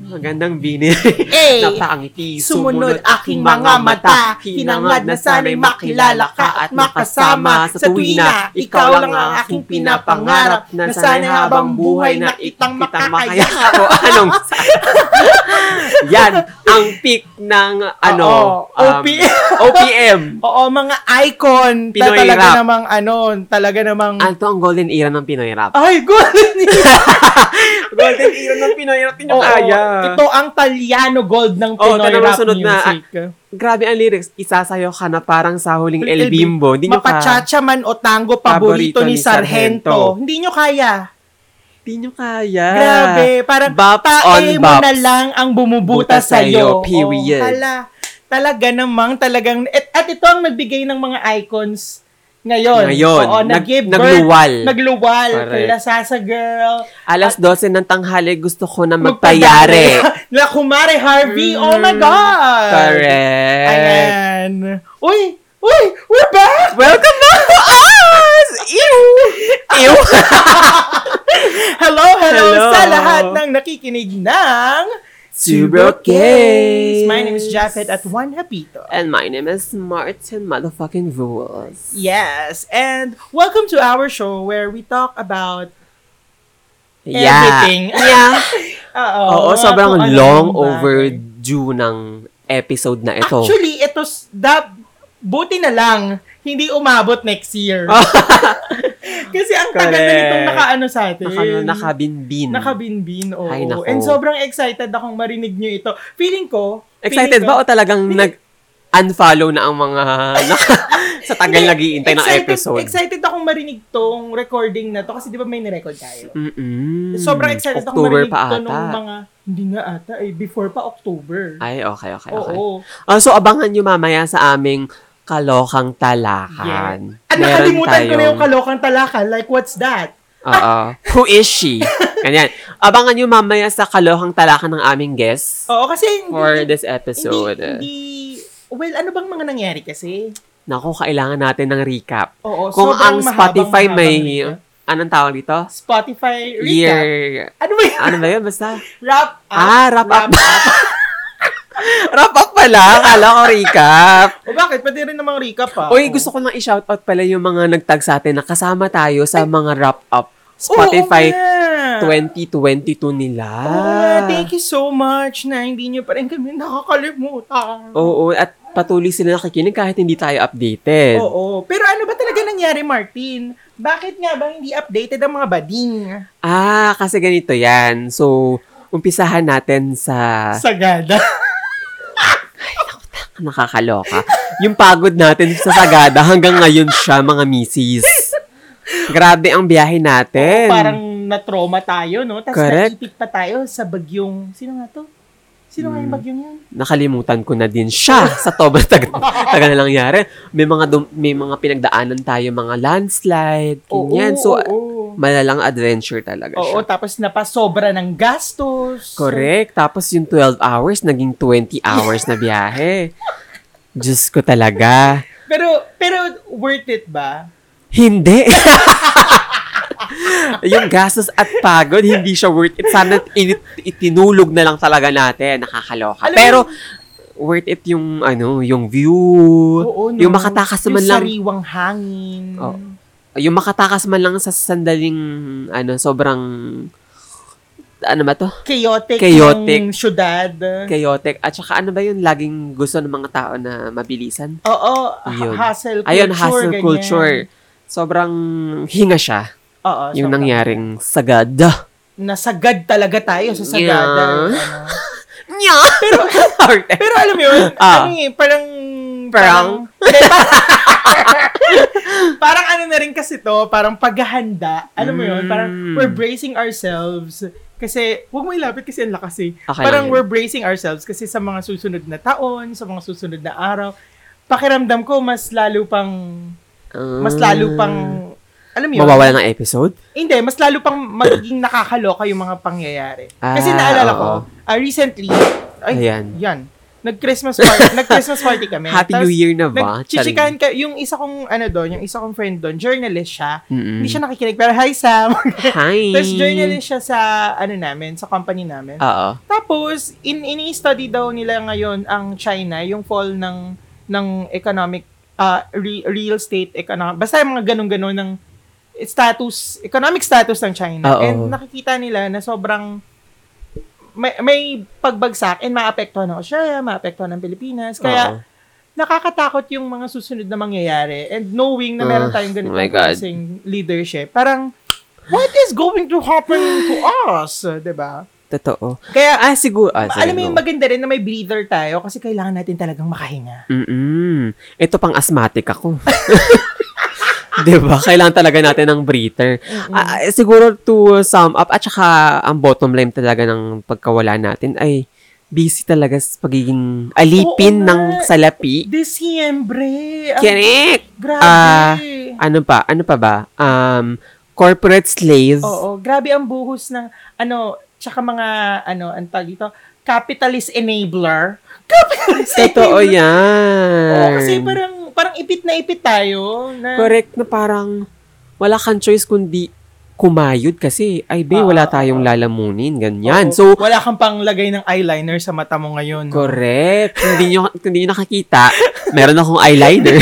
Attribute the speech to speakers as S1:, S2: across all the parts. S1: Magandang bini.
S2: Ay!
S1: Napangiti.
S2: Sumunod aking mga mata, hinangad na sana'y makilala ka at makasama sa tuwi na ikaw lang ang aking pinapangarap na sana'y habang buhay na kitang makakaya.
S1: O anong... Yan, ang peak ng ano...
S3: Oo, OPM.
S1: OPM.
S3: Oo, mga icon na
S1: Pinoy
S3: talaga
S1: rap.
S3: namang ano, talaga namang...
S1: Ano to ang golden era ng Pinoy rap?
S3: Ay, golden era.
S1: golden era ng Pinoy rap,
S3: Oo, Ito ang Taliano gold ng
S1: Oo,
S3: Pinoy
S1: ito naman
S3: rap
S1: sunod na,
S3: music.
S1: Grabe ang lyrics. Isasayo ka na parang sa huling El
S3: El
S1: Bimbo. Hindi nyo ka...
S3: Mapachacha man o tango paborito, ni Sargento. Hindi nyo kaya.
S1: Hindi nyo kaya.
S3: Grabe. Parang
S1: Bops Ah, on
S3: tae mo
S1: bops.
S3: na lang ang
S1: Buta
S3: bumubuta
S1: sa'yo,
S3: sa'yo.
S1: period.
S3: Oh, hala. Talaga namang talagang... At, at ito ang nagbigay ng mga icons ngayon.
S1: Ngayon,
S3: Oo,
S1: nag-
S3: nag-give
S1: nagluwal.
S3: birth, Nagluwal.
S1: Correct.
S3: Kay Sasa Girl.
S1: Alas 12 ng tanghali, gusto ko na magpayari.
S3: La Kumare Harvey.
S1: Mm.
S3: Oh my God.
S1: Correct.
S3: Ayan. Uy! Uy! We're back!
S1: Welcome back to us! Ew! Ew!
S3: Hello, hello,
S1: Hello.
S3: sa lahat ng nakikinig ng My name is Japhet at Juan Hapito.
S1: And my name is Martin motherfucking Rules.
S3: Yes, and welcome to our show where we talk about
S1: Yeah.
S3: everything.
S1: Yeah.
S3: Oo,
S1: Oo, sobrang
S3: kung ano
S1: long
S3: yung bagay.
S1: overdue ng episode na ito.
S3: Actually, ito, s- da, buti na lang, hindi umabot next year. Kasi ang tagal na
S1: Correct.
S3: nitong nakaano sa atin.
S1: Naka, nakabinbin.
S3: Nakabinbin, oo.
S1: Ay, nako.
S3: And sobrang excited akong marinig nyo ito. Feeling ko,
S1: Excited
S3: feeling
S1: ba o
S3: ko-
S1: talagang nag unfollow na ang mga naka- sa tagal
S3: Hindi,
S1: nagiintay ng
S3: excited-
S1: episode?
S3: Excited akong marinig tong recording na to kasi di ba may nirecord tayo?
S1: Mm-mm.
S3: Sobrang excited akong
S1: Mm, October
S3: marinig
S1: pa
S3: to
S1: ata.
S3: nung mga, hindi nga ata, eh, before pa October.
S1: Ay, okay, okay,
S3: Oo.
S1: okay. Ah, so, abangan nyo mamaya sa aming kalokang talakan.
S3: At nakalimutan ko na yung kalokang talakan. Like, what's that?
S1: Oo. Who is she? Ganyan. Abangan nyo mamaya sa kalokang talakan ng aming guest
S3: Oo, kasi Oh, hindi,
S1: for this
S3: hindi,
S1: episode.
S3: hindi, well, ano bang mga nangyari kasi?
S1: Naku, kailangan natin ng recap.
S3: Oo,
S1: Kung ang
S3: Oh, sobrang
S1: Spotify
S3: mahabang-mahabang
S1: may,
S3: recap.
S1: anong tawag dito?
S3: Spotify recap.
S1: Year,
S3: Ano ba yun?
S1: ano ba yun? Basta,
S3: Wrap up.
S1: Ah, wrap up.
S3: up.
S1: wrap up pala. Akala ko recap.
S3: o bakit? Pwede rin namang recap ah. pa.
S1: Uy, gusto ko lang i-shoutout pala yung mga nagtag sa atin na kasama tayo sa mga wrap up Spotify Ah. 2022 nila.
S3: thank you so much na hindi niyo pa rin kami nakakalimutan.
S1: Oo, at patuloy sila nakikinig kahit hindi tayo updated.
S3: Oo. Pero ano ba talaga nangyari, Martin? Bakit nga ba hindi updated ang mga bading?
S1: Ah, kasi ganito yan. So, umpisahan natin sa
S3: Sagada.
S1: nakakaloka. Yung pagod natin sa Sagada hanggang ngayon siya, mga misis. Grabe ang biyahe natin.
S3: Parang na-trauma tayo, no? Tapos
S1: Correct.
S3: naitik pa tayo sa bagyong... Sino nga to? Sino nga yung
S1: Hmm.
S3: bagyong yun?
S1: nakalimutan ko na din siya sa toba taga, taga na nangyari. May mga dum- may mga pinagdaanan tayo, mga landslide, ganyan. so
S3: oo.
S1: malalang adventure talaga siya.
S3: Oo, tapos napasobra ng gastos.
S1: Correct. Tapos yung 12 hours naging 20 hours na biyahe. Diyos ko talaga.
S3: Pero, pero worth it ba?
S1: Hindi. yung gastos at pagod, hindi siya worth it. Sana init, itinulog na lang talaga natin. Nakakaloka.
S3: Alam mo-
S1: Pero, worth it yung, ano, yung view.
S3: Oo, no?
S1: Yung makatakas naman
S3: yung
S1: lang. Oh.
S3: sariwang hangin.
S1: Oo. Yung makatakas man lang sa sandaling, ano, sobrang, ano ba to?
S3: chaotic,
S1: Chaotic.
S3: ng syudad.
S1: Chaotic. At saka ano ba yun laging gusto ng mga tao na mabilisan?
S3: Oo,
S1: Yun.
S3: ha- hustle culture.
S1: Ayun, hustle
S3: ganyan.
S1: culture. Sobrang hinga siya.
S3: Oo,
S1: Yung
S3: sobrang-
S1: nangyaring sagad.
S3: Nasagad talaga tayo sa sagada.
S1: Yeah.
S3: Ano.
S1: Nya! Pero,
S3: Pero alam mo yun,
S1: Ah.
S3: ano eh, parang...
S1: Parang?
S3: Hindi, parang, parang ano na rin kasi to, parang paghahanda. Alam mo yun, parang
S1: Mm.
S3: we're bracing ourselves. Kasi, huwag mo ilapit kasi ang lakas eh.
S1: Okay lang
S3: parang
S1: yun.
S3: we're bracing ourselves kasi sa mga susunod na taon, sa mga susunod na araw, pakiramdam ko mas lalo pang mas lalo
S1: Mm.
S3: pang alam mo yun?
S1: Um, Mawawala ng episode?
S3: Hindi, mas lalo pang magiging nakakaloka yung mga pangyayari. Kasi
S1: Ah,
S3: naalala
S1: oo.
S3: ko, ah, recently, ay,
S1: Ayan.
S3: yan, Nag-Christmas party, nag-Christmas party kami.
S1: Happy New Year na ba?
S3: Nagchichikahan ka, yung isa kong, ano doon, yung isa kong friend doon, journalist siya.
S1: Mm-mm.
S3: Hindi siya nakikinig, pero hi Sam.
S1: Hi.
S3: Tapos journalist siya sa, ano namin, sa company namin.
S1: Oo.
S3: Tapos, in, ini-study daw nila ngayon ang China, yung fall ng, ng economic, uh, re- real estate economic, basta yung mga ganun-ganun ng status, economic status ng China.
S1: Ah, Oo.
S3: And nakikita nila na sobrang may, may pagbagsak and maapektuhan ng Australia, maapektuhan ng Pilipinas. Kaya,
S1: Oo.
S3: nakakatakot yung mga susunod na mangyayari and knowing na
S1: Ugh,
S3: meron tayong ganito
S1: oh my God.
S3: klaseng leadership, parang, what is going to happen to us? 'Di ba?
S1: Totoo. Ah,
S3: Kaya,
S1: siguro. Ah,
S3: alam mo
S1: sorry,
S3: yung
S1: no.
S3: maganda rin na may breather tayo kasi kailangan natin talagang makahinga.
S1: Mm-mm. Ito pang asthmatic ako. 'Di ba? Kailangan talaga natin ng breather. Ah, ah, siguro to sum up at saka ang bottom line talaga ng pagkawala natin ay busy talaga sa pagiging alipin
S3: Oo
S1: ng
S3: nga.
S1: salapi.
S3: Disyembre! Ang
S1: Kinik!
S3: grabe!
S1: Ah, Ano pa? Ano pa ba? Um, corporate slaves.
S3: Oo, grabe ang buhos ng, ano, tsaka mga, ano, ang tawag dito, capitalist enabler. Capitalist
S1: Totoo
S3: enabler.
S1: yan.
S3: Oo, kasi parang, parang ipit na ipit tayo. Na,
S1: Correct na parang wala kang choice kundi kumayod kasi ay be,
S3: Oo,
S1: wala
S3: oo,
S1: tayong
S3: oo.
S1: lalamunin ganyan.
S3: Oo,
S1: So
S3: wala kang panglagay ng eyeliner sa mata mo ngayon.
S1: Correct. Kung hindi nyo, kung hindi nyo nakakita, meron akong eyeliner.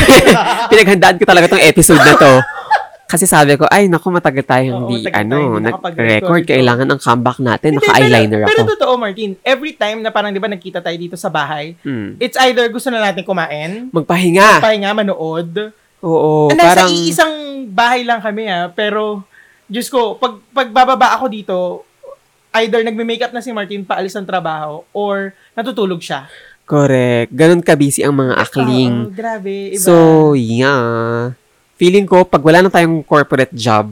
S1: Pinaghandaan ko talaga tong episode na to. Kasi sabi ko, ay, naku, matagal tayong
S3: Oo,
S1: hindi,
S3: matagal tayo
S1: ano,
S3: hindi
S1: nag-record.
S3: nakapag-record.
S1: Kailangan ang comeback natin.
S3: Hindi,
S1: Naka-eyeliner
S3: pero,
S1: ako.
S3: Pero totoo, Martin, every time na parang, di ba, nagkita tayo dito sa bahay,
S1: Hmm.
S3: it's either gusto na natin kumain,
S1: Magpahinga.
S3: pahinga, manood.
S1: Oo,
S3: Nasa
S1: parang...
S3: iisang bahay lang kami ha, pero Diyos ko, pag, pagbababa ako dito, either nagme-makeup na si Martin paalis ng trabaho or natutulog siya.
S1: Correct. Ganun ka-busy ang mga akling.
S3: Oo, diba? grabe. Iba.
S1: So, yeah. Feeling ko, pag wala na tayong corporate job,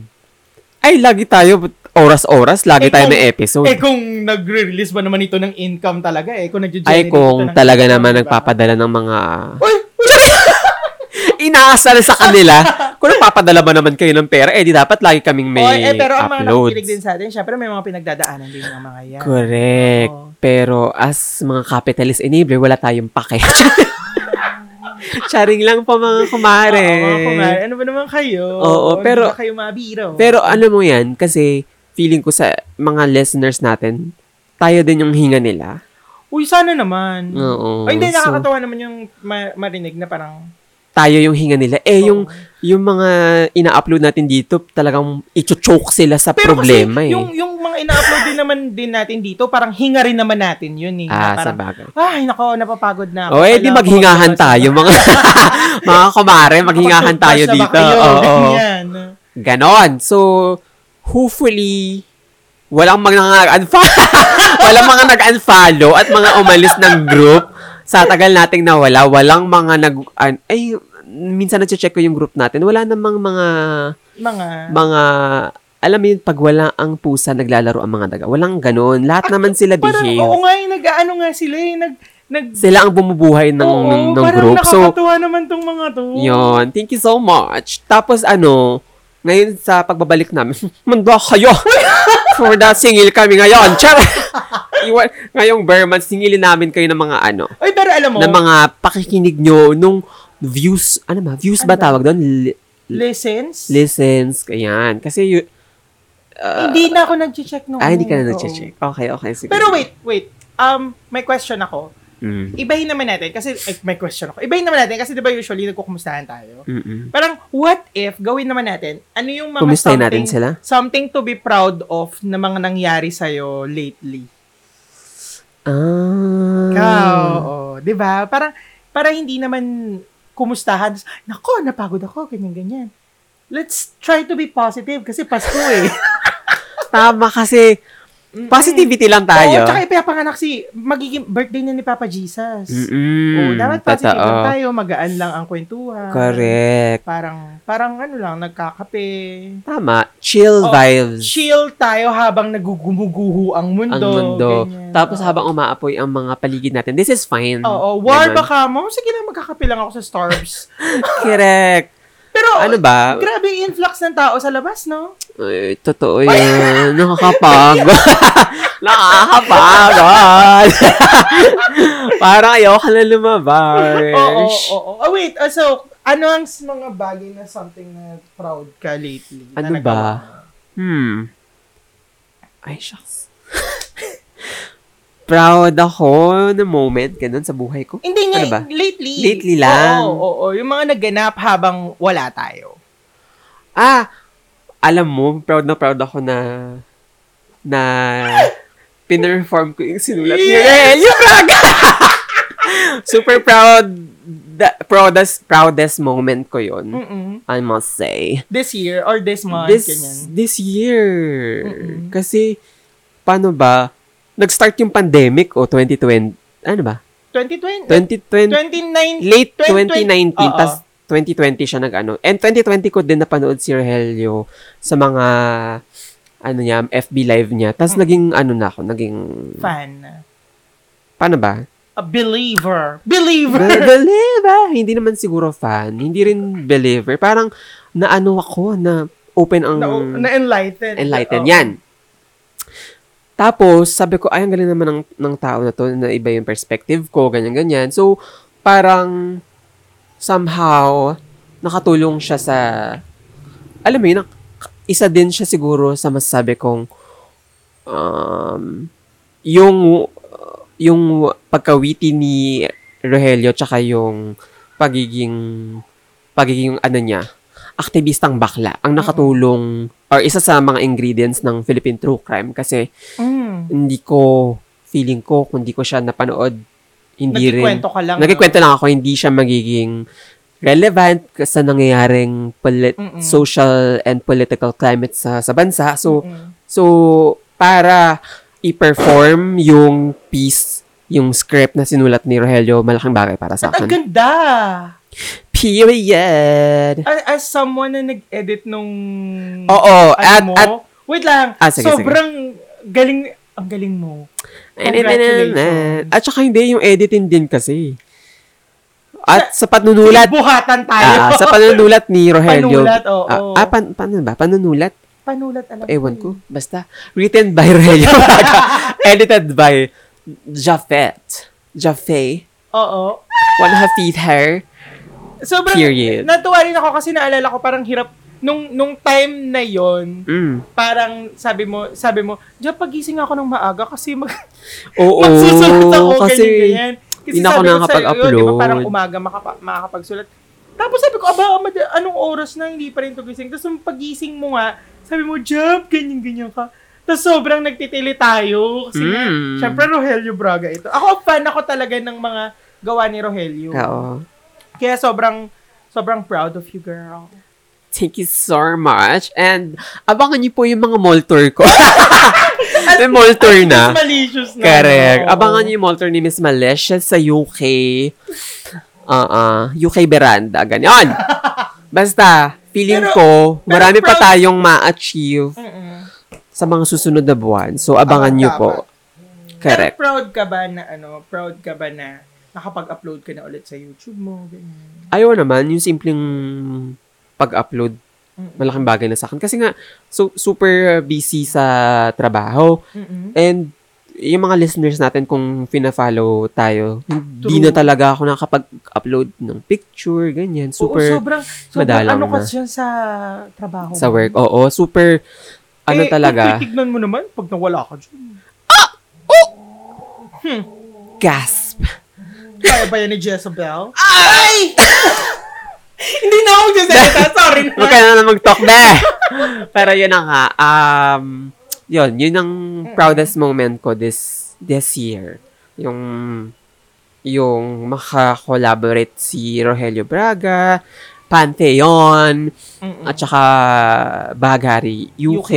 S1: ay, lagi tayo, oras-oras, lagi
S3: Eh,
S1: tayo
S3: kung-
S1: may episode.
S3: eh kung nagre-release ba naman ito ng income talaga eh, kung nag-generate
S1: ay, kung
S3: ito ng
S1: talaga
S3: income,
S1: naman
S3: diba?
S1: nagpapadala ng mga
S3: Uy!
S1: inaasal sa kanila. Kung nagpapadala ba naman kayo ng pera, eh di dapat lagi kaming may
S3: Oy, eh, pero ang mga
S1: uploads.
S3: nakikinig din sa atin, syempre may mga pinagdadaanan din ng mga yan.
S1: Correct.
S3: Oo.
S1: Pero as mga capitalist enabler, wala tayong pake. Charing lang po mga kumare.
S3: Oo, mga kumare. Ano ba naman kayo?
S1: Oo,
S3: Hindi
S1: pero-
S3: ba kayo mabiro?
S1: Pero ano mo yan, kasi feeling ko sa mga listeners natin, tayo din yung hinga nila.
S3: Uy, sana naman.
S1: Oo.
S3: Ay, hindi,
S1: So,
S3: nakakatawa naman yung ma- marinig na parang...
S1: tayo yung hinga nila. Eh, yung
S3: Oo.
S1: yung mga ina-upload natin dito, talagang icho-choke sila sa
S3: Pero
S1: problema eh.
S3: kasi, yung, yung mga ina-upload din naman din natin dito, parang hinga rin naman natin yun eh.
S1: ah,
S3: Na
S1: sa
S3: parang,
S1: bagay.
S3: ay, nako, napapagod na ako.
S1: O, eh, di
S3: Kailangan ko
S1: maghingahan
S3: maglabas.
S1: tayo. Mga, mga kumare, maghingahan
S3: Nakapag-toothbrush
S1: tayo
S3: na ba
S1: dito.
S3: kayo?
S1: Oo.
S3: Ganyan.
S1: Ganon. So, hopefully, walang mga nag-unfollow. walang mga nag-unfollow at mga umalis ng group. Sa tagal nating nawala, walang mga nag... an- ay, minsan na-check ko yung group natin. Wala namang mga...
S3: Mga...
S1: mga alam mo yun, pag wala ang pusa, naglalaro ang mga daga. Walang ganon. Lahat naman sila
S3: Parang, oo
S1: behave.
S3: nga, eh, nag-ano nga sila eh, nag... nag
S1: Sila ang bumubuhay ng,
S3: Oo,
S1: ng, ng
S3: parang
S1: group. So,
S3: nakakatuwa naman tong mga to.
S1: Yun. Thank you so much. Tapos ano, ngayon sa pagbabalik namin, manda kayo! For that, singil kami ngayon. Char! Iwan, ngayong Berman, singilin namin kayo ng mga ano,
S3: Ay, pero alam mo,
S1: ng mga pakikinig nyo nung views, ano ba, views ba
S3: Ano?
S1: tawag doon? Li-
S3: lessons? Ah,
S1: listens, ayan. Kasi, yun,
S3: hindi na ako nag-check nung.
S1: ay, Ah, hindi ka na
S3: oo.
S1: nag-check. Okay, okay. Sige.
S3: Pero wait, wait. Um, may question ako.
S1: Mm.
S3: Ibahin naman natin kasi ay, may question ako. Ibahin naman natin kasi 'di ba usually nagkukumustahan tayo.
S1: Mm-mm.
S3: Parang what if gawin naman natin? Ano yung mga
S1: Kumustahin
S3: something
S1: natin sila?
S3: something to be proud of na mga nangyari sa lately?
S1: Ah.
S3: Ikaw, oo, 'di ba? Parang para hindi naman kumustahan. Nako, napagod ako, ganyan ganyan. Let's try to be positive kasi Pasko eh.
S1: Tama kasi, positivity lang tayo.
S3: Oo, tsaka ipapanganak si, magiging birthday na ni Papa Jesus.
S1: Mm-mm.
S3: Oo, dapat positive
S1: Totoo.
S3: lang tayo, magaan lang ang kwentuhan.
S1: Correct.
S3: Parang, parang ano lang, nagkakape.
S1: Tama. Chill
S3: Oh,
S1: vibes
S3: Chill tayo habang nagugumuguhu ang mundo.
S1: ang mundo.
S3: ganyan.
S1: Tapos
S3: Oo.
S1: habang umaapoy ang mga paligid natin, this is fine.
S3: Oo, war
S1: Ganon.
S3: ba ka mo? Sige lang, magkakape lang ako sa Starbucks.
S1: Correct.
S3: Pero,
S1: Ano ba?
S3: grabe yung influx ng tao sa labas, no?
S1: Ay, totoo yan. Nakakapagod. Nakakapagod. Parang ayaw ka na lumabas.
S3: Oo, oo, oo. Oh, wait. Oh, so, ano ang s- mga bagay na something na proud ka lately? na
S1: Ano
S3: nagawa
S1: ba?
S3: mo?
S1: Hmm. Ay, shucks. Proud ako na moment ganun sa buhay ko.
S3: Hindi nga,
S1: Ano ba?
S3: lately.
S1: Lately lang.
S3: Oo, oo, oo. Yung mga naganap habang wala tayo.
S1: Ah, alam mo, proud na proud ako na na pinereform ko yung sinulat ni Rel. Yung brag! Super proud the proudest proudest moment ko yon
S3: Mm-mm.
S1: I must say.
S3: This year or this month,
S1: this
S3: ganyan.
S1: this year.
S3: Mm-mm.
S1: Kasi paano ba nag-start yung pandemic o 2020 ano ba?
S3: 2020?
S1: 2020
S3: 2019?
S1: late 2019
S3: 2020, oo.
S1: tas 2020 siya nag-ano. And 2020 ko din napanood si Rogelio sa mga ano niya, FB live niya. Tapos naging ano na ako, naging
S3: Fan.
S1: paano ba?
S3: A believer. Believer!
S1: Be- believer. Hindi naman siguro fan, hindi rin believer. Parang naano ako na open ang
S3: na, na-enlighten.
S1: Hmm. enlighten
S3: Oo.
S1: yan. Tapos, sabi ko, ay, ang galing naman ng, ng tao na to, na iba yung perspective ko, ganyan-ganyan. So, parang, somehow, nakatulong siya sa, alam mo yun, nak- isa din siya siguro sa masasabi kong, um, yung, yung pagkawiti ni Rogelio, tsaka yung pagiging, pagiging ano niya, aktivistang bakla ang nakatulong or isa sa mga ingredients ng Philippine True Crime kasi
S3: Mm.
S1: hindi ko feeling ko kung hindi ko siya napanood hindi rin
S3: Nagkikwento ka lang. no?
S1: nagkikwento lang ako hindi siya magiging relevant sa nangyayaring polit-
S3: Mm-mm.
S1: social and political climate sa sa bansa so
S3: Mm.
S1: so para i-perform yung piece yung script na sinulat ni Rogelio malaking bagay para sa
S3: At ang
S1: akin
S3: ganda!
S1: period
S3: As, as someone na nag-edit nung...
S1: oo
S3: ano
S1: at
S3: mo,
S1: at
S3: Wait lang.
S1: Ah, sige, sige.
S3: sobrang galing... Ang galing mo. Congratulations.
S1: Congratulations. At saka hindi, yung editing din kasi. At sa panunulat,
S3: Buhatan tayo.
S1: ah, sa panunulat ni Rogelio.
S3: Panulat, oo.
S1: Ah, ah, pan, paano ba? Panunulat?
S3: Panulat, alam
S1: Ewan ko. Basta, written by Rogelio. Edited by Jafet. Jaffe.
S3: Oo.
S1: One half feet hair.
S3: Sobrang,
S1: Period.
S3: natuwa rin ako kasi naalala ko parang hirap, nung, nung time na yon
S1: Mm.
S3: parang sabi mo, sabi mo, Diyo, pagising ako ng maaga kasi mag,
S1: Oo.
S3: magsusulat ako,
S1: kasi,
S3: ganyan, ganyan. Kasi
S1: hindi ako
S3: sabi ko
S1: nakakapag-upload.
S3: sa'yo, di ba, parang umaga makapa, makakapagsulat. Tapos sabi ko, aba, ama- anong oras na hindi pa rin to gising? Tapos nung pagising mo nga, sabi mo, Jump, ganyan-ganyan ka. Tapos sobrang nagtitili tayo. Kasi nga,
S1: Mm.
S3: syempre, Rogelio Braga ito. Ako, fan ako talaga ng mga gawa ni Rogelio.
S1: oo.
S3: Kaya sobrang, sobrang proud of you, girl.
S1: Thank you so much. And, abangan niyo po yung mga mall tour ko. May mall tour na.
S3: Mas malicious na.
S1: Correct.
S3: no?
S1: Abangan niyo yung alter ni Miss Malesha sa UK. Ah, ah, UK Veranda. Ganon. Basta, feeling
S3: Pero-
S1: ko,
S3: pero
S1: marami pa
S3: proud-
S1: tayong ma-achieve
S3: Mm-mm.
S1: sa mga susunod na buwan. So, abangan
S3: Oo,
S1: niyo
S3: Ah, tama.
S1: po.
S3: Pero
S1: Correct.
S3: proud ka ba na ano, proud ka ba na nakapag-upload ka na ulit sa YouTube mo? Ganyan.
S1: Ayaw naman, yung simpleng pag-upload,
S3: Mm-mm.
S1: malaking bagay na sa akin. Kasi nga, so, super busy sa trabaho.
S3: Mm-mm.
S1: And yung mga listeners natin kung fina-follow tayo, hindi
S3: True.
S1: na talaga ako nakakapag-upload ng picture, ganyan.
S3: Oo,
S1: Super
S3: sobrang, sobrang
S1: madalang
S3: ano ka
S1: na.
S3: dyan sa trabaho
S1: sa
S3: mo.
S1: work. Oo, super ano
S3: eh,
S1: talaga,
S3: Kung titignan mo naman, pag nawala ka dyan,
S1: gasp.
S3: kaya ba yan ni Jezebel?
S1: Ah,
S3: Ay! Hindi na ako Jezebel, sorry na.
S1: Huwag ka na na mag-talk, be! Pero yun na nga, um, yun, yun ang proudest moment ko this this year. Yung yung makakollaborate si Rogelio Braga, Pantheon,
S3: Mm-mm.
S1: at saka Bagari, UK.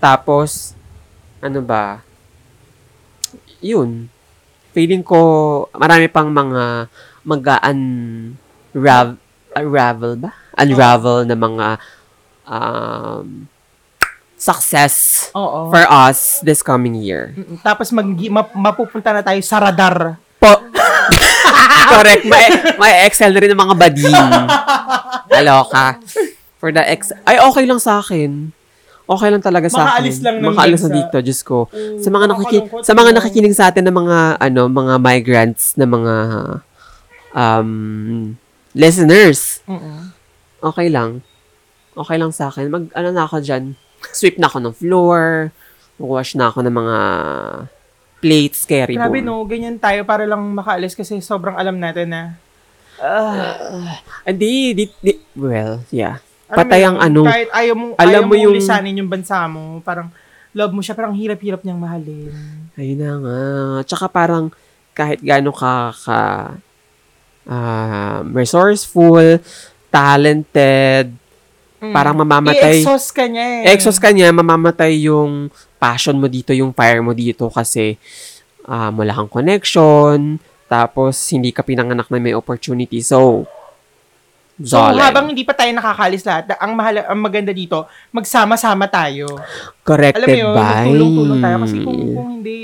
S1: Tapos, ano ba? Yun. Feeling ko, marami pang mga mag-unravel unravel ba? Unravel na mga um, success
S3: Oo.
S1: for us this coming year.
S3: Mm-mm. Tapos mag, ma- mapupunta na tayo sa radar.
S1: Po. Correct. May, may Excel na rin ng mga badi. Aloka. For the ex... Ay, okay lang sa akin. Okay lang talaga sa
S3: Makaalis
S1: akin.
S3: lang ng
S1: Makaalis na
S3: bansa.
S1: dito, Diyos ko.
S3: Oo,
S1: sa mga nakiki-
S3: nakakalungkot
S1: sa mga
S3: yun.
S1: nakikinig sa atin ng mga ano, mga migrants na mga um listeners. Okay lang. Okay lang sa akin. Mag ano na ako diyan. Sweep na ako ng floor. Wash na ako ng mga plates, carry
S3: Grabe
S1: bowl.
S3: no, ganyan tayo para lang makaalis kasi sobrang alam natin na
S1: Hindi, Ah, di, di, well, yeah.
S3: alam mo
S1: Patay ang
S3: yun,
S1: ano.
S3: Kahit ayaw mo,
S1: Alam
S3: alam
S1: mo
S3: mo
S1: yung-
S3: lisanin yung bansa mo, parang love mo siya, parang hirap-hirap niyang mahalin.
S1: Ayun na nga. Tsaka parang kahit gaano ka, ka um, resourceful, talented,
S3: Mm.
S1: parang mamamatay.
S3: I-exhaust ka niya eh.
S1: Exhaust ka niya, mamamatay yung passion mo dito, yung fire mo dito kasi ah, wala kang connection, tapos hindi ka pinanganak na may opportunity. So,
S3: So,
S1: Zolan.
S3: habang hindi pa tayo nakakaalis lahat, ang, mahal, ang maganda dito, magsama-sama tayo.
S1: corrected
S3: Alam mo yun,
S1: by...
S3: tulong-tulong tayo. Kasi kung, kung hindi,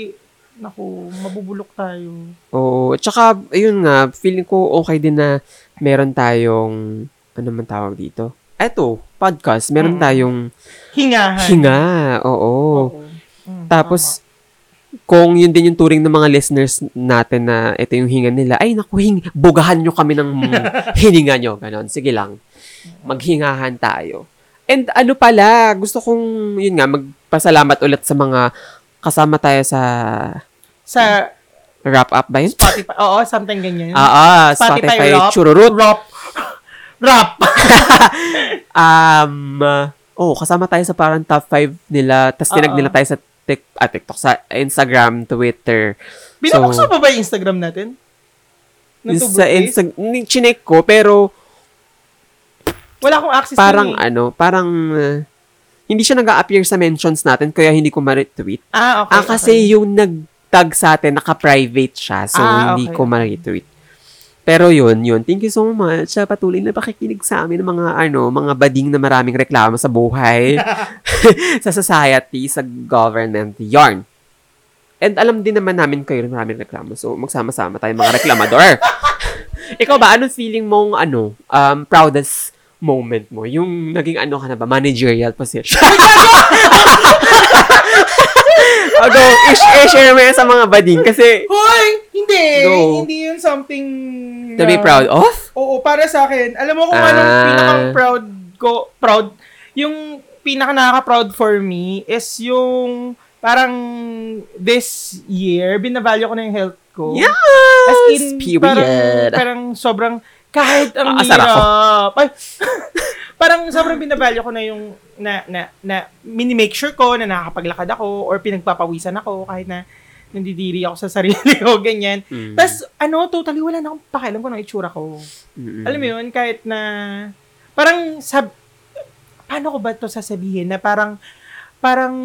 S3: naku, mabubulok tayo.
S1: Oo. Tsaka, ayun nga, feeling ko okay din na meron tayong, ano man tawag dito? Eto, podcast. Meron
S3: Mm.
S1: tayong
S3: Hingahan.
S1: hinga. Oo.
S3: Oo. Mm,
S1: Tapos, kung yun din yung turing ng mga listeners natin na ito yung hinga nila, ay naku, hing- bugahan nyo kami ng hininga nyo. Ganon, sige lang. Maghingahan tayo. And ano pala, gusto kong, yun nga, magpasalamat ulit sa mga kasama tayo sa
S3: tama. sa
S1: wrap-up ba yun?
S3: Spotify, oo, something ganyan.
S1: Ah, ah, Spotify,
S3: Spotify wrap.
S1: chururut.
S3: rap. Rap.
S1: Um, oh, kasama tayo sa parang top 5 nila. Tapos tinag
S3: Oo.
S1: nila tayo sa tik, ah, TikTok, sa Instagram, Twitter.
S3: Binabuksan mo ba yung Instagram natin? Ng
S1: Yung
S3: Two
S1: sa
S3: Brookings?
S1: Instagram, chinek ko, pero
S3: Wala akong access
S1: parang
S3: dun eh.
S1: ano, parang uh, hindi siya nag-appear sa mentions natin, kaya hindi ko ma-retweet.
S3: Ah, okay.
S1: ah, kasi
S3: okay.
S1: yung nag-tag sa atin, naka-private siya, so
S3: Ah,
S1: hindi
S3: okay,
S1: ko
S3: okay.
S1: ma-retweet. Pero yun, yun. Thank you so much sa patuloy na pakikinig sa amin ng mga ano, mga bading na maraming reklamo sa buhay, sa society, sa government, yarn. And alam din naman namin kayo na maraming reklamo. So, magsama-sama tayong mga reklamador. Ikaw ba, anong feeling mong, ano, um, proudest moment mo? Yung naging ano ka na ba, managerial position? Ako, i-share mo yan sa mga bading kasi
S3: Hoy! Hindi!
S1: Go.
S3: Hindi yun something...
S1: to be
S3: na-
S1: proud of?
S3: Oo, para sa akin. Alam mo kung ano
S1: Ah.
S3: anong pinaka-proud ko, proud, yung pinaka nakaka-proud for me is yung parang this year, binavalue ko na yung health ko.
S1: Yes!
S3: As in,
S1: period. Ah,
S3: Parang, parang sobrang, kahit ang
S1: Aasar ako.
S3: hirap. Ay, parang sobrang binavalue ko na yung, na, na, na, mini-make sure ko na nakakapaglakad ako or pinagpapawisan ako kahit na nandidiri ako sa sarili ko, ganyan.
S1: Mm.
S3: Tapos, ano, totally wala na akong pakialam kung ano itsura ko.
S1: Mm-mm.
S3: Alam mo yun, kahit na, parang, sab, paano ko ba to sasabihin na parang, parang,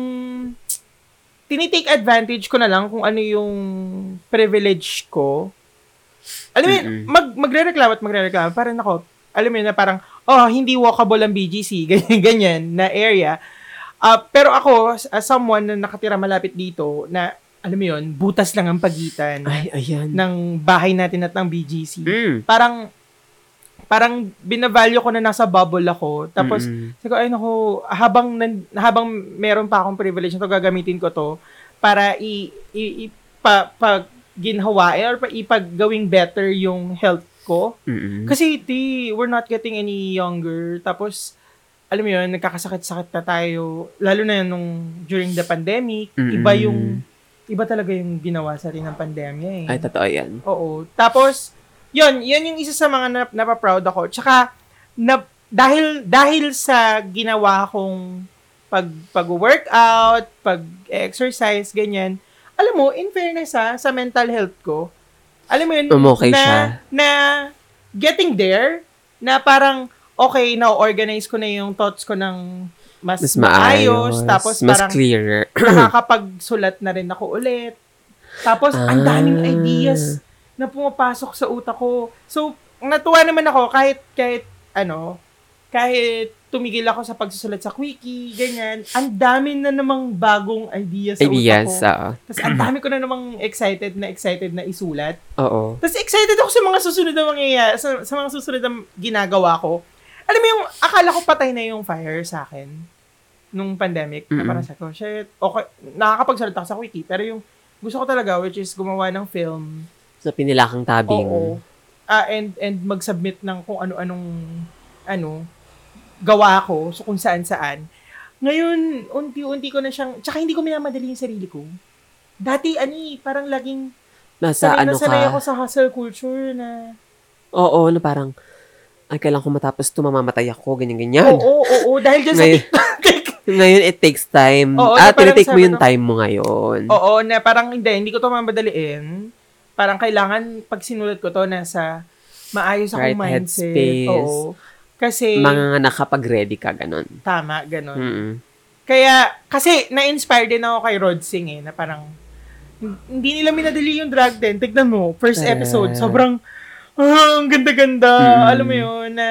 S3: tinitake advantage ko na lang kung ano yung privilege ko. Alam mo yun,
S1: Mm-mm.
S3: mag, magre-reklamo at magre-reklamo, parang ako, alam mo yun na parang, oh, hindi walkable ang BGC, ganyan, ganyan, na area. Ah, pero ako, as someone na nakatira malapit dito, na, alam mo yun, butas lang ang pagitan
S1: Ay, ayan.
S3: ng bahay natin at ng BGC
S1: Mm.
S3: parang parang binavalue ko na nasa bubble ako. Tapos,
S1: Mm-mm.
S3: sabi ko, ay nako, habang, nan, habang meron pa akong privilege na to, gagamitin ko to para i, i, i pa, pag ginhawain or pa, ipaggawing better yung health ko.
S1: Mm-mm.
S3: Kasi, di, we're not getting any younger. Tapos, alam mo yun, nagkakasakit-sakit na tayo. Lalo na yun nung during the pandemic.
S1: Mm-mm.
S3: Iba yung, iba talaga yung ginawa sa atin ng pandemya eh.
S1: Ay, totoo yan.
S3: Oo. Tapos, yun, yun yung isa sa mga na, napaproud ako. Tsaka, na, dahil, dahil sa ginawa kong pag, pag-workout, pag-exercise, ganyan, alam mo, in fairness ha, sa mental health ko, alam mo yun,
S1: Umukay Um,
S3: na,
S1: siya.
S3: na getting there, na parang, okay, na-organize ko na yung thoughts ko ng mas,
S1: Mas
S3: maayos,
S1: maayos.
S3: tapos
S1: mas
S3: parang
S1: clearer.
S3: nakakapagsulat na rin ako ulit. Tapos, ang daming
S1: Ah.
S3: ideas na pumapasok sa utak ko. So, natuwa naman ako kahit, kahit, ano, kahit tumigil ako sa pagsusulat sa Quickie, ganyan. Ang dami na namang bagong ideas sa
S1: Ideas, ah.
S3: utak ko.
S1: oo.
S3: Tapos ang dami ko na namang excited na excited na isulat.
S1: Oo.
S3: Tapos excited ako sa mga susunod na mangyayari, sa, sa mga susunod na ginagawa ko. Alam mo yung, akala ko patay na yung fire sa akin nung pandemic. Na
S1: Mm-mm.
S3: parang sa ko, shit, okay, nakakapagsalit ako sa Quickie. Pero yung gusto ko talaga, which is gumawa ng film.
S1: Sa pinilakang tabing.
S3: Oo. Ah, and, and mag-submit ng kung ano-anong, ano, gawa ko, so kung saan-saan. Ngayon, unti-unti ko na siyang, tsaka hindi ko minamadali yung sarili ko. Dati, ani, parang laging
S1: Nasa
S3: sanay
S1: ano
S3: na sanay ako
S1: ka.
S3: sa hustle culture na...
S1: Oo, na parang, ay, kailangan ko matapos ito, mamamatay ako, ganyan-ganyan.
S3: Oo, oo, oo, dahil dyan sa
S1: Ngayon-
S3: TikTok.
S1: Ngayon, it takes time.
S3: Oo,
S1: ah,
S3: na parang
S1: tinitake mo
S3: sabi
S1: yung
S3: ng-
S1: time mo ngayon.
S3: oo, na parang hindi, hindi ko to mamadaliin. Parang kailangan, pag sinulat ko to, nasa maayos
S1: Right
S3: akong mindset.
S1: headspace.
S3: Oo. Kasi,
S1: Mga nakapag-ready ka, ganun.
S3: tama, ganun.
S1: Mm-mm.
S3: Kaya, kasi, na-inspire din ako kay Rod Singh eh, na parang, hindi nila minadali yung drag din. Tignan mo, first
S1: Correct.
S3: episode, sobrang, ah, ang ganda-ganda.
S1: Mm.
S3: Alam mo yun, na,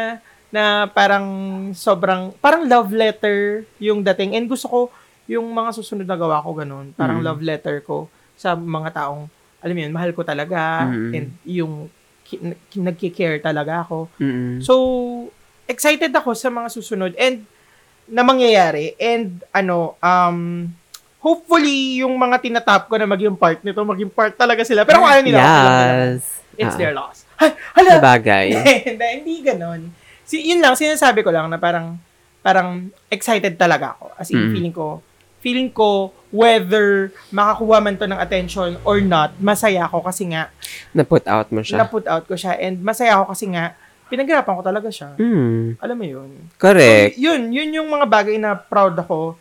S3: na parang sobrang, parang love letter yung dating. And gusto ko, yung mga susunod na gawa ko ganun, parang
S1: Mm.
S3: love letter ko sa mga taong, alam mo yun, mahal ko talaga.
S1: Mm.
S3: And yung, ki- ki- nagkikare talaga ako.
S1: Mm-mm.
S3: So, excited ako sa mga susunod and na mangyayari. And ano, um, hopefully, yung mga tinatap ko na maging part nito, maging part talaga sila. Pero kung ayaw nila, okay lang nila.
S1: Yes.
S3: it's
S1: Ah,
S3: their loss. Ay, hala!
S1: Sabagay.
S3: Hindi, hindi ganun. Si, yun lang, sinasabi ko lang na parang, parang excited talaga ako. As in,
S1: Mm.
S3: feeling ko, feeling ko, whether makakuha man to ng attention or not, masaya ako kasi nga,
S1: Na-put out mo siya.
S3: na-put out ko siya. And masaya ako kasi nga, pinaghirapan ko talaga siya.
S1: Mm.
S3: Alam mo yun.
S1: Correct.
S3: So, yun, yun yung mga bagay na proud ako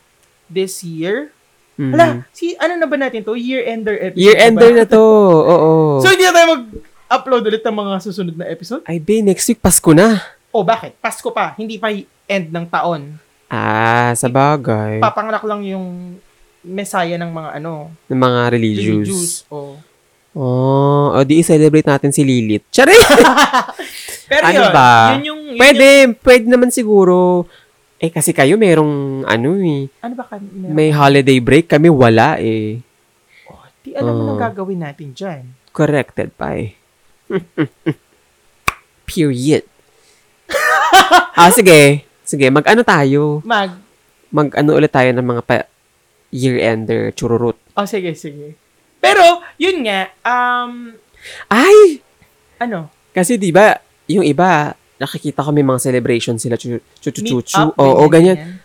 S3: this year.
S1: Mm.
S3: Ala, si, ano na ba natin to? Year-ender episode.
S1: Year-ender
S3: ba?
S1: na to. Oo.
S3: So, hindi na tayo mag-upload ulit ng mga susunod na episode?
S1: Ay, be, next week Pasko na.
S3: O, bakit? Pasko pa. Hindi pa y- end ng taon.
S1: Ah, sabagay.
S3: Papanganak lang yung mesaya ng mga ano,
S1: Ng mga
S3: religious.
S1: religious.
S3: O.
S1: Oh, o di celebrate natin si Lilith. Charing!
S3: Pero
S1: Ano
S3: yun,
S1: ba?
S3: yun yung... Yun
S1: pwede, pwede naman siguro. Eh, kasi kayo merong, ano eh,
S3: yung- ano ba? Kan, may,
S1: may holiday break. Kami wala eh.
S3: di alam mo
S1: Oh.
S3: nang gagawin natin dyan.
S1: Corrected pa eh. Period. ah, sige. Sige, mag-ano tayo?
S3: Mag...
S1: Mag-ano ulit tayo ng mga pa- year-ender, chururut.
S3: O, sige, sige. Pero, yun nga, um,
S1: Ay!
S3: ano?
S1: Kasi di ba yung iba, nakikita ko may mga celebration sila, chu- chu- chu- chu-
S3: Meet
S1: chu.
S3: up,
S1: Oo, ganyan.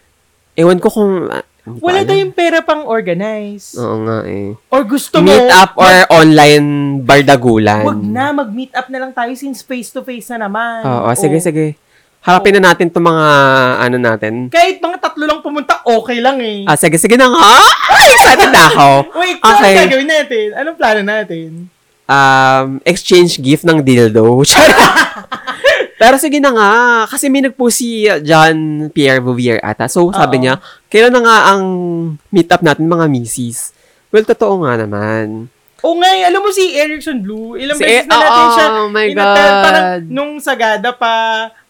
S1: Ewan ko kung... ah, hindi ko
S3: Wala
S1: alam.
S3: tayong pera pang organize.
S1: Oo nga eh.
S3: Or gusto mo,
S1: Meet up or online bardagulan.
S3: wag na, mag-meet up na lang tayo since face-to-face na naman.
S1: Oo,
S3: Oh. O,
S1: sige, sige. Harapin na natin itong mga ano natin.
S3: Kahit mga tatlo lang pumunta, okay lang eh.
S1: Ah, sige, sige na nga. Ay, excited na ako.
S3: Wait, ano
S1: okay.
S3: gagawin natin? Anong plano natin?
S1: Um, exchange gift ng dildo. Charot. Pero sige na nga, kasi may nagpo si John Pierre Bouvier ata. So, sabi
S3: Oo.
S1: niya, kailan na nga ang meet-up natin mga misis? Well, totoo nga naman.
S3: O nga, eh, alam mo si Erickson Blue, ilang
S1: Si E-
S3: beses na natin
S1: Oo,
S3: siya
S1: oh my
S3: inatel. Parang
S1: God.
S3: nung Sagada pa,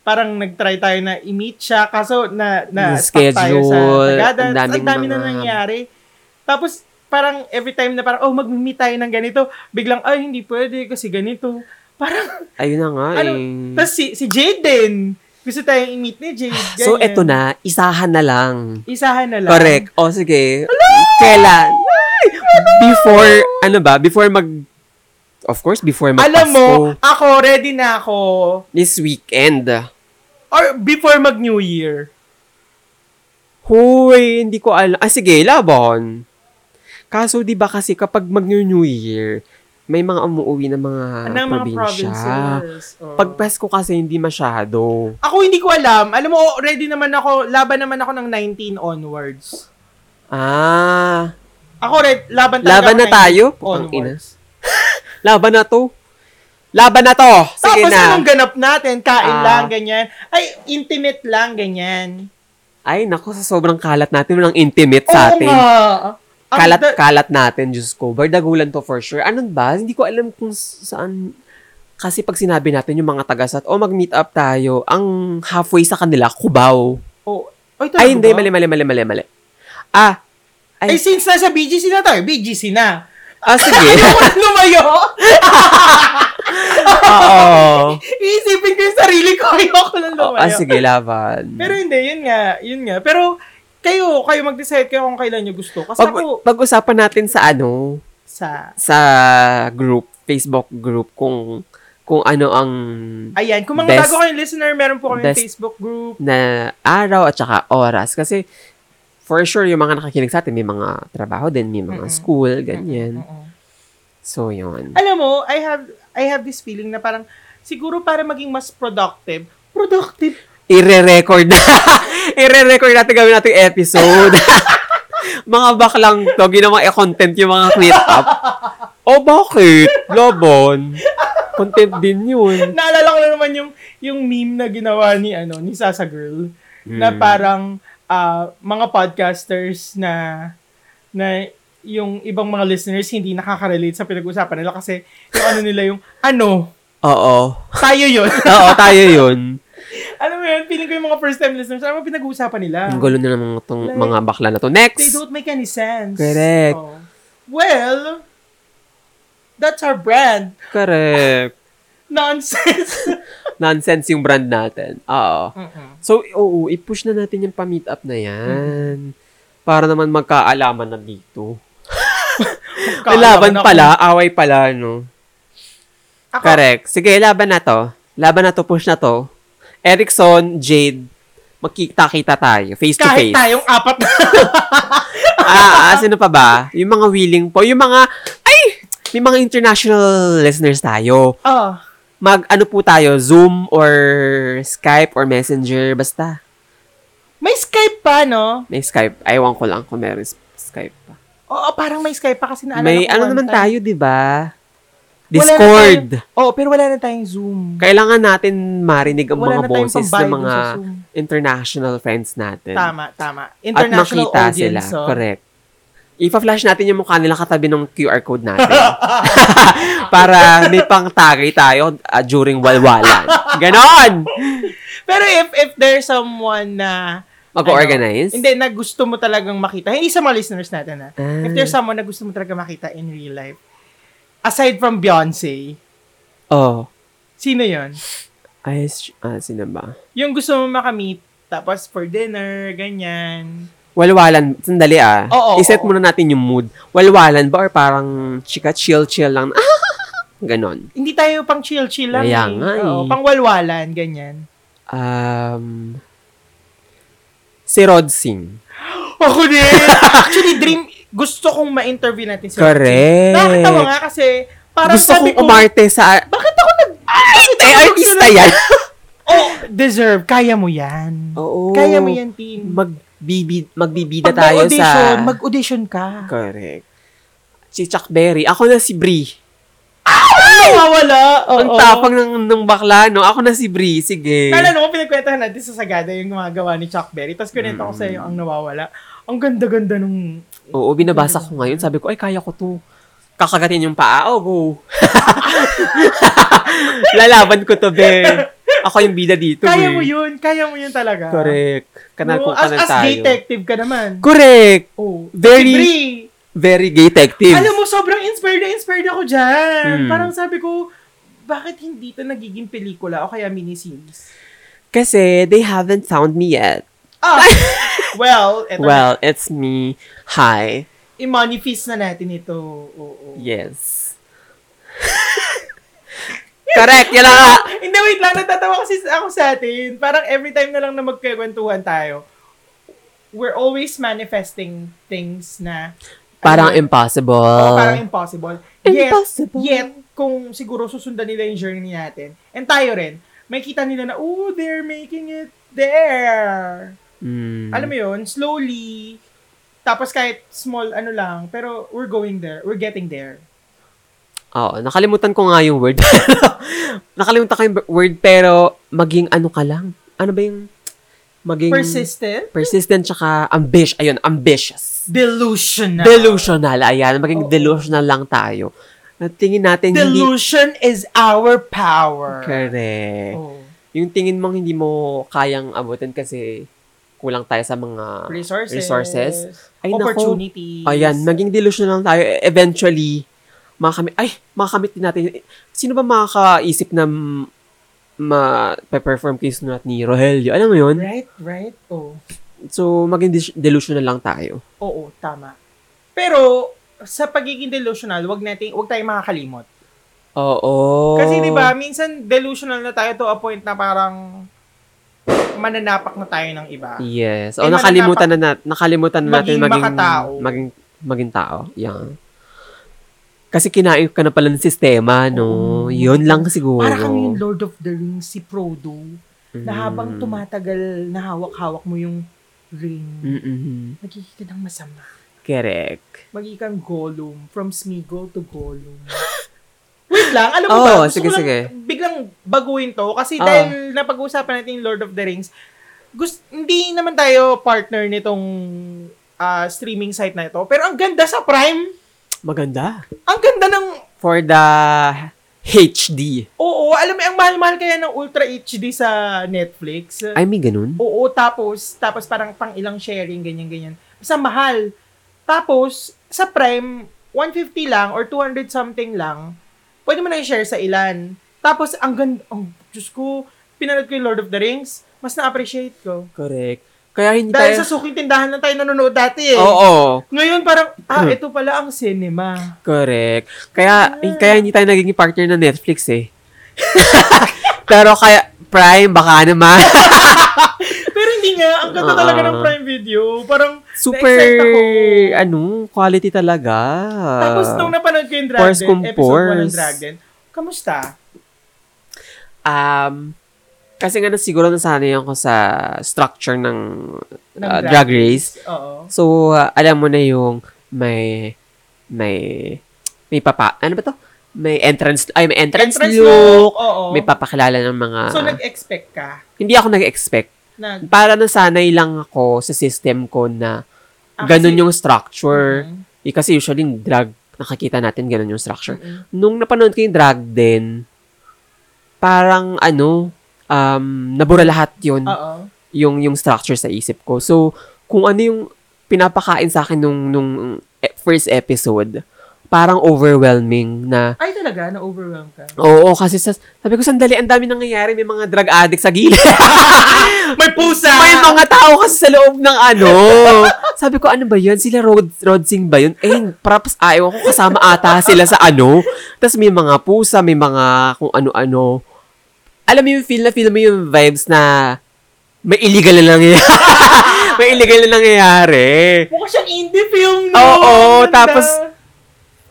S3: parang nag-try tayo na i-meet siya. Kaso na, na
S1: Yung
S3: stuck tayo sa
S1: schedule,
S3: Sagada.
S1: ang
S3: Ang dami,
S1: daming
S3: na
S1: mga-
S3: nangyari. Tapos parang every time na parang, oh, mag-meet tayo ng ganito. Biglang, ay, hindi pwede kasi ganito. Parang,
S1: Ayun na nga
S3: ano,
S1: eh.
S3: tapos si, si Jade din. Gusto tayong i-meet ni Jade.
S1: so,
S3: ganyan.
S1: eto na, isahan na lang.
S3: Isahan na lang.
S1: Correct. O, sige. Kailan? Before, ano ba? Before mag... Of course, before magpasko.
S3: Alam mo, ako, ready na ako.
S1: This weekend.
S3: Or before mag-New Year.
S1: Hoy, hindi ko alam. Ah, sige, laban. Kaso, di ba kasi kapag mag-New Year, may mga umuwi ng mga
S3: ng mga
S1: Ah, probinsya.
S3: provinces. Oo.
S1: Pag Pasko kasi hindi masyado.
S3: ako hindi ko alam. Alam mo, ready naman ako. Laban naman ako ng 19 onwards.
S1: Ah,
S3: Ako, red, laban talaga
S1: laban
S3: ako
S1: na
S3: 19
S1: tayo? Putang ina.
S3: Onwards.
S1: Laban na to. Laban na to. Sige
S3: Tapos
S1: na.
S3: anong ganap natin? Kain
S1: Ah.
S3: lang, ganyan. Ay, intimate lang, ganyan.
S1: Ay, naku, sa sobrang kalat natin, walang intimate
S3: Oo
S1: sa atin.
S3: nga. Ang da-
S1: Kalat-kalat natin, Diyos ko. Bardagulan to for sure. Ano ba? Hindi ko alam kung s- saan... "Oh, Kasi pag sinabi natin yung mga tagasat, o mag-meet up tayo, ang halfway sa kanila, Cubao.
S3: Oh, ay,
S1: Ay, hindi. Mali, mali, mali, mali, mali. Ah,
S3: Ay, since nasa BGC na tayo, BGC na.
S1: ah sige.
S3: Ako na lumayo.
S1: Oo.
S3: Iisipin ko yung sarili ko. Ayoko na lumayo.
S1: Ah, sige, laban.
S3: Pero hindi, yun nga. Yun nga. Pero kayo, kayo mag-decide kayo kung kailan nyo gusto. Kasi
S1: Pag,
S3: ako,
S1: pag-usapan natin sa ano,
S3: sa...
S1: sa group, Facebook group, kung kung ano ang
S3: Ayan, kung mga
S1: Best-
S3: bago kayong listener, meron po kami
S1: Best-
S3: Facebook group.
S1: na araw at saka oras. Kasi, for sure, yung mga nakakinig sa atin, may mga trabaho din, may mga
S3: Mm-mm.
S1: school, ganyan.
S3: Oo.
S1: So, yun.
S3: Alam mo, I have I have this feeling na parang siguro para maging mas productive, productive.
S1: Ire-record na. Ire-record natin gawin natin yung episode. mga baklang to, ginawa mga content yung mga clean up. O Oh, bakit? Laban. Content din yun.
S3: Naalala ko na naman yung yung meme na ginawa ni ano ni Sasa Girl na
S1: Mm.
S3: parang ah, mga podcasters na na yung ibang mga listeners hindi nakaka-relate sa pinag-usapan nila kasi yung ano nila yung ano
S1: Oo.
S3: tayo yun.
S1: Oo, tayo yun.
S3: Alam mo yun, feeling ko yung mga first time listeners, ano pinag-uusapan nila?
S1: Ang gulo na ng mga, tong,
S3: Like,
S1: mga bakla na to.
S3: They
S1: Next!
S3: don't make any sense.
S1: Correct.
S3: Oo. Well, that's our brand.
S1: Correct.
S3: Nonsense.
S1: Nonsense yung brand natin. Oo. So, oo, i-push na natin yung pa-meet up na yan. Para naman magkaalaman na dito. May laban pala, away pala, no?
S3: Ako.
S1: Correct. Sige, laban na to. Laban na to, push na to. Erickson, Jade, magkita-kita tayo, face to
S3: Kahit
S1: face.
S3: tayong apat na.
S1: ah, ah, sino pa ba? Yung mga willing po, yung mga, ay, may mga international listeners tayo.
S3: oh,
S1: Mag, ano po tayo, Zoom or Skype or Messenger, basta.
S3: may Skype pa, no?
S1: May Skype. Aywan ko lang kung meron Skype pa.
S3: Oo, parang may Skype pa kasi naalala
S1: May
S3: ko
S1: ano
S3: one
S1: naman
S3: time.
S1: tayo, di ba?
S3: Wala na
S1: Discord.
S3: tayo- Oo, pero wala na tayong Zoom.
S1: Kailangan natin marinig ang
S3: Wala
S1: mga
S3: na tayong
S1: boses ng
S3: pambayad dun
S1: mga
S3: sa Zoom.
S1: international friends natin.
S3: Tama, tama.
S1: At
S3: International
S1: makita sila.
S3: audience. oh.
S1: Correct. Ipa-flash natin yung mukha nila katabi ng QR code natin. Para may pang-tagay tayo ah, during walwalan. Ganon!
S3: Pero if if there's someone na
S1: Mag-organize?
S3: Ano, hindi, na gusto mo talagang makita. Hindi sa mga listeners natin, ha?
S1: Ah.
S3: If there's someone na gusto mo talaga makita in real life, aside from Beyonce,
S1: Oh.
S3: sino yon
S1: Ay, s- ah, sino ba?
S3: Yung gusto mo makamit, tapos for dinner, ganyan.
S1: Walwalan, sandali ah.
S3: Oo,
S1: Iset
S3: oo.
S1: muna natin yung mood. Walwalan ba or parang chika chill-chill lang? Ganon.
S3: Hindi tayo pang chill-chill lang.
S1: Kaya
S3: eh.
S1: nga eh.
S3: Oo, pang walwalan, ganyan.
S1: Um, si Rod Singh.
S3: Ako din! Actually, dream, gusto kong ma-interview natin si
S1: Correct.
S3: Nakakatawa nga kasi, parang
S1: Gusto
S3: sabi
S1: kong
S3: ko,
S1: umarte sa...
S3: bakit ako nag... Ay,
S1: Ay, artista yan!
S3: Oh, deserve. Kaya mo yan.
S1: Oo.
S3: Kaya mo yan, team.
S1: Magbibi, magbibida
S3: Pag
S1: tayo
S3: audition,
S1: sa...
S3: mag-audition ka.
S1: Correct. Si Chuck Berry. Ako na si Brie.
S3: Ay, nawala. Oo.
S1: Ang tapang ng, ng bakla, no? Ako na si Brie. Sige.
S3: Kala naman pinagkwentahan natin sa Sagada yung gumagawa ni Chuck Berry. Tapos kunento ko
S1: Mm.
S3: sa ang nawawala. Ang ganda-ganda nung...
S1: Oo, binabasa ko ngayon. Sabi ko, ay, kaya ko to. Kakagatin yung paa. Oh, go. Lalaban ko to, be. Ako yung bida dito,
S3: Kaya
S1: eh.
S3: mo yun. Kaya mo yun talaga.
S1: Correct. Kanal
S3: Oo,
S1: kung
S3: as,
S1: kanal
S3: as
S1: tayo.
S3: detective ka naman.
S1: Correct.
S3: Oh,
S1: Very-
S3: si Brie.
S1: Very gay detective.
S3: Alam mo, sobrang inspired na inspired ako
S1: Mm.
S3: dyan. Parang sabi ko, bakit hindi to nagiging pelikula o kaya miniseries?
S1: Kasi they haven't found me yet.
S3: Ah, well, eto na.
S1: Well, it's me. Hi.
S3: I-manifest na natin ito. Oo.
S1: Yes. Correct. Yan na nga.
S3: Hindi, wait lang. Natatawa kasi ako sa atin. Parang every time na lang na magkakwentuhan tayo, we're always manifesting things na
S1: Parang Ah.
S3: ano,
S1: impossible.
S3: oo, parang impossible. Yet,
S1: Impossible.
S3: yet, kung siguro susundan nila yung journey natin, and tayo rin, may kita nila na, oh, they're making it there.
S1: Mm.
S3: Alam mo yun, slowly, tapos kahit small ano lang, pero we're going there. We're getting there.
S1: Oo, nakalimutan ko nga yung word. nakalimutan ko yung word, pero maging ano ka lang. Ano ba yung maging...
S3: Persistent,
S1: Persistent tsaka ambitious. Ayun, ambitious.
S3: delusional.
S1: Delusional. Ayan, maging
S3: Oo.
S1: delusional lang tayo. At tingin natin hindi...
S3: Delusion is our power.
S1: Correct.
S3: Oh.
S1: Yung tingin mong hindi mo kayang abutin kasi kulang tayo sa mga
S3: Resources.
S1: resources. Ay, nako.
S3: opportunities.
S1: Ayan, naging delusional tayo. E- Eventually, makamit, ay, makamit din natin. Sino ba makakaisip na m- ma-perform kay Sunat ni Rogelio? Alam mo yun?
S3: Right, right. Oh.
S1: So, maging dis- delusional lang tayo.
S3: Oo, tama. Pero, sa pagiging delusional, wag natin, wag tayong makakalimot.
S1: Oo.
S3: Kasi 'di ba, minsan delusional na tayo to a point na parang mananapak na tayo ng iba.
S1: Yes.
S3: Eh,
S1: O, nakalimutan na, nat- nakalimutan na natin
S3: Maging
S1: maging,
S3: makatao.
S1: maging, maging tao. Yeah. Kasi kinain ka na pala ng sistema, no?
S3: Oo.
S1: Yun lang siguro.
S3: Para kang yung Lord of the Rings si Frodo na
S1: Mm.
S3: habang tumatagal na hawak-hawak mo yung ring,
S1: Hmm. Mm-mm.
S3: magiging ka ng masama.
S1: Mm-hmm. Correct.
S3: Magiging kang Gollum from Smeagol to Gollum. Wait lang, alam mo
S1: Oo,
S3: ba? gusto
S1: sige,
S3: ko lang
S1: sige.
S3: Biglang baguhin to kasi
S1: Oo.
S3: dahil napag-uusapan natin yung Lord of the Rings, gust- hindi naman tayo partner nitong ah, streaming site na ito. Pero ang ganda sa Prime.
S1: Maganda.
S3: Ang ganda ng
S1: For the HD.
S3: Oo, alam mo, ang mahal-mahal kaya ng Ultra HD sa Netflix.
S1: Ay, may ganun?
S3: Oo, tapos, tapos parang pang ilang sharing, ganyan-ganyan. Basta mahal. Tapos, sa Prime, 150 lang or 200 something lang, pwede mo na i-share sa ilan. Tapos, ang ganda, ang Diyos ko, pinanood ko yung Lord of the Rings, mas na-appreciate ko.
S1: Correct. Kaya hindi tayo...
S3: Dahil sa suking tindahan lang tayo nanonood dati eh.
S1: Oo, Hmm.
S3: Ngayon parang, ah, ito pala ang cinema.
S1: correct. Kaya,
S3: Ah.
S1: kaya hindi tayo naging partner ng Netflix eh. Pero kaya, Prime, baka naman.
S3: Pero hindi nga, ang
S1: Ah.
S3: ganda talaga ng Prime Video. Parang,
S1: Super,
S3: Na-excite ako.
S1: ano, quality talaga.
S3: tapos
S1: Ah.
S3: nung napanood ko yung Dragon,
S1: Pores kung
S3: episode 1 ng
S1: pores.
S3: Dragon, kamusta?
S1: Um, kasi nga na siguro nasanay ako sa structure ng,
S3: Ng
S1: uh,
S3: Drag
S1: drag race.
S3: Oo.
S1: So, uh, alam mo na yung may may may papa ano ba to? May entrance ay may entrance,
S3: Entrance
S1: look.
S3: Oo.
S1: May papakilala ng mga
S3: So, nag-expect ka?
S1: hindi ako nag-expect.
S3: Nag,
S1: Para nasanay lang ako sa system ko na
S3: Ah,
S1: ganun yung structure.
S3: Mhm.
S1: Eh, kasi usually yung drag nakakita natin ganun yung structure.
S3: Mm-hmm.
S1: Nung napanood ko yung drag din, parang ano, um, nabura lahat yun
S3: Oo.
S1: yung yung structure sa isip ko. So, kung ano yung pinapakain sa akin nung nung e- first episode, parang overwhelming na
S3: Ay, talaga? Na-overwhelm ka?
S1: Oo, kasi sa, sabi ko, sandali, ang dami nangyayari. May mga drug addict sa gilid.
S3: May pusa!
S1: May mga tao kasi sa loob ng ano. sabi ko, ano ba yun? Sila road, road sing ba yun? Eh, props, ayaw ko kasama ata sila sa ano. Tapos may mga pusa, may mga kung ano-ano. Alam mo yung feel na feel mo yung vibes na may illegal na nangyayari. may illegal na nangyayari.
S3: Mukha siyang indie film, no?
S1: Oo,
S3: Ang ganda.
S1: tapos-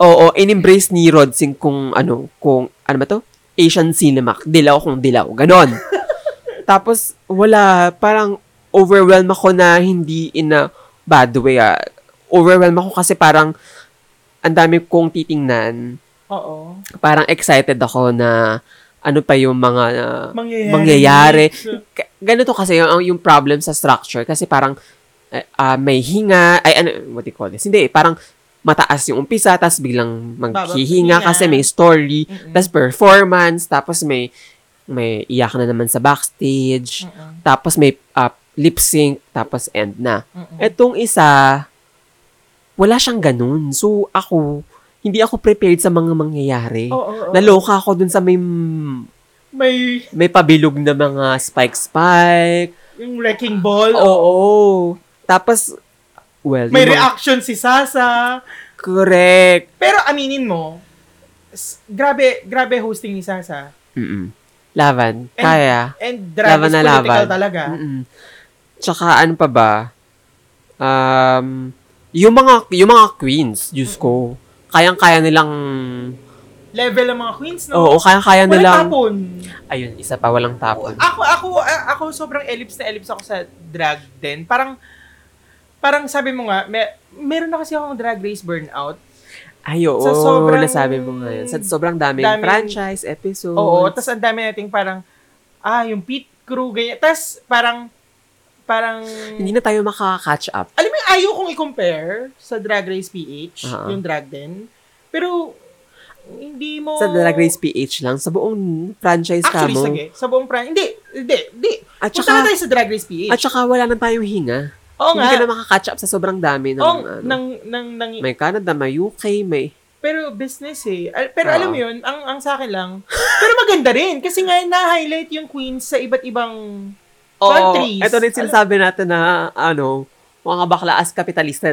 S1: Oo, in-embrace ni Rod Singh kung ano, kung ano ba to? Asian cinema, dilaw kung dilaw, ganon. Tapos, wala, parang overwhelm ako na hindi in a bad way ah. Overwhelm ako kasi parang ang dami kong titingnan.
S3: Oo.
S1: Parang excited ako na ano pa yung mga ah,
S3: Mangyayari.
S1: mangyayari.
S3: So,
S1: K- ganito kasi yung, yung problem sa structure kasi parang eh, ah, may hinga, ay ano, what do you call this? Hindi, parang mataas yung umpisa, tapos biglang maghihinga
S3: Bababa-
S1: kasi may story,
S3: Mm-mm.
S1: tapos performance, tapos may may iyak na naman sa backstage,
S3: Mm-mm.
S1: tapos may ah, lip sync, tapos end na.
S3: Mm-mm.
S1: Etong isa, wala siyang ganun. So, ako, hindi ako prepared sa mga mangyayari.
S3: Oo, oo, oo.
S1: Naloka ako dun sa may mm,
S3: May
S1: may pabilog na mga spike-spike.
S3: yung wrecking ball.
S1: Oo. Tapos, well,
S3: May
S1: yung mga-
S3: reaction si Sasa.
S1: Correct.
S3: Pero aminin mo, s- grabe, grabe hosting ni Sasa.
S1: Mm-mm. Laban.
S3: And-
S1: Kaya.
S3: And drag
S1: Laban Mm.
S3: is
S1: na
S3: political
S1: laban.
S3: talaga.
S1: Mm-mm. Tsaka, ano pa ba? Um, yung mga, yung mga queens, Diyos ko, kayang-kaya nilang,
S3: Level ng mga queens, no?
S1: oo, kayang-kaya
S3: Walang
S1: nilang,
S3: tapon.
S1: ayun, isa pa, walang tapon.
S3: Ako, ako, a- ako sobrang ellipse na ellipse ako sa drag din. Parang, parang sabi mo nga, may, meron na kasi akong drag race burnout.
S1: Ay, oo,
S3: Sa sobrang-
S1: nasabi mo ngayon. Sa sobrang daming,
S3: daming-
S1: franchise, episodes.
S3: Oo, tas ang dami nating parang, ah, yung pit crew, ganyan. Tas parang, parang,
S1: hindi na tayo makaka-catch up.
S3: alam mo yung ayaw kong i-compare sa Drag Race PH,
S1: Ah.
S3: yung drag din. Pero, hindi mo...
S1: Sa Drag Race PH lang, sa buong franchise ka
S3: Actually,
S1: mo.
S3: sige, sa buong pran, hindi, Hindi, hindi.
S1: At
S3: Punta
S1: saka-
S3: na tayo sa Drag Race PH.
S1: At saka wala na tayong hinga.
S3: Oo nga.
S1: Hindi ka na makakatch up sa sobrang dami ng,
S3: Oo,
S1: ano.
S3: nang, nang, nang,
S1: may Canada, may UK, may...
S3: pero business eh. Al- Pero
S1: Oo.
S3: alam mo yun, ang, ang sa akin lang, pero maganda rin. Kasi nga, na-highlight yung Queens sa iba't ibang countries.
S1: ito na yung sinasabi natin na, ano, mga bakla as kapitalista.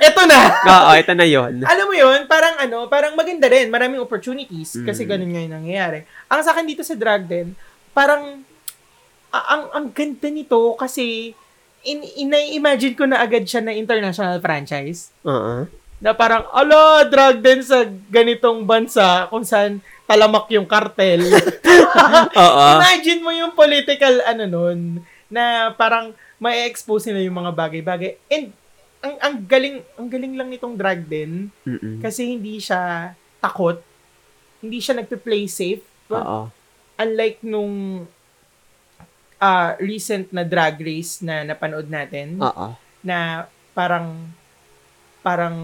S3: Ito na!
S1: Oo, ito na yon.
S3: alam mo yun, parang ano, parang maganda rin. Maraming opportunities kasi
S1: Mm.
S3: ganun nga yung nangyayari. Ang sa akin dito sa drag din, parang a- ang ang ganda nito kasi in, imagine ko na agad siya na international franchise.
S1: Oo.
S3: Na parang, ala, drag din sa ganitong bansa kung saan talamak yung kartel.
S1: Oo.
S3: imagine mo yung political ano nun, na parang may expose nila yung mga bagay-bagay. And ang, ang galing ang galing lang nitong drag din
S1: Mm-mm.
S3: kasi hindi siya takot. Hindi siya nagpe-play safe.
S1: Oo.
S3: Unlike nung ah, recent na drag race na napanood natin
S1: Oo.
S3: na parang parang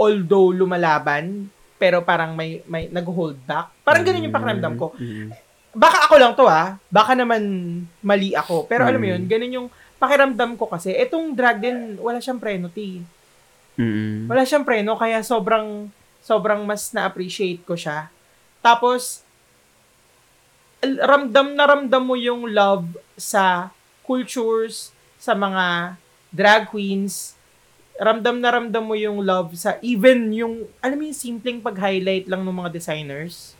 S3: although lumalaban pero parang may may nag-hold back. Parang ganun yung pakiramdam
S1: Mm.
S3: ko.
S1: Mm-mm.
S3: Baka ako lang to ah. Baka naman mali ako. Pero alam mo
S1: Mm.
S3: yun, ganun yung pakiramdam ko kasi etong drag din wala siyang prenoty.
S1: Mm-mm.
S3: Wala siyang preno, kaya sobrang, sobrang mas na-appreciate ko siya. Tapos, l- ramdam na ramdam mo yung love sa cultures, sa mga drag queens. Ramdam na ramdam mo yung love sa even yung, alam mo yung simpleng pag-highlight lang ng mga designers.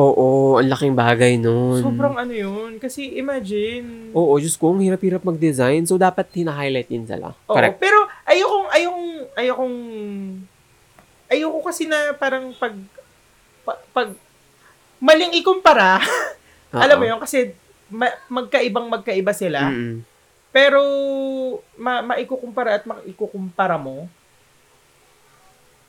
S1: Oo, ang laking bagay nun.
S3: Sobrang ano yun. Kasi imagine.
S1: Oo, Diyos ko, ang hirap-hirap mag-design. So, dapat hina-highlight yun sila.
S3: Oo,
S1: Correct.
S3: Pero ayokong, ayokong, ayokong, ayoko kasi na parang pag, pag, pag maling ikumpara,
S1: Oo.
S3: alam mo yun, kasi ma- magkaibang magkaiba sila.
S1: Mm-mm.
S3: Pero ma- maikukumpara at maikukumpara mo.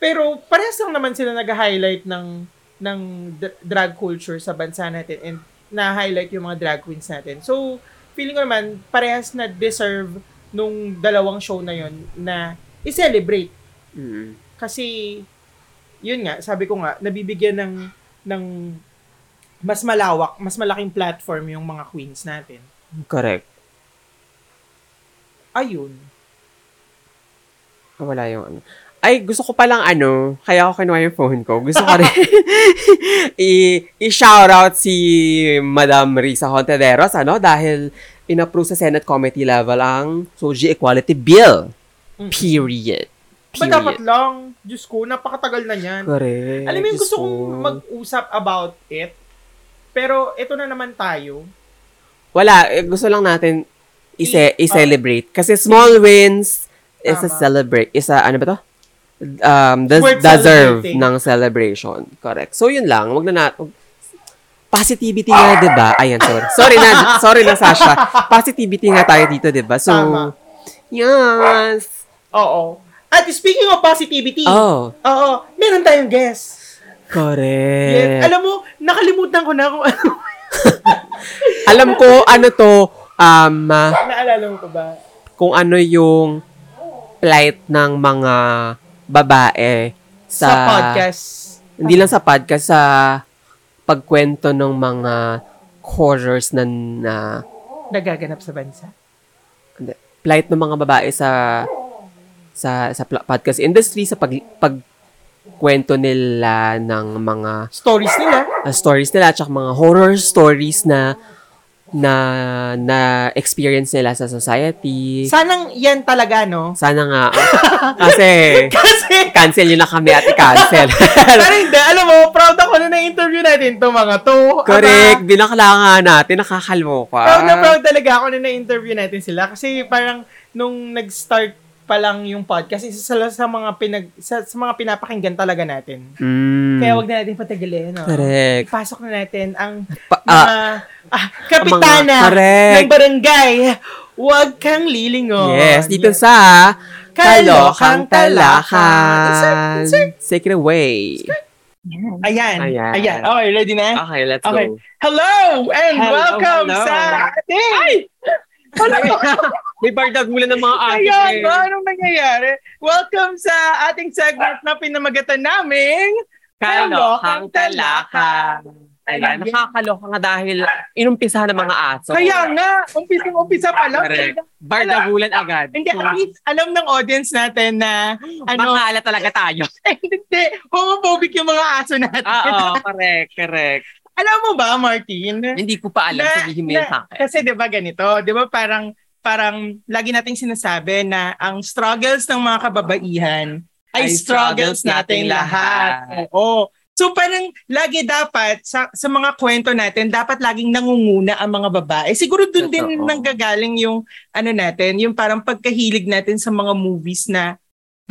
S3: Pero parehas lang naman sila nag-highlight ng ng dr- drag culture sa bansa natin and na-highlight yung mga drag queens natin. So, feeling ko naman parehas na deserve nung dalawang show na yon na i-celebrate
S1: Mm-mm.
S3: kasi yun nga, sabi ko nga, nabibigyan ng ng mas malawak, mas malaking platform yung mga queens natin.
S1: Correct.
S3: Ayun.
S1: Ah, Wala yung ano. Ay, gusto ko palang ano, kaya ako kinuha yung phone ko. Gusto ko rin i- i-shoutout si Madam Risa Hontaderos, ano, dahil in-approve sa Senate Committee level ang Soji Equality Bill.
S3: Mm.
S1: Period.
S3: Ba dapat
S1: Period.
S3: lang, Diyos ko, napakatagal na niyan.
S1: Correct.
S3: Alam mo yung
S1: Diyos
S3: gusto kong
S1: ko.
S3: mag-usap about it, pero ito na naman tayo.
S1: Wala, eh, gusto lang natin ise-
S3: I- oh.
S1: i-celebrate. Kasi small wins is a
S3: Tama.
S1: celebrate. Is a, ano ba to? Um, des-
S3: Worth
S1: deserve
S3: celebrating.
S1: ng celebration. Correct. So, yun lang. Wag na na... wag- Positivity nga, di ba? Ayan, sorry. Sorry na, sorry na, Sasha. Positivity nga tayo dito, di ba? So,
S3: Tama.
S1: yes.
S3: Oo. At speaking of positivity,
S1: Oh,
S3: oo, meron tayong guest.
S1: correct.
S3: Yes. Alam mo, nakalimutan ko na kung ano.
S1: Alam ko, ano to, um, ah,
S3: Naalala mo ko ba?
S1: kung ano yung plight ng mga babae sa,
S3: Sa podcast.
S1: Hindi lang sa podcast, sa pagkwento ng mga horrors na, na
S3: Nagaganap sa bansa.
S1: hindi, plight ng mga babae sa sa sa pla- podcast industry sa pag pagkwento nila ng mga
S3: Stories nila.
S1: uh, stories nila at saka mga horror stories na na na experience nila sa society.
S3: Sanang yan talaga, no?
S1: Sana nga. ah, kasi
S3: Kasi,
S1: cancel nyo na kami at i-cancel.
S3: pero hindi, alam mo, proud ako na na-interview natin to mga to. Aba,
S1: Correct. Binakla nga natin. Nakakalmo ka.
S3: proud na proud talaga ako na na-interview natin sila. Kasi parang nung nag-start pa lang yung podcast, isa sa, sa mga pinag sa, sa mga pinapakinggan talaga natin.
S1: Mm.
S3: Kaya wag na natin patagalin, no?
S1: Correct.
S3: Ipasok na natin ang
S1: Pa-
S3: mga
S1: ah,
S3: ah, kapitana
S1: Mga- correct.
S3: ng barangay. Huwag kang lilingon.
S1: ah, yes, dito sa Kalokang
S3: Kalokang Talakan.
S1: Talakan. Secret Way.
S3: Ayan.
S1: Ayan.
S3: Ayan. Okay, ready na?
S1: Okay, let's
S3: Okay.
S1: go.
S3: Hello and
S1: Hello,
S3: welcome
S1: hello.
S3: sa ating...
S1: May bardag mula ng mga
S3: Ayan, ano anong nangyayari? Welcome sa ating segment na pinamagatan naming Kalokang Talakan.
S1: Ayan, nakakaloka nga dahil inumpisa ng mga aso.
S3: Kaya nga, umpisang-umpisa pa lang.
S1: Correct.
S3: talaga.
S1: Bardagulan agad.
S3: Hindi, at least alam ng audience natin na, ano,
S1: Makaala talaga tayo.
S3: eh, hindi, homophobic yung mga aso natin.
S1: Oo, correct, correct.
S3: Alam mo ba, Martin?
S1: Hindi ko pa alam,
S3: Na-
S1: sabihin mo yun
S3: na-
S1: sa akin.
S3: Kasi 'di ba ganito, 'di ba parang parang lagi nating sinasabi na ang struggles ng mga kababaihan ay,
S1: Ay struggles
S3: struggles nating
S1: nating
S3: lahat.
S1: lahat.
S3: Oo. So parang lagi dapat sa, sa mga kwento natin dapat laging nangunguna ang mga babae. Siguro dun din
S1: Totoo.
S3: nanggagaling yung ano natin, yung parang pagkahilig natin sa mga movies na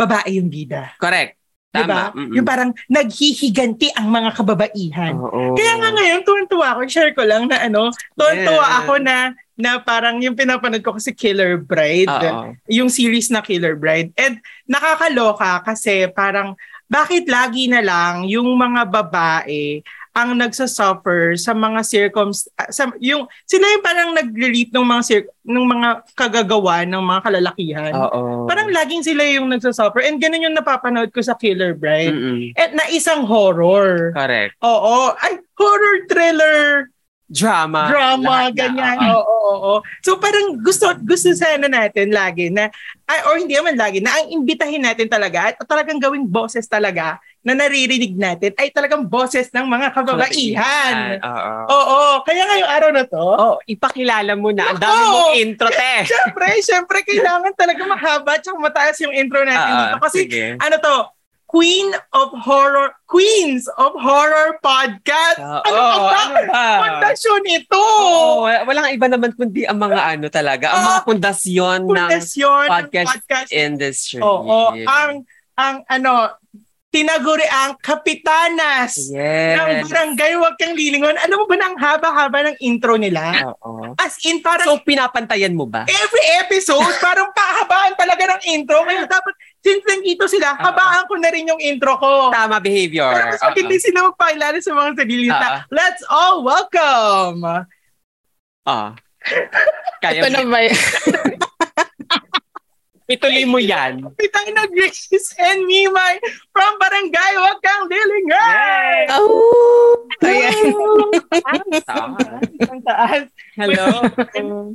S3: babae yung bida.
S1: Correct. Tama.
S3: 'Di ba?
S1: Mm-mm.
S3: Diba? Yung parang naghihiganti ang mga kababaihan.
S1: Oo.
S3: Kaya nga ngayon, tuwan-tuwa ako. Share ko lang na ano, tuwan-tuwa
S1: Yeah.
S3: ako na na parang yung pinapanood ko kasi Killer Bride,
S1: Oo.
S3: yung series na Killer Bride. And nakakaloka kasi parang bakit lagi na lang yung mga babae ang nagsasuffer sa mga circums ah, sa, yung sila yung parang nag-relate ng mga cir- ng mga kagagawa ng mga kalalakihan.
S1: Oo.
S3: Parang laging sila yung nagsasuffer and ganun yung napapanood ko sa Killer Bride.
S1: Mm-mm.
S3: At na isang horror.
S1: Correct.
S3: Oo. Ay, horror thriller,
S1: Drama. Ah, Lahat na,
S3: drama, ganyan.
S1: oo.
S3: Oo, oo, oo. So parang gusto, gusto sana natin lagi na, ay, or hindi naman lagi, na ang imbitahin natin talaga at talagang gawing boses talaga na naririnig natin ay talagang boses ng mga kababaihan.
S1: Oo.
S3: Oo, kaya ngayong araw na to,
S1: Oh, ipakilala mo na. Ang dami
S3: Nako!
S1: mong intro, te.
S3: syempre, syempre, kailangan talaga mahaba at mataas yung intro natin
S1: Oo,
S3: dito. Kasi,
S1: Ah, sige.
S3: ano to, Queen of Horror, Queens of Horror Podcast.
S1: Oo,
S3: ano
S1: ano
S3: ba?
S1: ba?
S3: Pundasyon ito!
S1: Oo, wala- walang iba naman kundi ang mga ano talaga, ang mga pundasyon ng
S3: Ah, Pundasyon ng
S1: podcast
S3: podcast.
S1: industry.
S3: Oo, ang, ang ano, tinaguri ang kapitanas ng
S1: Yes.
S3: barangay Huwag Kang Lilingon. Alam mo ba na ang haba-haba ng intro nila?
S1: Oo.
S3: As in, parang Eh,
S1: So, pinapantayan mo ba?
S3: every episode, parang pahabaan talaga ng intro. Kaya dapat, since nandito sila,
S1: Oo.
S3: habaan ko na rin yung intro ko.
S1: Tama behavior.
S3: Para mas maganda
S1: Ah,
S3: sila magpakilala sa mga sarili nila.
S1: Oo.
S3: Let's all welcome!
S1: Ah. Kaya
S4: Ito na ba? yun?
S1: Ituloy mo yan.
S3: Kapitana Grace and Mimay from Barangay Huwag Kang Lilingon!
S4: Oh, ayan.
S3: Ang taas.
S1: Hello.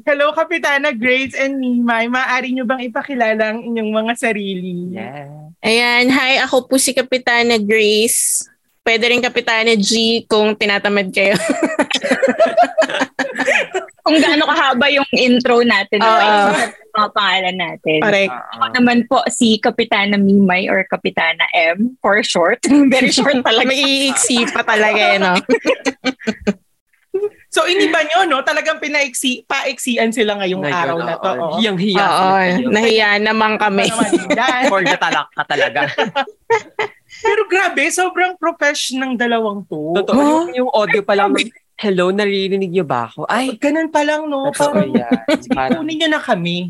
S3: Hello, Kapitana Grace and Mimay. Maaari nyo bang ipakilala ang inyong mga sarili?
S1: Yes.
S4: ayan, hi, ako po si Kapitana Grace. Pwede rin Kapitana G kung tinatamad kayo.
S5: kung gaano kahaba yung intro natin.
S4: Oo.
S5: Uh, mga pangalan natin.
S3: Correct.
S1: Ah.
S5: Ako naman po si Kapitana Mimay or Kapitana M for short. Very short talaga.
S4: Maiiksi pa talaga yun, no?
S3: So, iniba nyo, no? Talagang pinaiksi, paiksian sila ngayong
S1: Ngayon,
S3: araw na to.
S1: oo.
S3: Oh.
S1: Iyang hiya.
S4: Oo,
S1: sila sa'yo.
S4: nahiya naman kami.
S3: Ano naman yan?
S1: Or natalak ka talaga.
S3: Pero grabe, sobrang professional ng dalawang to.
S1: Totoo. Yung, yung audio pa lang. Hello, naririnig niyo ba ako? Ay,
S3: Ganun pa lang, no? Parang
S1: yan. Parang,
S3: kunin nyo na kami.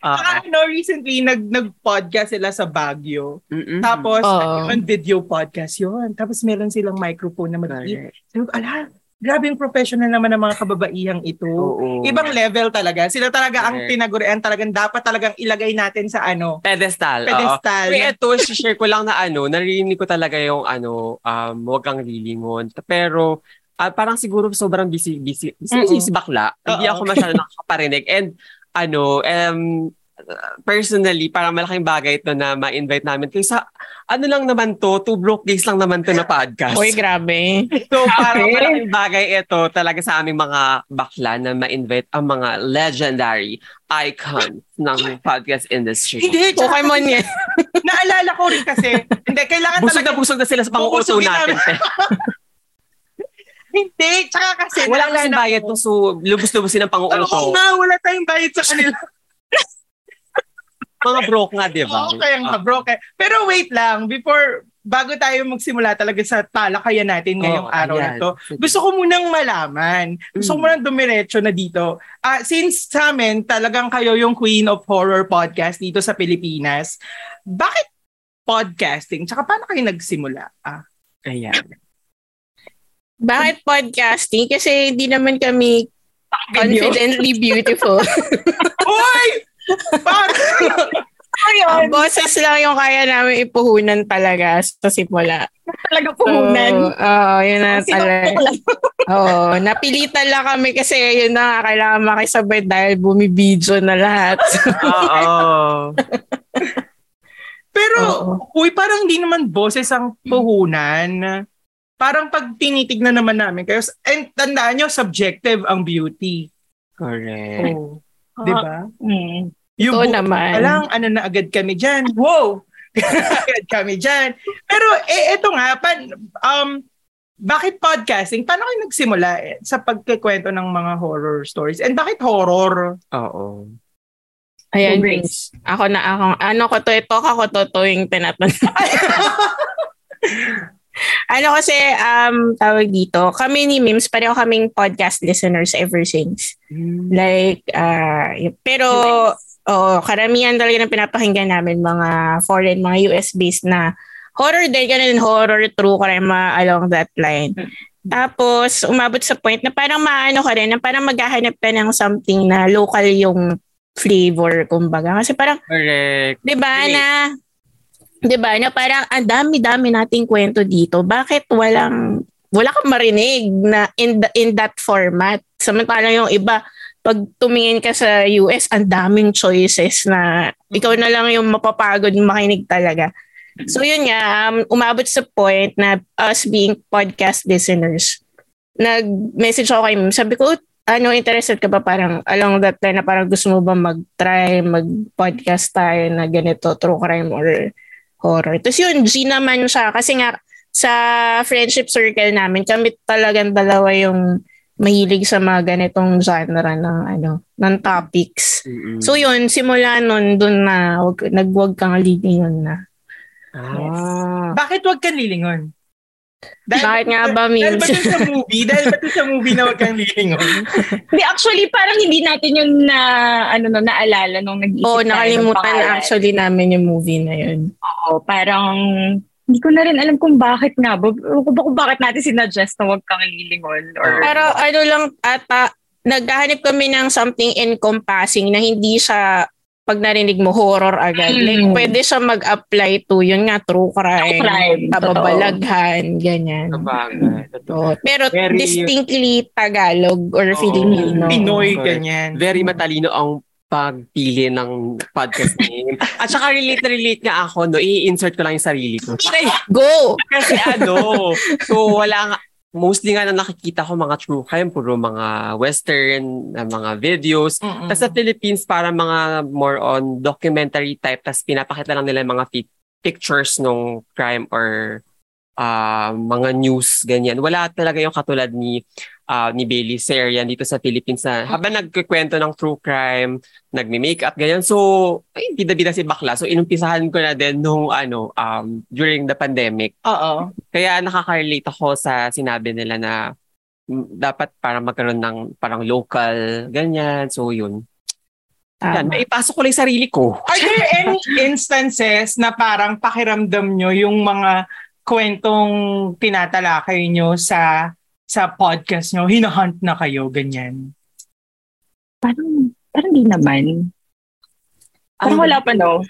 S1: Ah,
S3: Saka, no, recently, nag, nag-podcast sila sa Baguio.
S1: mm-mm.
S3: Tapos,
S4: Oo.
S3: on video podcast yun. Tapos, meron silang microphone na maliit.
S1: Correct.
S3: Sabi ko, ala, grabe yung professional naman ng mga kababaihang ito.
S1: Oo.
S3: Ibang level talaga. Sila talaga ang
S1: Correct.
S3: pinagurian. Talagang dapat talagang ilagay natin sa ano,
S1: pedestal. oo.
S3: pedestal.
S1: Wait, ito, share ko lang na ano, narinig ko talaga yung ano, um, huwag kang lilingon. Pero, ah, parang siguro sobrang busy, busy, busy,
S3: Mm-mm.
S1: busy bakla. Hindi
S3: Oo.
S1: ako masyado nakakaparinig. And, ano, um, personally, parang malaking bagay ito na ma-invite namin. Kaysa, ano lang naman to, two broke days lang naman to na podcast.
S4: Uy, grabe.
S1: So, parang
S5: Okay.
S1: malaking bagay ito talaga sa aming mga bakla na ma-invite ang mga legendary icons ng podcast industry.
S3: Hindi, tsaka
S4: Pokemon yan.
S3: naalala ko rin kasi, hindi, kailangan
S1: Busog na
S3: talaga, ah.
S1: busog na sila sa pang-uso
S3: Bubusugin
S1: natin. te.
S3: hindi, tsaka kasi,
S1: Wala kasi
S3: naalala
S1: bayad
S3: ko.
S1: to, so lubos-lubosin ang
S3: Oo
S1: pang-uuso.
S3: nga, wala tayong bayad sa kanila.
S1: Mga broke nga, di ba? Oh,
S3: Oo, kaya nga,
S1: Ah.
S3: bro. Kaya- Pero wait lang, before, bago tayo magsimula talaga sa talakayan natin ngayong
S1: oh,
S3: araw na to, gusto ko munang malaman. Gusto ko
S1: Mm.
S3: munang dumiretso na dito. Ah, since sa amin, talagang kayo yung queen of horror podcast dito sa Pilipinas. Bakit podcasting? Tsaka paano kayo nagsimula? Ah,
S1: Ayan.
S4: Bakit podcasting? Kasi hindi naman kami confidently beautiful.
S3: Uy! Bakit?
S5: Ano yun?
S4: Ang boses lang yung kaya namin ipuhunan talaga sa simula.
S5: Talaga
S4: Ah,
S5: puhunan.
S4: So, Oo, yun na talaga.
S5: Sinuntok lang.
S4: Oo, napilitan lang kami kasi yun na nga, kailangan makisabay dahil bumibidyo na lahat.
S3: Oo. Pero, uy, parang hindi naman boses ang puhunan. Parang pag tinitignan naman namin kayo, and tandaan nyo, subjective ang beauty. Diba?
S1: Correct.
S3: Di ba?
S5: Mm.
S3: Yung
S4: Totoo
S3: buhok
S4: naman.
S3: pa lang, ano na agad kami dyan. Wow! agad kami dyan. Pero, eh, eto nga, pan, um, bakit podcasting? Paano kayo nagsimula eh, sa pagkikwento ng mga horror stories? And bakit horror?
S1: Oo.
S4: Ayan,
S5: Grace.
S4: Ako na ako. Ano ko to, ito ako to tuwing tinatanong. ano kasi, um, tawag dito, kami ni Mims, pareho kaming podcast listeners ever since. Like, ah, y- pero, oo, karamihan talaga ng pinapakinggan namin mga foreign, mga US-based na horror din, ganun, horror, true crime, mga along that line. Tapos, umabot sa point na parang maano ka rin, na parang maghahanap ka ng something na local yung flavor, kumbaga. Kasi parang,
S1: Correct.
S4: 'di ba
S1: Relate.
S4: Diba na 'di ba na parang ang dami-dami nating kwento dito. Bakit walang wala kang marinig na in the, in that format? Samantalang yung iba pag tumingin ka sa US, ang daming choices na ikaw na lang yung mapapagod makinig talaga. So yun nga, um, umabot sa point na us being podcast listeners, nag-message ako kay Mim. Sabi ko, ano, interested ka ba parang along that line na parang gusto mo ba mag-try, mag-podcast tayo na ganito, true crime or horror. Tapos yun, G naman siya. Kasi nga, sa friendship circle namin, kami talagang dalawa yung mahilig sa mga ganitong genre ng ano, ng topics.
S1: Mm-mm.
S4: So yun, simula nun, dun na, wag, nagwag kang lilingon na.
S1: ah.
S3: Bakit huwag kang lilingon?
S4: Bakit nga ba,
S3: Dahil ba
S4: Mims?
S3: dun sa movie? dahil ba dun sa movie na huwag kang lilingon?
S5: Hindi, actually, parang hindi natin yung na, ano, no, naalala nung nag-isip
S4: Oo,
S5: tayo ng
S4: nakalimutan
S5: pangalan.
S4: actually namin yung movie na yun.
S5: Oo, parang hindi ko na rin alam kung bakit nga. ba- Kung, kung bakit natin sinuggest na huwag kang lilingon. Or,
S4: Pero ano lang, ata, naghahanap kami ng something encompassing na hindi siya, pag narinig mo, horror agad.
S5: Mm.
S4: Like, pwede siya mag-apply to, yun nga, true crime,
S5: True crime,
S4: kababalaghan, ganyan.
S1: Sabagay. Totoo.
S4: Oo, Pero
S1: Very-
S4: distinctly Tagalog or
S1: Oo.
S4: Filipino.
S3: Pinoy,
S1: Correct.
S3: ganyan.
S1: Very matalino ang pagpili ng podcast name. At saka relate na relate nga ako, no, i-insert ko lang yung sarili ko. Ay,
S4: Go!
S1: Kasi ano, so wala nga, mostly nga na nakikita ko mga true crime, puro mga western, na mga videos.
S3: Mm-mm.
S1: Tapos Mm. sa Philippines, para mga more on documentary type, tapos pinapakita lang nila yung mga fi- pictures ng crime or ah, mga news, ganyan. Wala talaga yung katulad ni ah, ni Bailey Serian dito sa Philippines na habang nagkikwento ng true crime, nagme-makeup, ganyan. So, ay, bida-bida si bakla. So, inumpisahan ko na din nung ano, um, during the pandemic.
S3: Oo.
S1: Kaya nakaka-relate ako sa sinabi nila na mm, dapat para magkaroon ng parang local, ganyan. So, yun. Yan,
S4: Tama.
S1: maipasok ko lang yung sarili ko.
S3: Are there any instances na parang pakiramdam nyo yung mga kwentong tinatalakay nyo sa sa podcast nyo, hinahunt na kayo, ganyan.
S5: parang, parang di naman. Parang
S1: Ay,
S5: wala pa, no?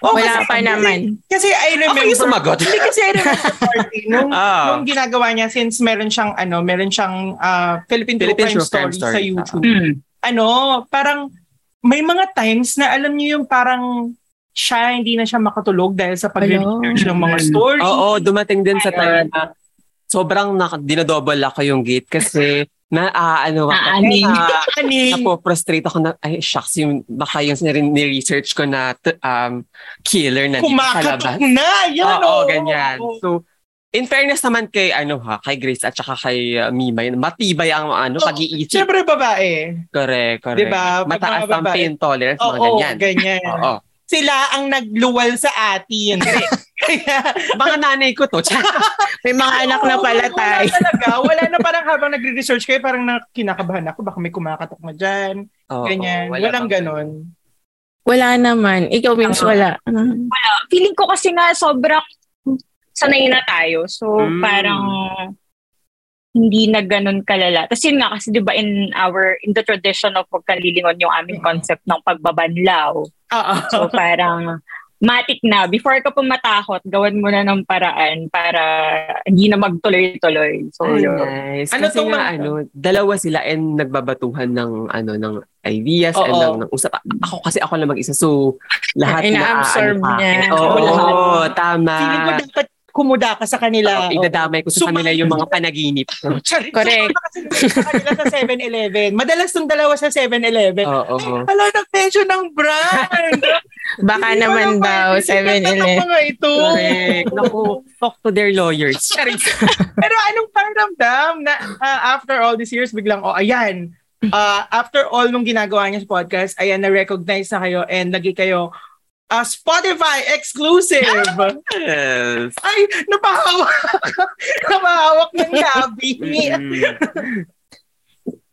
S3: Oh,
S4: Wala
S3: kasi-
S4: pa naman.
S3: Kasi I remember...
S1: Ako yung sumagot.
S3: Hindi kasi ano, I remember party nung,
S1: Ah.
S3: nung ginagawa niya since meron siyang ano, meron siyang ah, Philippine, True
S1: Philippine
S3: Crime
S1: True Crime
S3: Story,
S1: Story.
S3: sa
S5: eh.
S3: YouTube.
S5: Hmm.
S3: Ano, parang may mga times na alam niyo yung parang siya hindi na siya makatulog dahil sa pag-research ng mga stories.
S1: Oo, dumating din sa time na sobrang na, dinodouble ako yung gate kasi na ah, ano ako,
S5: Naaning.
S1: na-
S3: Ani,
S1: napoprostrate ako na ay shucks yung baka yung nirin- ni-research ko na t- um, killer na oh. dito sa labas.
S3: kumakatok na. Yan,
S1: Oo,
S3: oo.
S1: ganyan.
S3: Oo.
S1: So, in fairness naman kay ano ha, kay Grace at saka kay uh, Mima, yun, matibay ang ano
S3: Oo,
S1: pag-iisip.
S3: Siyempre babae.
S1: Correct, correct.
S3: 'Di ba? Pag
S1: Mataas
S3: mga
S1: ang
S3: babae.
S1: pain tolerance, mga
S3: Oo,
S1: ganyan.
S3: ganyan.
S1: Oo.
S3: Sila ang nagluwal sa atin. Kaya,
S1: Mga nanay ko to.
S4: May mga anak na
S3: oo,
S4: pala
S3: wala
S4: tayo.
S3: talaga. Wala na parang habang nagre-research kayo, parang na- kinakabahan ako. Baka may kumakatok na dyan.
S1: Oo,
S3: Ganyan.
S1: wala
S3: Walang
S1: bang-
S3: ganon.
S4: Wala naman. Ikaw, Mims, wala.
S5: Feeling ko kasi nga sobrang sanay na tayo. So,
S1: Mm.
S4: Hmm.
S5: parang hindi na ganun kalala. Tapos yun nga kasi 'di ba in our in the tradition of pagkalilingon yung aming
S3: Mm.
S5: concept ng pagbabanlaw. Oo. So parang matik na, before ka pa matakot, gawan mo na ng paraan para hindi na magtuloy-tuloy. So,
S1: Ay,
S5: yun.
S1: nice.
S3: Ano
S1: Kasi
S3: tong
S1: nga,
S3: ano?
S1: ano, dalawa sila and nagbabatuhan ng, ano, ng ideas and
S3: Oo.
S1: ng, ng usap. Ako kasi ako lang mag-isa. So, lahat na,
S4: Ina-absorb
S1: ano,
S4: niya.
S1: akin. Oo,
S3: Oo, lahat.
S1: tama.
S3: Feeling ko dapat kumuda ka sa kanila.
S1: ah, Oo, idadamay ko sa
S3: Sumali-
S1: kanila yung mga panaginip. Oo.
S3: Correct.
S4: Correct.
S3: sa kanila sa 7-Eleven. Madalas yung dalawa sa 7-Eleven. Ay, pala, nag-mention ng brand.
S4: Baka
S3: Hindi ko
S4: naman
S3: alam
S4: daw,
S3: bakit sikat na
S4: 7-Eleven.
S3: ng mga ito.
S1: Correct. Naku, talk to their lawyers. Charing.
S3: Pero anong paramdam na ah, after all these years, biglang, oh, ayan, Ah, after all nung ginagawa niya sa podcast, ayan, na-recognize na kayo and naging kayo ah, Spotify exclusive.
S4: Ah!
S1: Yes.
S3: Ay, napahawak. napahawak ng gabi.
S1: Mm.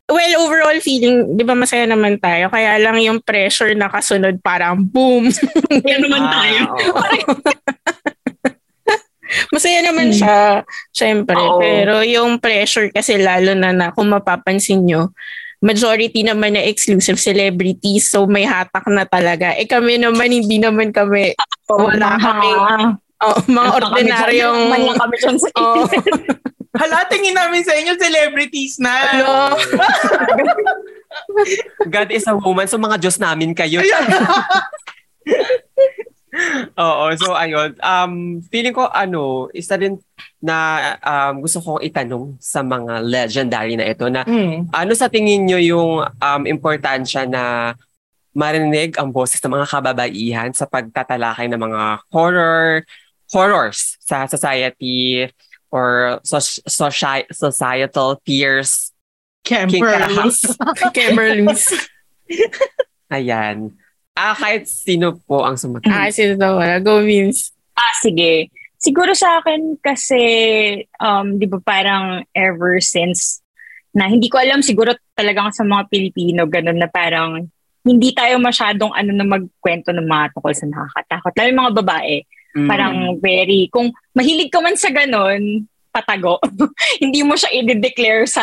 S4: Well, overall feeling, di ba masaya naman tayo? Kaya lang yung pressure na kasunod parang boom.
S5: Yan naman tayo.
S1: Ah,
S4: Masaya naman siya, syempre.
S5: Oo.
S4: Pero yung pressure kasi lalo na na kung mapapansin nyo, majority naman na exclusive celebrities so may hatak na talaga. Eh kami naman, hindi naman kami Ah, wala kami oh, mga ordinaryong
S5: Man lang kami dyan sa
S4: oh,
S3: Hala, tingin namin sa inyo, celebrities na.
S4: hello.
S1: God is a woman. So, mga Diyos namin kayo. Oo, so ayun. Um, feeling ko, ano, isa rin na um, gusto kong itanong sa mga legendary na ito na
S3: Mm.
S1: ano sa tingin nyo yung um, importansya na marinig ang boses ng mga kababaihan sa pagtatalakay ng mga horror horrors sa society or soci- soci- societal fears King
S3: Kemper.
S4: Kimberly's.
S1: Ayan. Ah, kahit sino po ang sumagot.
S4: ah, sino daw wala? Go means.
S5: Ah, sige. Siguro sa akin kasi, um, di ba parang ever since na hindi ko alam siguro talagang sa mga Pilipino ganun na parang hindi tayo masyadong ano na magkwento ng mga tungkol sa nakakatakot. Lalo yung mga babae.
S1: Mm.
S5: Parang very, kung mahilig ka man sa ganun, patago. hindi mo siya i-declare sa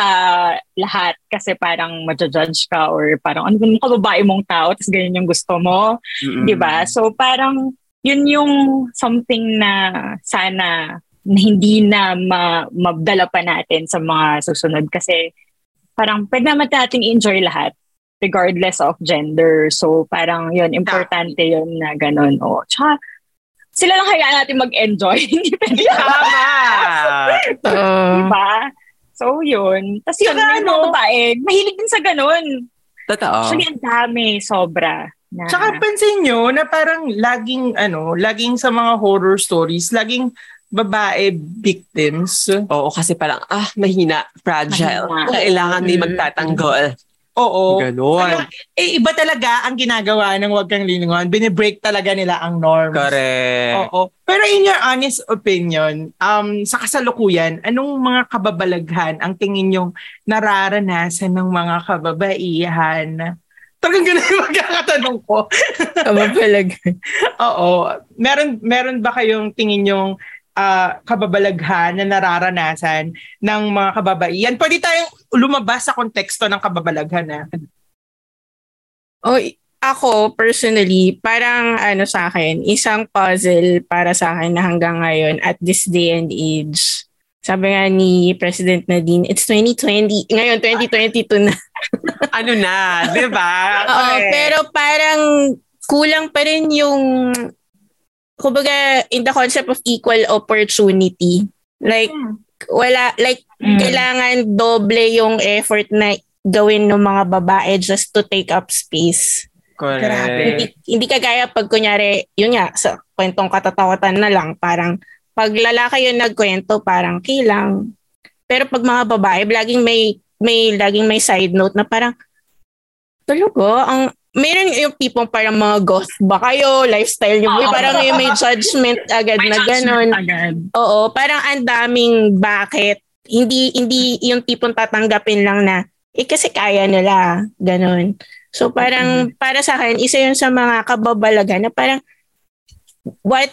S5: lahat kasi parang ma-judge ka or parang ano yung kababae mong tao tapos ganyan yung gusto mo.
S4: Mm.
S1: Mm-mm.
S5: 'di ba? So parang 'yun yung something na sana na hindi na ma- mabdala pa natin sa mga susunod kasi parang pwede naman natin enjoy lahat regardless of gender. So parang 'yun importante 'yun na ganun. O tsaka sila lang hayaan natin mag-enjoy. Hindi pwede
S1: Tama!
S4: So,
S5: diba? So, yun. Tapos yun,
S3: Tsaka
S5: yung mga
S3: ano?
S5: babae, mahilig din sa ganun.
S1: Totoo.
S5: Actually, ang dami, sobra. Na,
S3: Tsaka pansin nyo na parang laging, ano, laging sa mga horror stories, laging babae victims.
S1: Oo, kasi parang, ah, mahina, fragile.
S5: Mahina.
S1: Kailangan ni
S4: Mm.
S1: magtatanggol.
S3: Oo.
S1: Ganon.
S3: Ano, eh, iba talaga ang ginagawa ng Huwag Kang Lilingon. Binibreak talaga nila ang norms.
S1: Correct.
S3: Oo. Pero in your honest opinion, um, sa kasalukuyan, anong mga kababalaghan ang tingin yung nararanasan ng mga kababaihan? Talagang ganun yung magkakatanong ko.
S4: kababalagan.
S3: Oo. Meron, meron ba kayong tingin yung ah, kababalaghan na nararanasan ng mga kababaihan? Pwede tayong lumabas sa konteksto ng kababalaghan, ah. ha?
S4: Oh, i- ako personally, parang ano sa akin, isang puzzle para sa akin na hanggang ngayon at this day and age. Sabi nga ni President Nadine, it's 2020. Ngayon, 2022 na.
S1: Ano
S3: Ah,
S1: na, di ba?
S4: Oo,
S1: Correct.
S4: pero parang kulang pa rin yung, kumbaga, in the concept of equal opportunity. Like, wala, like,
S5: mm.
S4: kailangan doble yung effort na gawin ng mga babae just to take up space.
S1: Correct.
S3: Grabe.
S4: hindi, hindi kagaya pag kunyari, yun nga, sa kwentong katatakutan na lang, parang pag lalaki yung nagkwento, parang kilang. Pero pag mga babae, laging may, may, laging may side note na parang, talaga, ang, meron yung tipong parang mga goth ba kayo, lifestyle nyo,
S5: Oo.
S4: parang may, may judgment agad
S5: May
S4: na
S5: judgment
S4: ganun.
S5: agad.
S4: Oo, parang ang daming bakit. Hindi hindi yung tipong tatanggapin lang na eh kasi kaya nila, ganun. So parang para sa akin isa yun sa mga kababalagan na parang what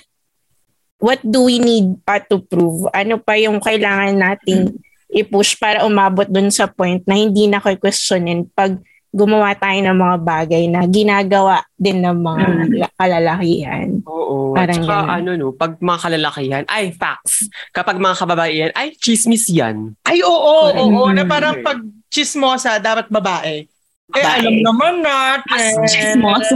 S4: what do we need pa to prove? Ano pa yung kailangan nating i-push para umabot dun sa point na hindi na ko questionin pag gumawa tayo ng mga bagay na ginagawa din ng mga la- kalalakihan.
S1: Oo.
S4: Parang
S1: Parang Tsaka
S4: ganun.
S1: ano no, pag mga kalalakihan, ay facts. Kapag mga kababaihan, ay chismis yan.
S3: Ay, oo, oo,
S5: Correct.
S3: oo, na parang pag chismosa, dapat babae. Eh,
S5: Babae.
S3: alam naman natin.
S5: Mas chismoso.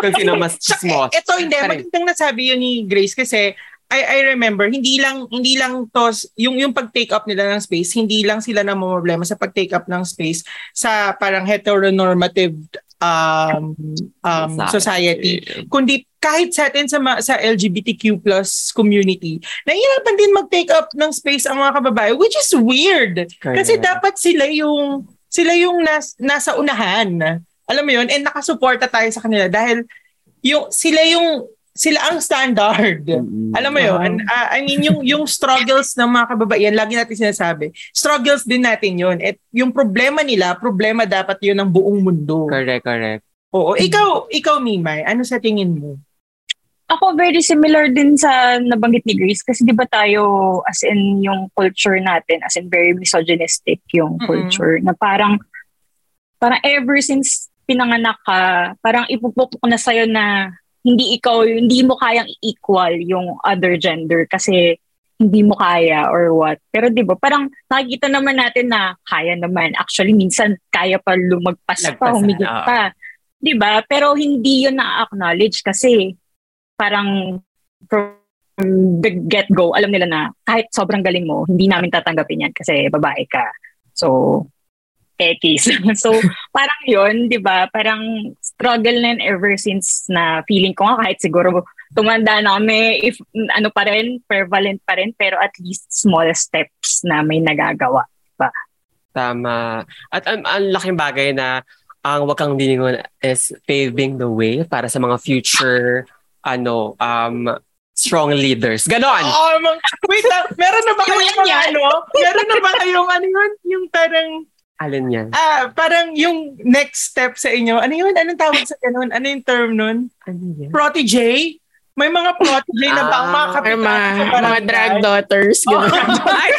S1: Kung sino mas chismos.
S3: Ito hindi,
S1: Correct.
S3: magandang nasabi yun ni Grace kasi I, I remember, hindi lang hindi lang tos yung yung pag-take up nila ng space, hindi lang sila na problema sa pag-take up ng space sa parang heteronormative um, um, society
S1: eh,
S3: kundi kahit sa atin sa, ma- sa LGBTQ plus community, nahihirapan din mag-take up ng space ang mga kababae, which is weird. Kasi dapat sila yung, sila yung nas, nasa unahan. Alam mo yun? And nakasuporta tayo sa kanila dahil yung, sila yung, sila ang standard. Alam mo yun? Ah, I mean, yung, yung struggles ng mga kababaihan, lagi natin sinasabi, struggles din natin yun. At yung problema nila, problema dapat yun ng buong mundo.
S1: Correct, correct.
S3: Oo. Ikaw, ikaw, Mimay, ano sa tingin mo?
S5: Ako very similar din sa nabanggit ni Grace kasi 'di ba tayo as in yung culture natin as in very misogynistic yung
S3: Mm-mm.
S5: culture na parang parang ever since pinanganak ka parang ipuputok na sa'yo na hindi ikaw hindi mo kayang equal yung other gender kasi hindi mo kaya or what. Pero 'di ba parang nakikita naman natin na kaya naman. Actually minsan kaya pa lumagpas pa,
S1: Lagpasan,
S5: humigit
S1: oo.
S5: pa. 'Di ba? Pero hindi 'yun na-acknowledge kasi parang from the get-go, alam nila na kahit sobrang galing mo, hindi namin tatanggapin yan kasi babae ka. So, ekis. so, parang yon di ba? Parang struggle na yun ever since na feeling ko nga kahit siguro tumanda na kami, if mm, ano pa rin, prevalent pa rin, pero at least small steps na may nagagawa.
S1: Tama. At ang, ang laking bagay na ang wag kang diningon is paving the way para sa mga future ano um strong leaders. Ganon!
S3: Oo, mga, wait lang, meron na ba
S5: Ah, Yung
S3: kayong
S5: yan
S3: mga
S5: yan.
S3: ano? Meron na ba kayong ano yun? Yung parang,
S1: Alin yan?
S3: ah, parang yung next step sa inyo. Ano yun? Anong tawag sa ganun? Ano yung term nun?
S1: Ano yan?
S3: Protege? May mga protege na ba ang mga
S1: Ah,
S4: Or
S3: kapitan
S4: mga,
S3: sa barangay?
S4: mga drag daughters. ganun.
S1: Ay,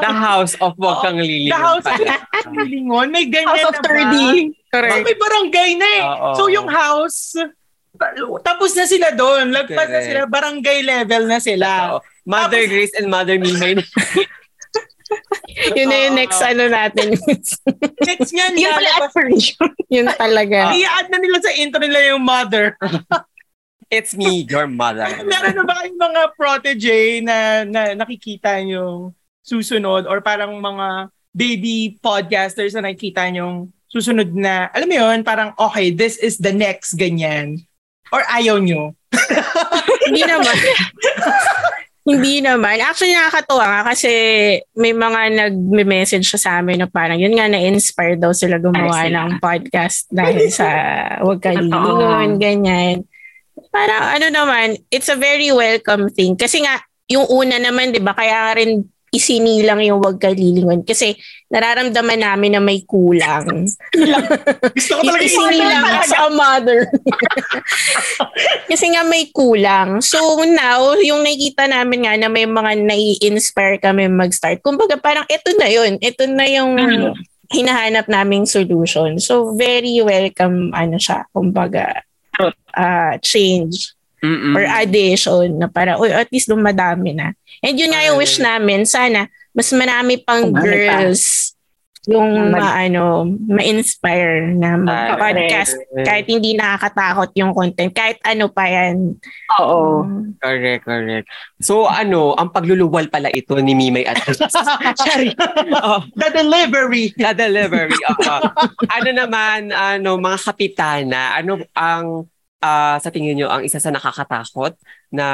S1: the house of wag kang lilingon.
S3: The house of
S1: pala.
S3: Lingon? May ganyan
S4: House of
S3: na ba?
S4: 30.
S3: Oh,
S4: Correct.
S3: may barangay na eh.
S1: Oo.
S3: So yung house, tapos na sila doon. Lagpas na
S1: Correct.
S3: sila. Barangay level na sila.
S1: Oo. Mother Grace and Mother Mimay.
S4: Yun na yung next ano natin.
S3: Next nga,
S5: Yun pala
S3: lalabas-
S5: aspiration.
S4: yun talaga.
S3: i-add na nila sa intro nila yung mother.
S1: It's me, your mother.
S3: Meron na ba kayong mga protege na, na nakikita nyo susunod or parang mga baby podcasters na nakikita nyo susunod na, alam mo yun, parang okay, this is the next ganyan. Or ayaw nyo.
S4: Hindi naman. Hindi naman. Actually, nakakatuwa nga kasi may mga nag-message siya sa amin na parang yun nga na-inspire daw sila gumawa
S5: Ay, sila.
S4: ng podcast dahil sa huwag ka
S5: Totoo.
S4: lilingon, ganyan. Parang ano naman, it's a very welcome thing. Kasi nga, yung una naman, di ba, kaya nga rin isinilang yung huwag ka lilingon kasi nararamdaman namin na may kulang.
S3: Gusto ko talaga
S4: Isinilang
S3: yung
S4: as a mother. Kasi nga may kulang. So now, yung nakikita namin nga na may mga nai-inspire kami mag-start. Kumbaga parang ito na yun. Ito na yung
S3: Mm.
S5: Mhm.
S4: hinahanap naming solution. So very welcome ano siya. Kumbaga ah, change
S1: Mm-mm.
S4: or addition na para uy, at least dumadami na. And yun nga yung
S1: Ay.
S4: wish namin. Sana mas marami pang
S5: Marami pa.
S4: girls yung
S5: Marami.
S4: maano, ma-inspire na
S1: Correct.
S4: podcast kahit hindi nakakatakot yung content, kahit ano pa yan.
S5: Oo.
S1: Correct, correct. So ano, ang pagluluwal pala ito ni Mimay at Sorry. Oh,
S3: The delivery.
S1: the delivery. oo. ano naman, ano, mga kapitana, ano ang, ah, sa tingin nyo, ang isa sa nakakatakot na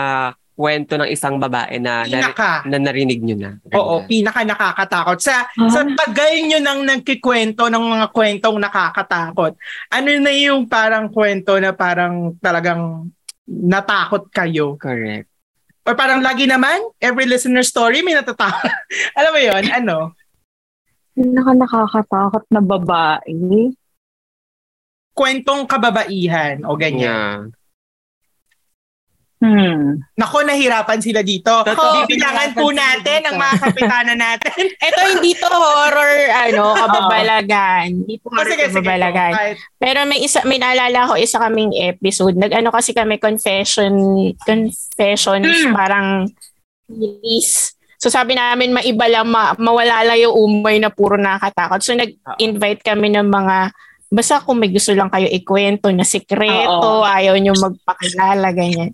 S1: kwento ng isang babae na, na,
S3: Pinaka.
S1: na narinig nyo na?
S3: Oo, pinaka nakakatakot. Sa,
S5: Ah.
S3: sa tagal nyo nang nagkikwento ng mga kwentong nakakatakot, ano na yung parang kwento na parang talagang natakot kayo?
S1: Correct.
S3: Or parang lagi naman, every listener story may natatawa. Alam mo yon ano?
S5: Naka nakakatakot na babae.
S3: Kwentong kababaihan o
S1: Yeah.
S3: ganyan.
S5: Hmm.
S3: Nako, nahirapan sila dito.
S4: Totoo.
S3: Bibilangan po natin ang mga kapitana natin.
S4: Ito hindi to horror, ano, kababalagan. Hindi po
S3: Oh,
S4: horror
S3: sige, sige.
S4: kababalagan.
S3: Kahit-
S4: Pero may isa, may naalala ko isa kaming episode. Nag-ano kasi kami confession, confessions, parang release. So sabi namin maiba lang, ma- mawala lang yung umay na puro nakakatakot. So nag-invite kami ng mga, basta kung may gusto lang kayo ikwento na sikreto, ayaw nyo magpakilala, ganyan.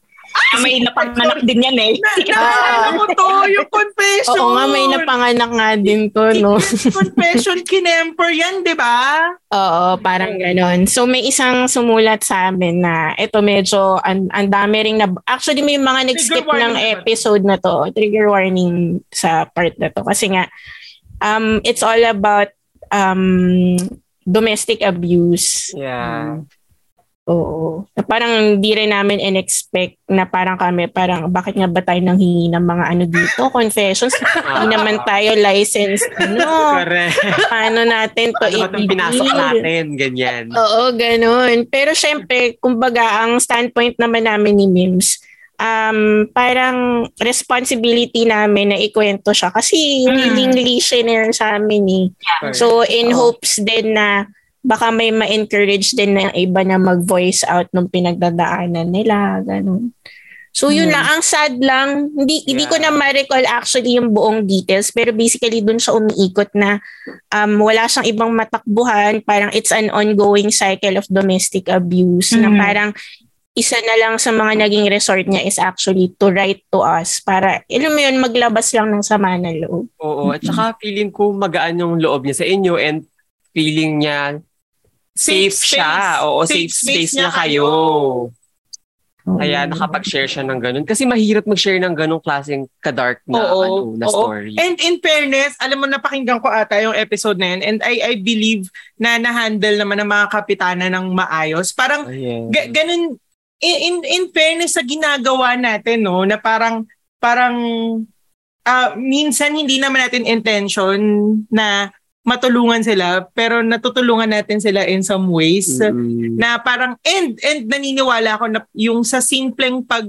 S5: May napanganak din yan eh.
S3: Naalala ko to, yung confession.
S4: Oo nga, may ano? napanganak nga din to, no?
S3: confession, kinemper yan, di ba?
S4: Oo,
S1: Mm-hmm.
S4: parang ganon. So may isang sumulat sa amin na ito medyo an- ang dami ring na actually may mga
S3: Trigger
S4: nag-skip
S3: warning
S4: ng
S3: naman.
S4: episode na to, trigger warning sa part na to kasi nga um it's all about um domestic abuse.
S1: Yeah.
S4: Oo. Na parang hindi rin namin in-expect na parang kami, parang bakit nga ba tayo nanghingi ng mga ano dito, confessions?
S1: Ah.
S4: Hindi naman tayo licensed. Ano?
S1: Correct.
S4: Paano natin to
S1: Ano ba itong pinasok
S4: i-reveal?
S1: natin? Ganyan.
S4: Oo, ganun. Pero syempre, kumbaga, ang standpoint naman namin ni Mims, um, parang responsibility namin na ikwento siya kasi willing listener sa amin eh. So, in hopes din na baka may ma-encourage din ng iba na mag-voice out nung pinagdadaanan nila, ganun. So yun lang, ang sad lang, hindi, hindi ko na
S1: Yeah.
S4: ma-recall actually yung buong details, pero basically dun siya umiikot na um, wala siyang ibang matakbuhan, parang it's an ongoing cycle of domestic abuse na
S5: Mhm.
S4: parang isa na lang sa mga naging resort niya is actually to write to us para, alam mo yun, maglabas lang ng sama ng loob.
S1: Oo. At saka feeling ko magaan yung loob niya sa inyo and feeling niya safe,
S3: Safe space.
S1: siya. Oo, safe,
S3: Safe space
S1: space,
S3: niya
S1: niya kayo. Kaya nakapag-share siya ng ganun. Kasi mahirap mag-share ng ganung klaseng kadark na,
S3: Oo,
S1: ano, na
S3: oo.
S1: story.
S3: And in fairness, alam mo, napakinggan ko ata yung episode na yun. And I, I believe na na-handle naman ng mga kapitana ng maayos. Parang
S1: Ayan.
S3: ga- ganun, in, in, in fairness sa ginagawa natin, no, na parang, parang, ah, minsan hindi naman natin intention na matulungan sila, pero natutulungan natin sila in some ways.
S1: Mm. Mm-mm.
S3: na parang and and naniniwala ako na yung sa simpleng pag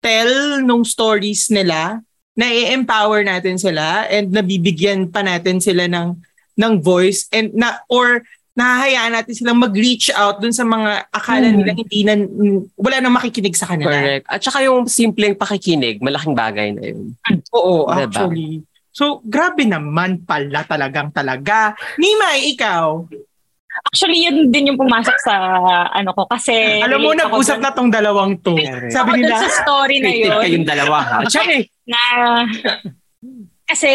S3: tell nung stories nila na empower natin sila and nabibigyan pa natin sila ng ng voice and na or nahahayaan natin silang mag-reach out dun sa mga akala
S5: Mm.
S3: nila hindi na mm, wala nang makikinig sa kanila.
S1: Correct. At saka yung simpleng pakikinig, malaking bagay na yun.
S3: Oo,
S1: Diba?
S3: actually. So, grabe naman pala talagang talaga. Nimay, ikaw.
S5: Actually, yun din yung pumasok sa ano ko kasi...
S3: Alam mo, nag-usap na tong dalawang to.
S1: Correct.
S3: Sabi
S5: Ako dun
S3: nila,
S5: sa story na
S1: Critic
S5: yun.
S1: kayong dalawa ha.
S3: Actually,
S5: na kasi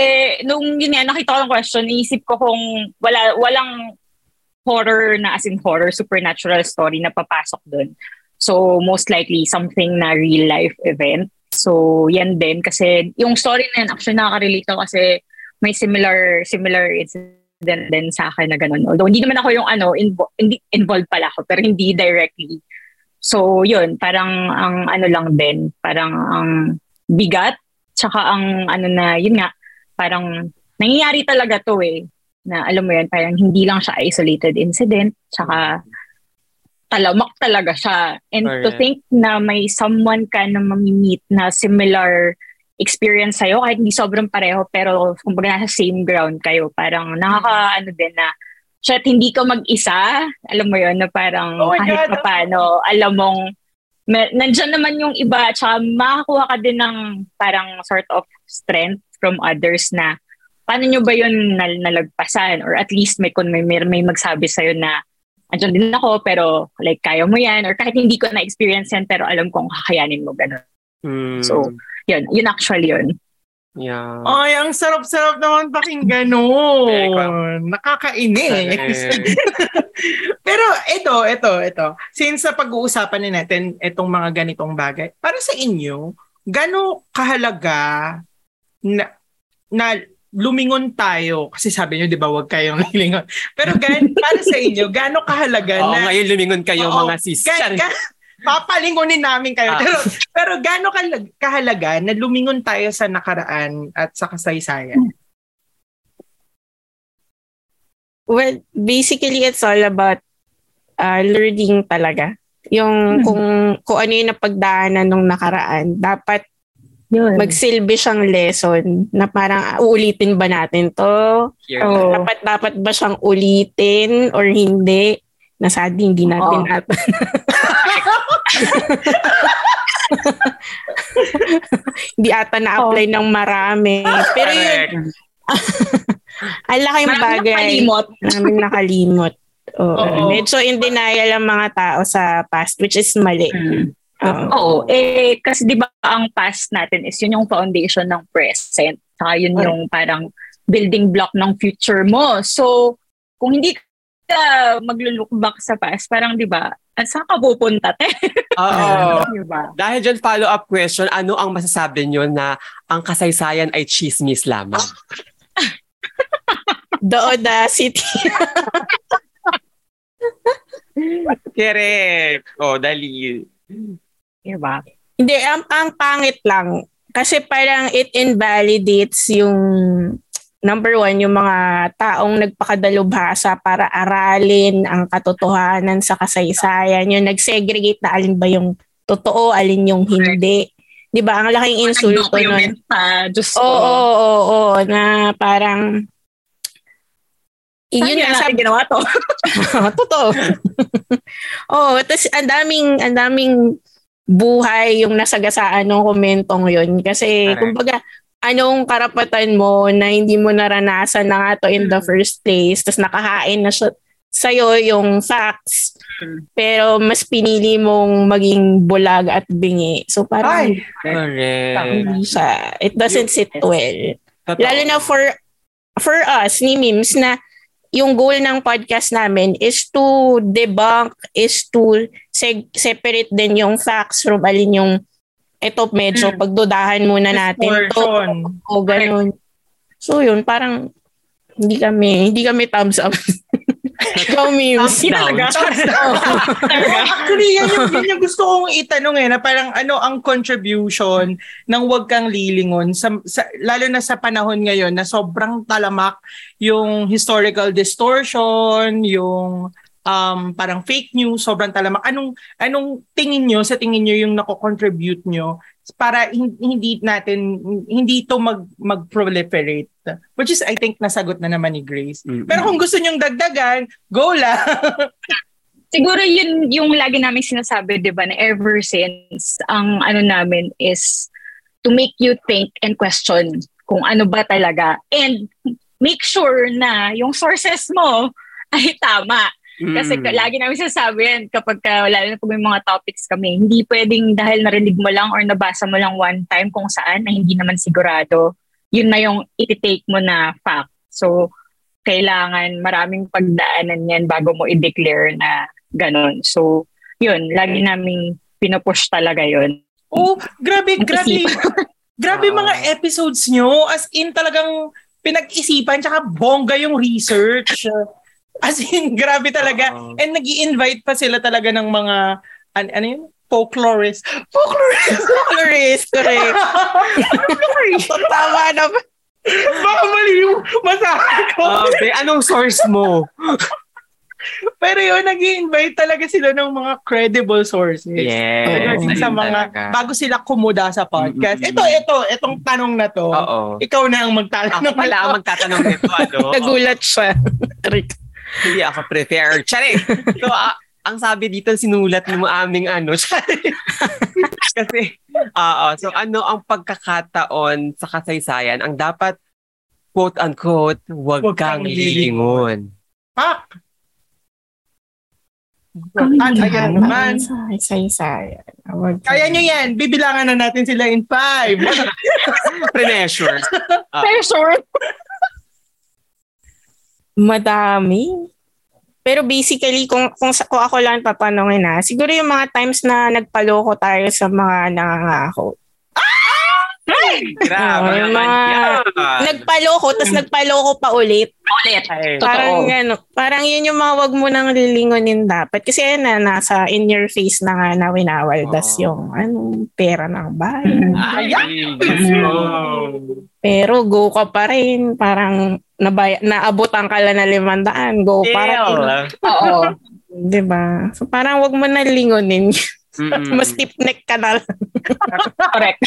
S5: nung yun nga nakita ko ng question iisip ko kung wala walang horror na as in horror supernatural story na papasok doon so most likely something na real life event so yan din kasi yung story na yun actually nakaka-relate ako kasi may similar similar incident din sa akin na ganun although hindi naman ako yung ano invo- hindi involved pala ako pero hindi directly so yun parang ang ano lang din parang ang bigat Tsaka ang ano na, yun nga, parang nangyayari talaga to eh. Na alam mo yan, parang hindi lang siya isolated incident. Tsaka talamak talaga siya. And to
S1: Correct.
S5: think na may someone ka na mamimit na similar experience sa'yo, kahit hindi sobrang pareho, pero kumbaga nasa same ground kayo. Parang nakaka, ano din na, shit, hindi ka mag-isa. Alam mo yun, na parang
S3: Oh my
S5: kahit
S3: God.
S5: pa paano, alam mong mer- nandyan naman yung iba, tsaka makakuha ka din ng parang sort of strength from others na paano nyo ba yun nal- nalagpasan? Or at least may, kung may, may, may magsabi sa'yo na andyan din ako, pero like kaya mo yan. Or kahit hindi ko na-experience yan, pero alam kong kakayanin mo ganun.
S1: Mm,
S5: So, yun, yun actually yun.
S1: yeah.
S3: Oh. Ay, ang sarap-sarap naman pakinggan
S1: Very
S3: nun. Nakakainis. Pero ito, ito, ito. Since sa pag-uusapan na natin itong mga ganitong bagay, para sa inyo, gano'ng kahalaga na, na lumingon tayo? Kasi sabi nyo, di ba, huwag kayong lilingon. Pero gan, para sa inyo, gano'ng kahalaga
S1: Oo,
S3: na...
S1: ngayon lumingon kayo
S3: Oo.
S1: mga sis.
S3: Ga-
S1: Char-
S3: ga- papalingunin namin kayo.
S1: Ah.
S3: Pero, pero gano'ng kalag- kahalaga na lumingon tayo sa nakaraan at sa kasaysayan?
S4: Well, basically, it's all about uh, ah, learning talaga.
S5: Hmm.
S4: Yung kung, kung ano yung napagdaanan nung nakaraan. Dapat
S5: Yun.
S4: magsilbi siyang lesson na parang ah, uulitin ba natin to?
S1: Here.
S5: Oo.
S4: Dapat dapat ba siyang ulitin or hindi? Nasad hindi natin
S5: Oo.
S4: at hindi ata na-apply ng marami. Pero yun,
S1: Correct.
S4: ang laking
S5: Maraming
S4: bagay.
S5: nakalimot.
S4: Maraming nakalimot. Oo.
S5: Oo.
S4: Medyo in denial ang mga tao sa past, which is mali.
S3: Mm.
S4: Oo.
S5: Oo. Eh, kasi di ba ang past natin is yun yung foundation ng present. Saka yun yung parang building block ng future mo. So, kung hindi ka maglo-look back sa past, parang di ba, ah, saan ka pupunta? te?
S1: Oo.
S5: Di ba?
S1: Dahil dyan, follow-up question, ano ang masasabi nyo na ang kasaysayan ay chismis lamang?
S4: The audacity.
S1: Correct. Oh, dali.
S5: Di ba?
S4: Hindi, ang, ang pangit lang. Kasi parang it invalidates yung number one, yung mga taong nagpakadalubhasa para aralin ang katotohanan sa kasaysayan. Yung nagsegregate na alin ba yung totoo, alin yung hindi. Di ba? Ang laking insulto nun.
S5: Nag-document pa. Diyos
S4: Oo,
S5: ko.
S4: oo, oo, oo, na parang
S5: Saan
S4: yun
S5: kaya
S4: nga
S5: natin
S4: sabi
S5: ginawa to?
S4: totoo. Oo, tapos ang daming, ang daming buhay yung nasagasaan ng komentong yun. Kasi,
S1: Correct.
S4: kumbaga, anong karapatan mo na hindi mo naranasan na nga to in the first place, tapos nakahain na siya sa'yo yung facts, pero mas pinili mong maging bulag at bingi. So parang
S3: Ay,
S1: Correct.
S4: hindi siya, it doesn't sit well.
S1: Totoo.
S4: Lalo na for for us ni Mims na yung goal ng podcast namin is to debunk, is to seg- separate din yung facts from alin yung eto medyo pagdudahan muna natin to
S3: Distortion.
S4: o ganun. So yun, parang hindi kami, hindi kami thumbs up. Ikaw, Mims.
S1: Thumbs down.
S3: Actually, yan yung, yan yung gusto kong itanong eh, na parang ano ang contribution ng wag kang lilingon, sa, sa- lalo na sa panahon ngayon na sobrang talamak yung historical distortion, yung um, parang fake news, sobrang talamak. Anong, anong tingin nyo, sa tingin nyo yung nako-contribute nyo para hin- hindi natin, hindi ito mag, mag-proliferate? Which is, I think, nasagot na naman ni Grace.
S1: Mm-mm.
S3: Pero kung gusto nyong dagdagan, go lang.
S5: siguro yun yung lagi namin sinasabi, di ba, na ever since, ang ano namin is to make you think and question kung ano ba talaga. And make sure na yung sources mo ay tama. Kasi ka-
S1: Mm.
S5: lagi namin sinasabi yan kapag ka, lalo na pag may mga topics kami, hindi pwedeng dahil narinig mo lang or nabasa mo lang one time kung saan na hindi naman sigurado, yun na yung iti-take mo na fact. So, kailangan maraming pagdaanan yan bago mo i-declare na ganun. So, yun, lagi naming pinupush talaga yun.
S3: Oh, grabe,
S5: Ang
S3: grabe. grabe
S1: Oo.
S3: mga episodes nyo. As in talagang pinag-isipan tsaka bongga yung research. As in, grabe talaga.
S1: Oo.
S3: And nag invite pa sila talaga ng mga, an- ano yun? Folklorist. Folklorist!
S4: Colorist, correct. Tama na ba?
S3: Baka mali yung masahan ko.
S1: Okay, anong source mo?
S3: Pero yun, nag invite talaga sila ng mga credible sources.
S1: yes.
S3: Regarding sa
S1: ayun
S3: mga,
S1: talaga.
S3: bago sila kumuda sa podcast.
S1: Mm-mm.
S3: Ito, ito, itong tanong na to.
S1: Oo.
S3: Ikaw na ang magtatanong.
S1: Ako pala ang magtatanong nito, ano?
S4: Nagulat siya. Rick.
S1: Hindi ako prepared. Charing! So, a- ang sabi dito, sinulat mo aming ano. Charing! Kasi, oo. So, ano ang pagkakataon sa kasaysayan? Ang dapat, quote-unquote, wag,
S3: Huwag
S1: kang
S3: kang
S1: lilingon.
S3: Pak!
S5: Ang
S3: At ayan
S4: ano?
S3: naman.
S4: Say-say-say.
S3: Kaya nyo yan. Bibilangan na natin sila in five.
S1: Pressure.
S5: Pero sure,
S4: Madami. Pero basically, kung, kung, sa- kung ako lang tatanungin na, siguro yung mga times na nagpaloko tayo sa mga nangangako.
S1: Grabe
S4: Oo, yung
S1: naman
S4: mga-
S1: yan.
S4: Nagpaloko, tapos nagpaloko pa ulit.
S5: ulit.
S1: Ay,
S4: Parang ano, parang yun yung mga wag mo nang lilingonin dapat. Kasi yan na, nasa in your face na nga na winawal. Tas
S1: Oo.
S4: yung ano, pera ng bahay.
S1: Ay, let's go.
S4: Pero go ka pa rin. Parang nabay, naabutan ka lang na limandaan. Go pa rin.
S1: Still.
S5: Oo.
S4: 'Di ba? So parang wag mo na lingonin. Mas
S1: Mm.
S4: tip neck ka na lang.
S5: Correct.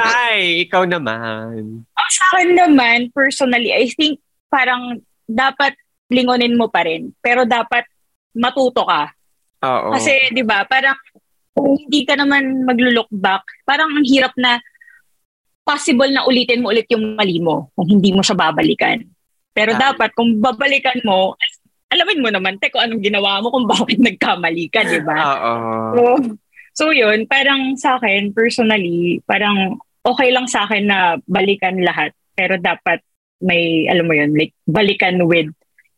S1: Ay, ikaw naman.
S5: Ang sa akin naman, personally, I think parang dapat lingonin mo pa rin. Pero dapat matuto ka.
S1: Oo.
S5: Kasi, di ba, parang kung hindi ka naman maglulook back, parang ang hirap na possible na ulitin mo ulit yung mali mo kung hindi mo siya babalikan. Pero
S1: Tama.
S5: dapat, kung babalikan mo, as- alamin mo naman, teko, anong ginawa mo kung bakit nagkamali ka, di ba?
S1: Oo.
S5: So, so yun, parang sa akin, personally, parang okay lang sa akin na balikan lahat. Pero dapat may, alam mo yun, like, balikan with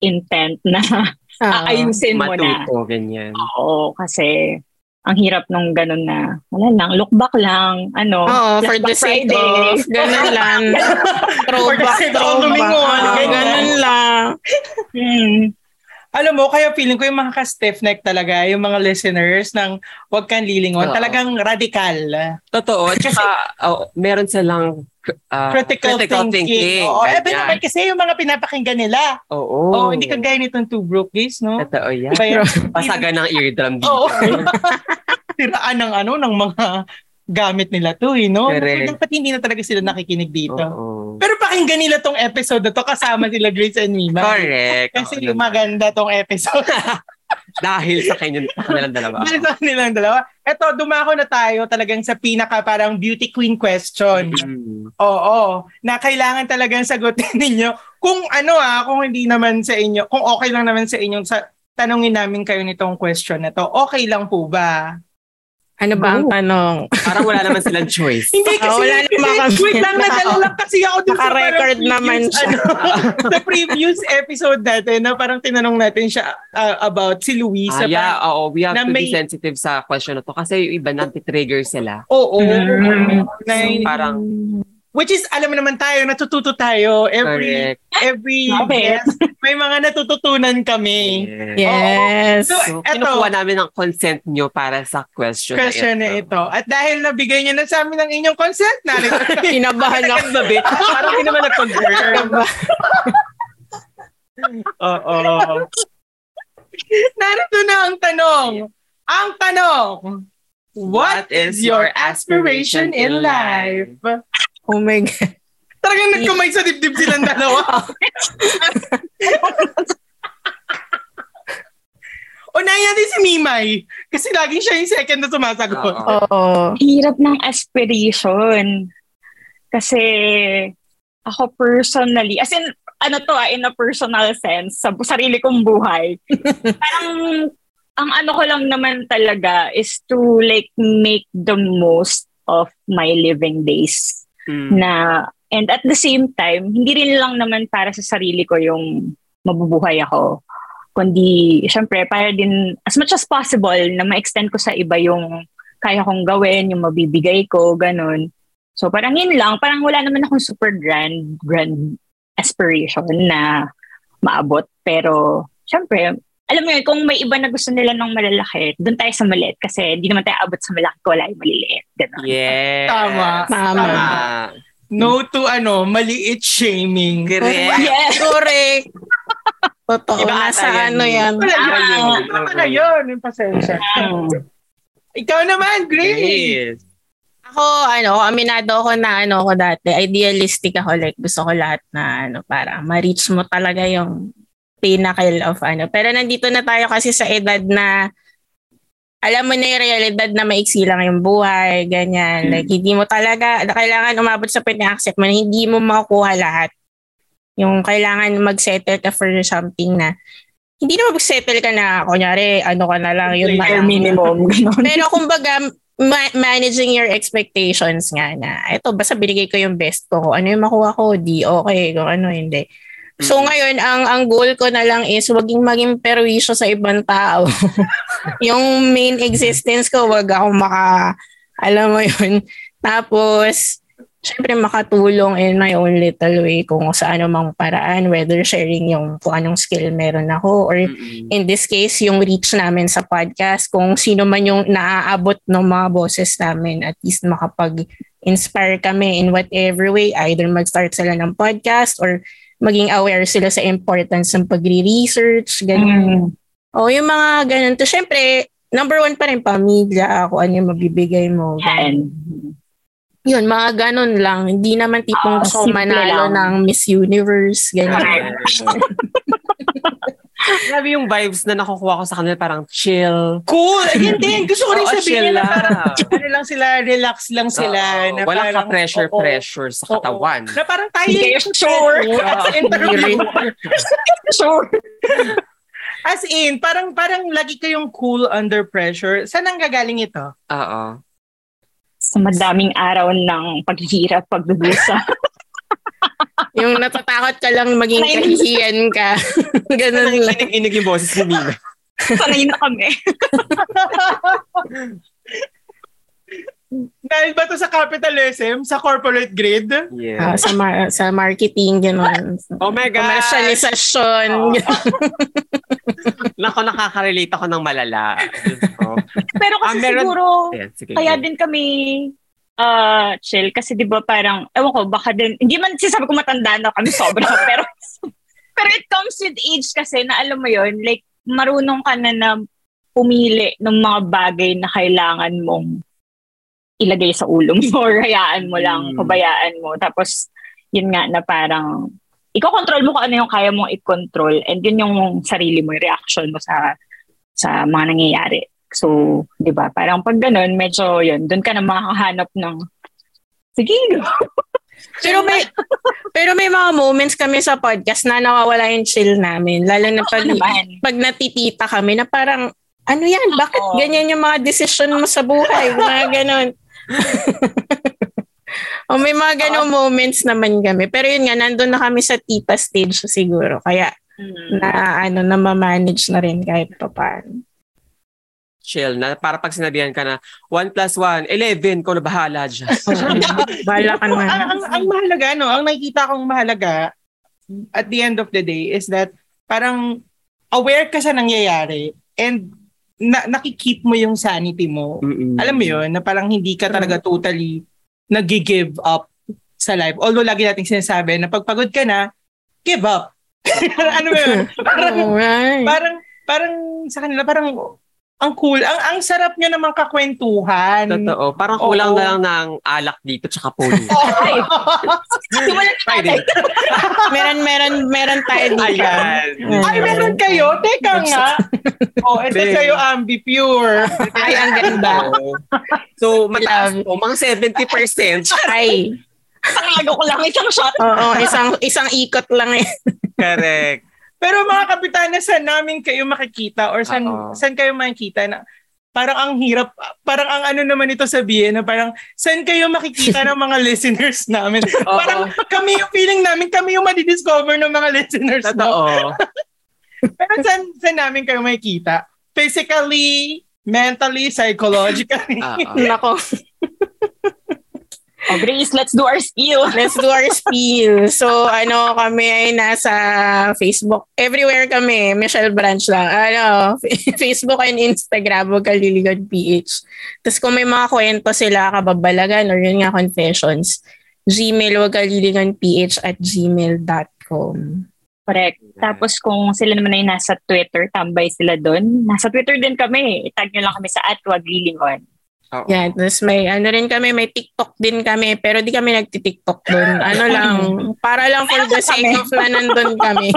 S5: intent na
S1: Ah,
S5: aayusin mo na.
S1: Matuto, ganyan.
S5: Oo, kasi ang hirap nung ganun na, wala lang, look back lang, ano.
S4: Oo, for
S5: Black
S4: the sake
S5: Friday.
S4: of, ganun lang. throwback,
S3: sake of
S4: throwback.
S3: lumingon,
S4: Oo,
S3: ganyan.
S4: ganun lang.
S5: Hmm.
S3: Alam mo, kaya feeling ko yung mga ka-stiff neck talaga, yung mga listeners ng huwag kang
S1: Oo.
S3: lilingon, talagang radikal.
S1: Totoo. Tsaka, oh, meron silang ah,
S3: Critical, thinking. Oo, eh, pero naman kasi yung mga pinapakinggan nila.
S1: Oo.
S3: Oo, hindi ka gaya nitong two broke gays, no?
S1: Totoo yan.
S3: Kaya,
S1: Pasaga ng eardrum dito.
S3: Oo. Tiraan ng ano, ng mga gamit nila to, eh, no?
S1: Correct.
S3: Dapat hindi na talaga sila nakikinig dito.
S1: Oo.
S3: Pero pakinggan nila tong episode na to kasama sila Grace and Mima.
S1: Correct.
S3: Kasi
S1: Oo naman.
S3: maganda tong episode.
S1: Dahil sa kanyang kanilang dalawa.
S3: Dahil sa nilang dalawa. Eto, dumako na tayo talagang sa pinaka parang beauty queen question.
S1: Mm.
S3: Oo, na kailangan talagang sagutin ninyo. Kung ano ah, kung hindi naman sa inyo, kung okay lang naman sa inyong sa tanungin namin kayo nitong question na to. Okay lang po ba?
S4: Ano ba ang tanong?
S1: Parang wala naman silang choice.
S3: Hindi kasi,
S4: Ah, wala
S3: kasi
S4: naman kami.
S3: wait lang,
S4: Naka-
S3: nadala lang kasi ako dun sa parang
S4: Naka-record
S3: previous,
S4: naman siya.
S3: ano, sa previous episode natin na parang tinanong natin siya ah, about si Luis.
S1: Ah,
S3: sa
S1: yeah, oo. We have
S3: na
S1: to be
S3: may-
S1: sensitive sa question na to kasi yung iba nagtitrigger sila.
S3: Oo.
S5: Mm.
S3: Na yun-
S1: Parang,
S3: Which is, alam mo naman tayo, natututo tayo.
S1: correct.
S3: Every, every
S5: Love it.
S3: guest, may mga natututunan kami.
S1: Yes.
S4: Yes.
S3: Oo.
S1: So,
S3: Eto.
S1: kinukuha namin ang consent nyo para sa question,
S3: Question na ito. At dahil nabigay niyo na sa amin ang inyong consent, narito.
S4: Kinabahan ako.
S1: Babe, parang hindi naman nag-confirm.
S3: Oo. Narito na ang tanong. Ang tanong. What is your aspiration in life?
S4: Oh my God.
S3: Talagang nagkamay sa dibdib silang dalawa. Unahin natin si Mimay. Kasi laging siya yung second na sumasagot.
S1: Oo.
S4: Oo.
S5: Hirap ng aspiration. Kasi ako personally, as in, ano to ah, in a personal sense, sa bu- sarili kong buhay, parang ang ano ko lang naman talaga is to like make the most of my living days.
S1: Mm.
S5: na and at the same time, hindi rin lang naman para sa sarili ko yung mabubuhay ako. Kundi, syempre, para din as much as possible na ma-extend ko sa iba yung kaya kong gawin, yung mabibigay ko, ganun. So parang yun lang, parang wala naman akong super grand, grand aspiration na maabot. Pero, syempre, alam mo yun, kung may iba na gusto nila ng malalaki, doon tayo sa maliit kasi hindi naman tayo abot sa malaki kung wala yung maliliit. Ganun.
S1: Yes.
S3: Tama.
S4: Tama.
S3: No to ano, maliit shaming.
S1: Correct.
S5: Yes!
S4: Correct. Totoo.
S1: Iba ata
S4: nasa
S1: yan.
S4: ano yan.
S3: Wala
S1: Tama
S3: yun.
S1: yun.
S3: Tama na
S1: eh.
S3: yun. Yung pasensya. Ikaw naman, Grace.
S1: Yes.
S4: Ako, ano, aminado ako na ano ko dati. Idealistic ako. Like, gusto ko lahat na ano, para ma-reach mo talaga yung pinnacle of ano. Pero nandito na tayo kasi sa edad na alam mo na yung realidad na maiksi lang yung buhay, ganyan. Like, hindi mo talaga, kailangan umabot sa point na accept mo na hindi mo makukuha lahat. Yung kailangan mag-settle ka for something na hindi na mag-settle ka na, kunyari, ano ka na lang, yun na
S5: Bare
S4: lang.
S5: minimum. Ganun.
S4: Pero kumbaga, ma- managing your expectations nga na, eto, basta binigay ko yung best ko. Kung ano yung makuha ko, di okay. Kung ano, hindi. So
S1: Mm.
S4: ngayon, ang ang goal ko na lang is waging maging perwisyo sa ibang tao. yung main existence ko, wag ako maka, alam mo yun. Tapos, syempre makatulong in my own little way kung sa anumang paraan, whether sharing yung kung anong skill meron ako or
S1: Mm-mm.
S4: in this case, yung reach namin sa podcast, kung sino man yung naaabot ng mga boses namin, at least makapag-inspire kami in whatever way, either mag-start sila ng podcast or maging aware sila sa importance ng pagre-research, ganyan.
S5: Mm.
S4: O, yung mga ganun. To, syempre, number one pa rin, pamilya, ako, ano yung mabibigay mo. ganun.
S5: Yan.
S4: Yun, mga ganun lang. Hindi naman tipong
S5: Ah,
S4: so
S5: simple
S4: manalo
S5: lang.
S4: ng Miss Universe, ganyan.
S1: Grabe yung vibes na nakukuha ko sa kanila, parang chill.
S3: Cool! Ayun din. Gusto ko rin
S1: Oo,
S3: sabihin
S1: chill
S3: nila
S1: lang.
S3: parang ano lang sila, relax lang sila.
S1: Oo,
S3: na
S1: walang
S3: parang,
S1: ka-pressure,
S3: oo,
S1: pressure sa
S3: oo.
S1: katawan.
S3: Na parang tayo
S5: Hindi kayo sure.
S3: As in,
S1: Hindi
S3: parang,
S1: rin.
S5: Sure.
S3: as in, parang, parang lagi kayong cool under pressure. Saan ang gagaling ito?
S1: Oo.
S5: Sa madaming araw ng paghihirap, pagdudusa.
S4: yung natatakot ka lang maging
S5: Ay,
S4: kahihiyan ka. ganun lang.
S1: Inig-inig yung boses ni Mina.
S5: Sanay na kami.
S3: Dahil ba to sa capitalism? Sa corporate grid?
S1: Yeah.
S4: Ah, sa, mar- sa marketing, ganun.
S1: Oh my gosh!
S4: Commercialization.
S1: Oo.
S4: ganun.
S1: Nako, nakaka-relate ako ng malala. Diyos ko.
S5: Pero kasi
S1: Ah, meron-
S5: siguro,
S1: Ayan, sige.
S5: Kaya din kami ah chill kasi 'di ba parang ewan ko baka din hindi man sinasabi ko matanda na kami sobra pero pero it comes with age kasi na alam mo 'yon like marunong ka na na pumili ng mga bagay na kailangan mong ilagay sa ulo mo or hayaan mo lang,
S1: Mm.
S5: pabayaan mo. Tapos, yun nga na parang, iko-control mo kung ano yung kaya mong i-control and yun yung sarili mo, yung reaction mo sa sa mga nangyayari. So, di ba? Parang pag ganun, medyo yun, doon ka na makakahanap ng, sige,
S4: Pero may pero may mga moments kami sa podcast na nawawala yung chill namin. Lalo na
S5: ano
S4: pag,
S5: naman?
S4: pag natitita kami na parang, ano yan? Bakit
S5: Oo.
S4: ganyan yung mga desisyon mo sa buhay? Mga ganun. o may mga ganong moments naman kami. Pero yun nga, nandun na kami sa tita stage siguro. Kaya na ano, na manage na rin kahit pa paano.
S1: Chill na. Para pag sinabihan ka na, 1 plus 1, 11, ko na bahala dyan.
S4: Bala ka
S3: Pero ang,
S4: na.
S3: ang, ang mahalaga, no? Ang nakikita kong mahalaga at the end of the day is that parang aware ka sa nangyayari and na, nakikip mo yung sanity mo.
S1: Mm-mm.
S3: Alam mo yun, na parang hindi ka talaga totally nag-give up sa life. Although lagi nating sinasabi na pagpagod ka na, give up. ano ba yun? Parang,
S4: Alright.
S3: parang, parang sa kanila, parang ang cool. Ang, ang sarap nyo naman kakwentuhan.
S1: Totoo. Parang
S3: Oo.
S1: kulang na lang ng alak dito tsaka puno.
S5: Ay, simulan na
S1: Friday.
S5: natin.
S4: meron, meron, meron tayo dito.
S1: Ayan.
S3: Ay, meron kayo? Teka nga. oh, ito
S1: Very.
S3: sa'yo, Ambipure.
S4: Ay, ang ganda.
S1: Oo. So, mataas po. Mga 70%.
S4: Ay.
S5: Pangalago ko lang isang shot.
S4: Oo, isang isang ikot lang eh.
S1: Correct.
S3: Pero mga kapitana, saan namin kayo makikita or saan,
S1: Oo.
S3: saan kayo makikita na parang ang hirap, parang ang ano naman ito sabihin na parang saan kayo makikita ng mga listeners namin?
S1: Oo.
S3: Parang kami yung feeling namin, kami yung madidiscover ng mga listeners. namin.
S1: Totoo.
S3: Pero saan, saan namin kayo makikita? Physically, mentally, psychologically.
S1: Oo.
S4: Nako,
S5: Oh, Grace, let's do our skill.
S4: let's do our spiel. So, ano, kami ay nasa Facebook. Everywhere kami, Michelle Branch lang. Ano, Facebook and Instagram, huwag kaliligod PH. Tapos kung may mga kwento sila, kababalagan, or yun nga, confessions, Gmail, huwag kaliligod PH at gmail.com.
S5: Correct. Tapos kung sila naman ay nasa Twitter, tambay sila doon. Nasa Twitter din kami. eh. Tag nyo lang kami sa at waglilingon.
S1: Oo.
S4: Yan, tapos may, ano rin kami, may TikTok din kami, pero di kami nagtitiktok doon. Ano lang, para lang for the sake of na nandun kami.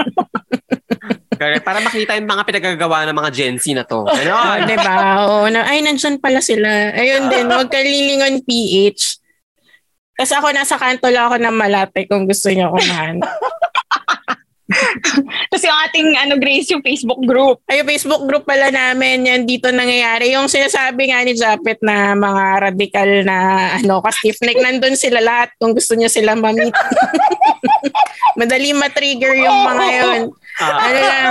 S1: Correct. Para makita yung mga pinagagawa ng mga Gen Z na to.
S4: Oh,
S1: Ano?
S4: 'di ba? Oo, na, ay nandyan pala sila. Ayun din, huwag kalilingon PH. Tapos ako nasa kanto lang ako ng malapit kung gusto niyo kumahan.
S5: Tapos yung ating ano, Grace, yung Facebook group.
S4: Ay, yung Facebook group pala namin, yan dito nangyayari. Yung sinasabi nga ni Japet na mga radical na ano, ka-stiff neck, nandun sila lahat kung gusto niyo sila mamit. Madali matrigger yung mga yun.
S1: Ah,
S4: ano lang,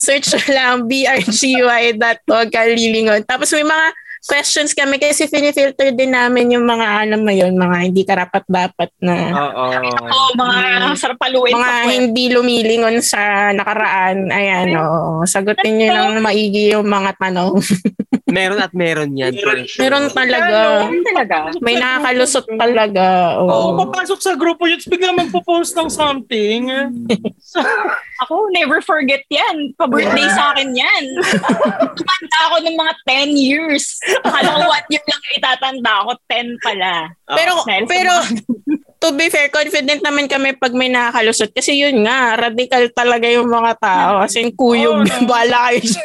S4: search lang, brgy.org, kalilingon. Tapos may mga questions kami kasi finifilter din namin yung mga, alam mo yun, mga hindi karapat-dapat na
S1: Oo.
S5: Oo, mga sarap paluin.
S4: mm. mga hindi lumilingon sa nakaraan. Ayan, oo. Sagutin nyo lang maigi yung mga tanong.
S1: meron at meron yan. for sure.
S4: Meron talaga.
S5: Ganun talaga.
S4: May nakakalusot talaga.
S1: Oo.
S3: Oh,
S4: Oo.
S3: Papasok sa grupo yun, tapos biglang magpo-post ng something.
S5: Ako, never forget yan. Pa-birthday sa akin yan. Tumanda ako ng mga 10 years. Akala ko what year lang itatanda ako, 10 pala.
S4: Pero,
S5: Dahil sa
S4: pero, to be fair, confident naman kami pag may nakakalusot. Kasi yun nga, radical talaga yung mga tao. As in, kuyog,
S3: Oo, no.
S4: bala kayo siya.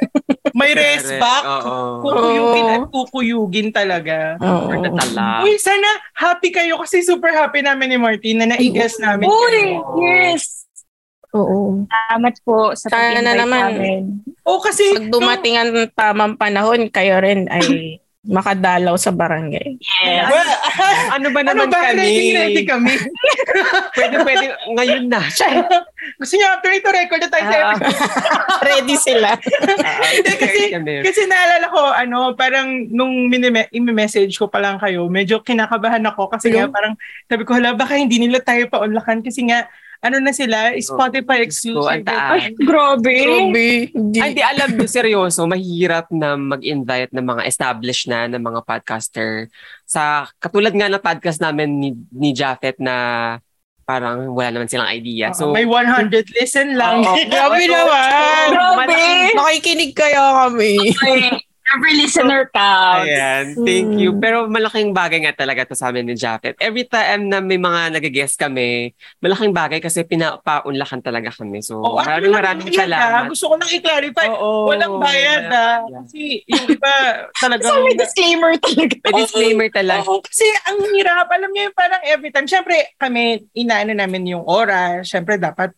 S3: May respect.
S1: Oo. Ah.
S3: Kukuyugin at kukuyugin talaga.
S4: Oo.
S1: Or natala.
S3: Uy, sana happy kayo kasi super happy namin ni Martin na naigas namin.
S5: Uy,
S3: kayo.
S5: yes!
S4: Oo.
S5: Salamat po sa
S4: Sana
S5: pag-invite
S4: naman.
S5: namin.
S3: Oo, kasi
S4: Pag dumating ang tamang panahon, kayo rin ay makadalaw sa barangay.
S5: Yes.
S3: Well,
S1: Ano ba
S3: ano
S1: naman
S3: ba?
S1: kami?
S3: Ready, ready kami.
S1: Pwede, pwede. Ngayon na.
S3: Gusto niyo after ito, record na tayo sa
S1: Ah.
S3: episode.
S4: Ready sila.
S1: Hindi
S3: kasi- Kasi naalala ko, ano, parang nung minime- message ko pa lang kayo, medyo kinakabahan ako kasi nga parang sabi ko, hala, baka hindi nila tayo paunlakan kasi nga, ano na sila, Spotify
S1: So, ang
S3: exclusive.
S1: taas.
S5: Ay, grabe.
S4: Eh, Ruby, di-
S1: Ay, di alam nyo, seryoso, mahirap na mag-invite ng mga established na, ng mga podcaster. Sa, katulad nga ng podcast namin ni, ni Japheth na parang wala naman silang idea. So,
S3: so, may 100 listen lang.
S1: Oo.
S4: Grabe naman!
S5: Grabe.
S4: Nakikinig kaya kami.
S5: Ay, Every listener counts.
S1: Ayan, thank
S4: Mm.
S1: you. Pero malaking bagay nga talaga to sa amin ni Japheth. Every time na may mga nag-guest kami, malaking bagay kasi pinapaunlakan talaga kami. So,
S3: Oo,
S1: maraming
S3: ako lang
S1: maraming
S3: yun, Oh, ah.
S1: salamat.
S3: Gusto ko lang i-clarify.
S1: Oo.
S3: Walang bayad ah. Kasi yung iba talagang...
S5: So, may disclaimer talaga.
S1: May disclaimer talaga.
S3: Oo, kasi ang hirap. Alam niyo yung parang every time. Siyempre, kami, inaano namin yung oras. Siyempre, dapat,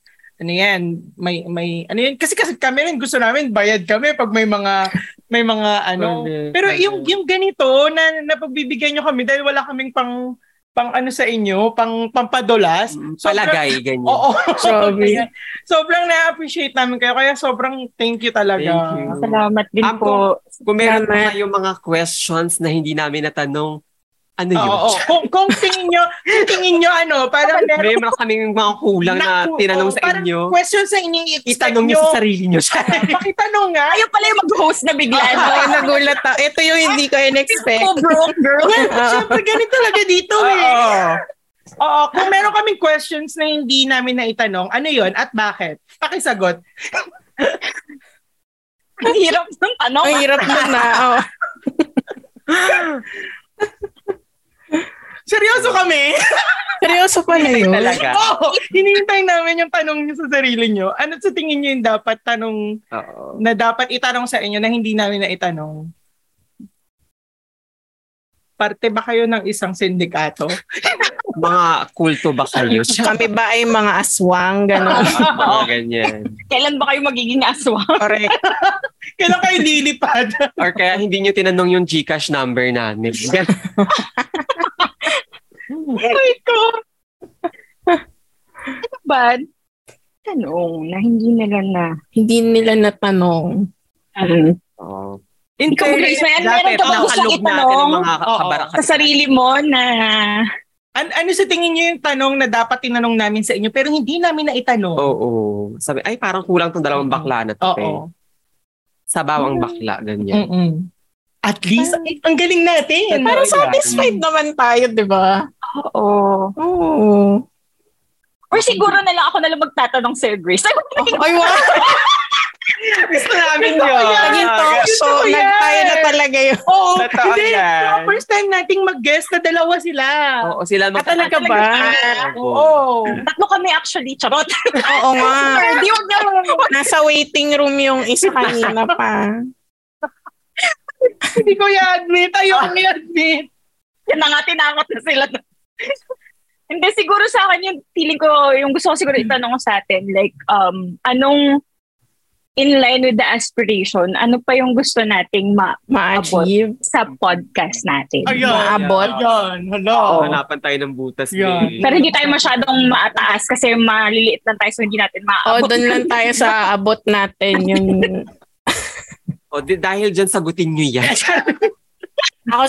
S3: ano yan, may, may, ano yan. Kasi, kasi kami rin gusto namin, bayad kami pag may mga, may mga ano.
S1: Correct,
S3: Pero yung,
S1: correct.
S3: yung ganito, na napagbibigyan nyo kami dahil wala kaming pang, pang ano sa inyo, pang pampadolas.
S1: Mm,
S3: Sobrang-
S1: Palagay, ganyan.
S3: Oo.
S4: Grabe.
S3: sobrang na-appreciate namin kayo. Kaya sobrang thank you talaga.
S1: Thank you.
S5: Salamat din
S1: Ako,
S5: po.
S1: Kung meron
S4: Tama.
S1: pa kayong mga questions na hindi namin natanong, ano yun?
S3: Oo, oo. Kung, kung tingin nyo, kung tingin nyo ano, parang meron
S1: Meron kaming mga kulang na
S3: Naku,
S1: tinanong
S3: oo,
S1: sa
S3: parang
S1: inyo.
S3: Questions na ini-expect
S1: Itanong niyo sa sarili niyo.
S3: Pakitanong nga.
S5: Ayaw pala yung mag-host na biglaan.
S4: Ako nagulat ako. Ito yung hindi ko in-expect.
S5: Oh, broke girl.
S3: Siyempre, ganun talaga dito eh.
S1: Oo.
S3: Oo, kung meron kaming questions na hindi namin naitanong, ano yon at bakit? Pakisagot.
S5: Ang hirap ng ano? tanong.
S4: Ang hirap na na. Oh.
S3: Seryoso kami?
S4: Seryoso pala yun.
S1: Talaga.
S3: Oo, hinihintay namin yung tanong niyo sa sarili niyo. Ano sa tingin niyo yung dapat tanong,
S1: Oo.
S3: na dapat itanong sa inyo na hindi namin naitanong? Parte ba kayo ng isang sindikato?
S1: Mga kulto ba kayo?
S4: Kami ba ay mga aswang? Ganon.
S1: mga ganyan.
S5: Kailan ba kayo magiging aswang?
S4: Correct.
S3: Kailan kayo lilipad?
S1: Or kaya hindi niyo tinanong yung Gcash number namin. Ganun.
S3: Ay ko!
S5: Bad. Tanong na hindi nila na.
S4: Hindi nila natanong.
S5: Um,
S1: Oo.
S3: In
S5: Ikaw, Grace, may- meron
S1: Dapat
S5: ka bang gustong
S1: nakalog natin
S5: itanong?
S1: ang mga
S3: Oo.
S1: kabarakat.
S5: sa sarili mo na
S3: An- ano sa tingin niyo yung tanong na dapat tinanong namin sa inyo pero hindi namin naitanong?
S1: Oo. Sabi, ay parang kulang tong dalawang bakla na to.
S3: Oo.
S1: eh. Sabaw ang bakla, ganyan.
S3: Mm-mm. At least, ay, ang galing natin.
S4: Parang
S1: Parang
S4: satisfied naman tayo, di ba?
S5: oo
S4: Oo.
S5: or siguro na lang ako na lang magtatanong sa'yo Grace ay
S4: Ay, wow.
S1: Gusto namin
S4: Naging talk
S3: Gusto
S4: show.
S3: ko yan.
S4: Nag- tayo na talaga yun.
S3: Oo.
S1: Totoo
S3: Hindi,
S1: yan.
S3: so, first time nating mag-guest na dalawa sila.
S1: Oo, sila mag-
S3: At talaga ba?
S1: Oo.
S3: Oo.
S5: tatlo kami actually charot
S4: Oo nga.
S5: hindi wag na
S4: Nasa waiting room yung isa kanina pa.
S3: Hindi ko i-admit. Ayaw ko i-admit.
S5: yan na nga tinakot na sila hindi siguro sa akin yung feeling ko yung gusto ko siguro itanong sa atin like um anong in line with the aspiration ano pa yung gusto nating ma
S4: Ma-achieve.
S5: sa podcast natin
S3: Ayun.
S4: Maabot.
S3: Ayun. Hello.
S1: Hanapan tayo ng butas. eh.
S3: Yan.
S5: pero hindi tayo masyadong maataas kasi maliliit lang tayo so hindi natin
S4: O,
S5: maabot
S4: doon lang tayo sa abot natin. Yung...
S1: O, di- dahil dyan, sagutin nyo yan.
S4: Ako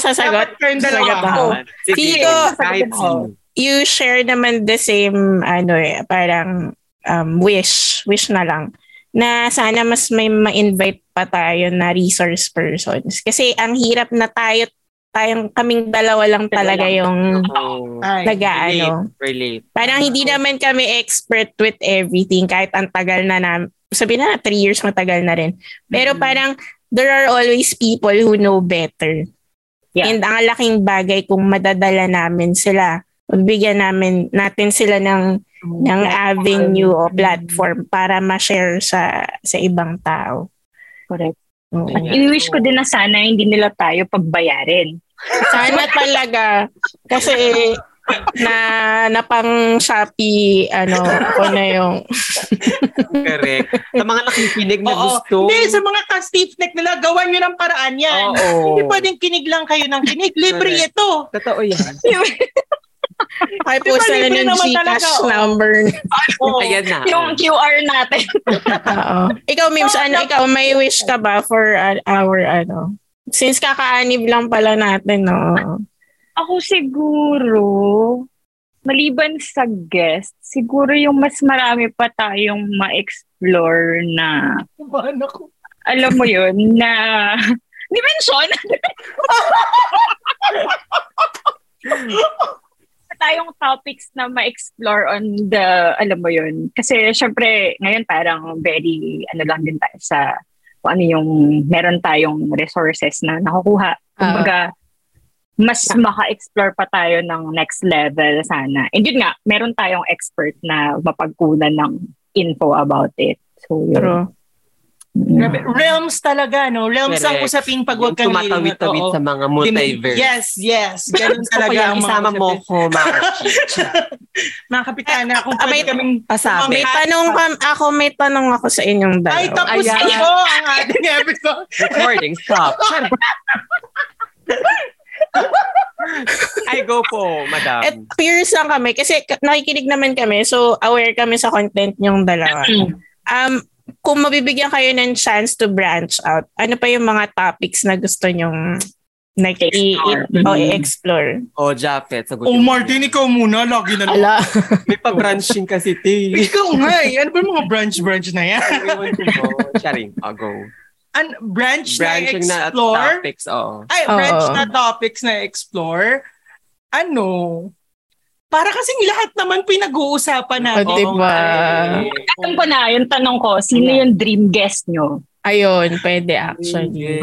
S3: Dapat
S4: sasagot.
S3: kayong dalawa.
S4: Sasagot ako.
S1: Sige,
S4: Sino?
S1: kahit sino.
S4: you share naman the same ano eh, parang um, wish, wish na lang na sana mas may ma-invite pa tayo na resource persons. Kasi ang hirap na tayo, tayong kaming dalawa lang talaga yung
S1: Oh,
S3: Ay,
S4: nag-ano.
S1: relate.
S4: Parang hindi naman kami expert with everything kahit ang tagal na namin. Sabi na, three years matagal na rin. Pero
S3: Mhm.
S4: parang there are always people who know better.
S5: Yeah.
S4: And ang laking bagay kung madadala namin sila, bigyan namin natin sila ng ng avenue o platform para ma-share sa sa ibang tao. Mm.
S5: Correct.
S4: Oo.
S5: At i-wish ko din na sana hindi nila tayo pagbayarin.
S4: Sana talaga kasi na napang Shopee ano ko na yung
S1: Correct. Sa mga nakikinig na
S3: Oo.
S1: gusto.
S3: Hindi, sa mga ka-stiff neck nila, gawan nyo ng paraan yan.
S1: Oo.
S3: Hindi pwedeng kinig lang kayo ng kinig. Libre
S1: Correct.
S3: ito.
S1: Totoo yan.
S4: ay
S3: Di
S4: po
S3: ba,
S4: sana
S3: libre
S4: ng
S3: naman talaga,
S4: ano Gcash
S3: oh.
S4: number.
S3: Oo.
S1: Ayan na.
S5: Yung QR natin.
S4: Oo. Ikaw Mims, ano ikaw may wish ka ba for uh, our ano? Since kakaanib lang pala natin, no.
S5: Ako siguro, maliban sa guest, siguro yung mas marami pa tayong ma-explore na,
S3: Kumahan ako.
S5: alam mo yun, na dimension. tayong topics na ma-explore on the, alam mo yun. Kasi syempre, ngayon parang very, ano lang din tayo sa, kung ano yung, meron tayong resources na nakukuha. Kumbaga, mas maka-explore pa tayo ng next level sana. And yun nga, meron tayong expert na mapagkunan ng info about it. So, yun.
S4: True.
S5: Mm.
S3: Grabe. Realms talaga, no? Realms ang
S1: Correct.
S3: usaping pag huwag kang
S1: Yung tumatawid-tawid sa mga multiverse.
S3: oh. Yes, yes. Ganun
S1: Gusto ko
S3: talaga
S1: yung
S3: ang mga
S1: isama mo
S3: usapin.
S1: ko, Maki.
S3: Mga kapitana, kung
S1: Ah,
S3: pwede
S4: may-
S3: kaming...
S1: Pasabi.
S4: May tanong kam- ako, may tanong ako sa inyong dalawa.
S3: Ay, tapos
S1: Ayan.
S3: na po ang ating episode.
S1: Recording, stop. Ay, go po, madam.
S4: At peers lang kami kasi k- nakikinig naman kami so aware kami sa content niyong dalawa. Um, kung mabibigyan kayo ng chance to branch out, ano pa yung mga topics na gusto niyong like, i-
S3: Mm.
S4: i-
S5: Explore.
S4: o i-explore?
S1: o, Japet, sagutin.
S3: Oh,
S1: mo.
S3: Martin, ikaw muna. Lagi na
S4: Ala.
S1: May pa-branching kasi, Tay.
S3: Ikaw nga eh. Ano ba yung mga branch-branch na yan?
S1: Everyone to go. Sharing, oh, go.
S3: An branch
S1: Branching
S3: na
S1: na at
S3: explore?
S1: topics, oo.
S3: Ay, branch
S4: Oo.
S3: na topics na explore? Ano? Para kasing lahat naman pinag-uusapan natin.
S4: Diba?
S1: Oo, ay.
S5: Alam ko na, yung tanong ko, sino yung dream guest nyo?
S4: Ayun, pwede actually.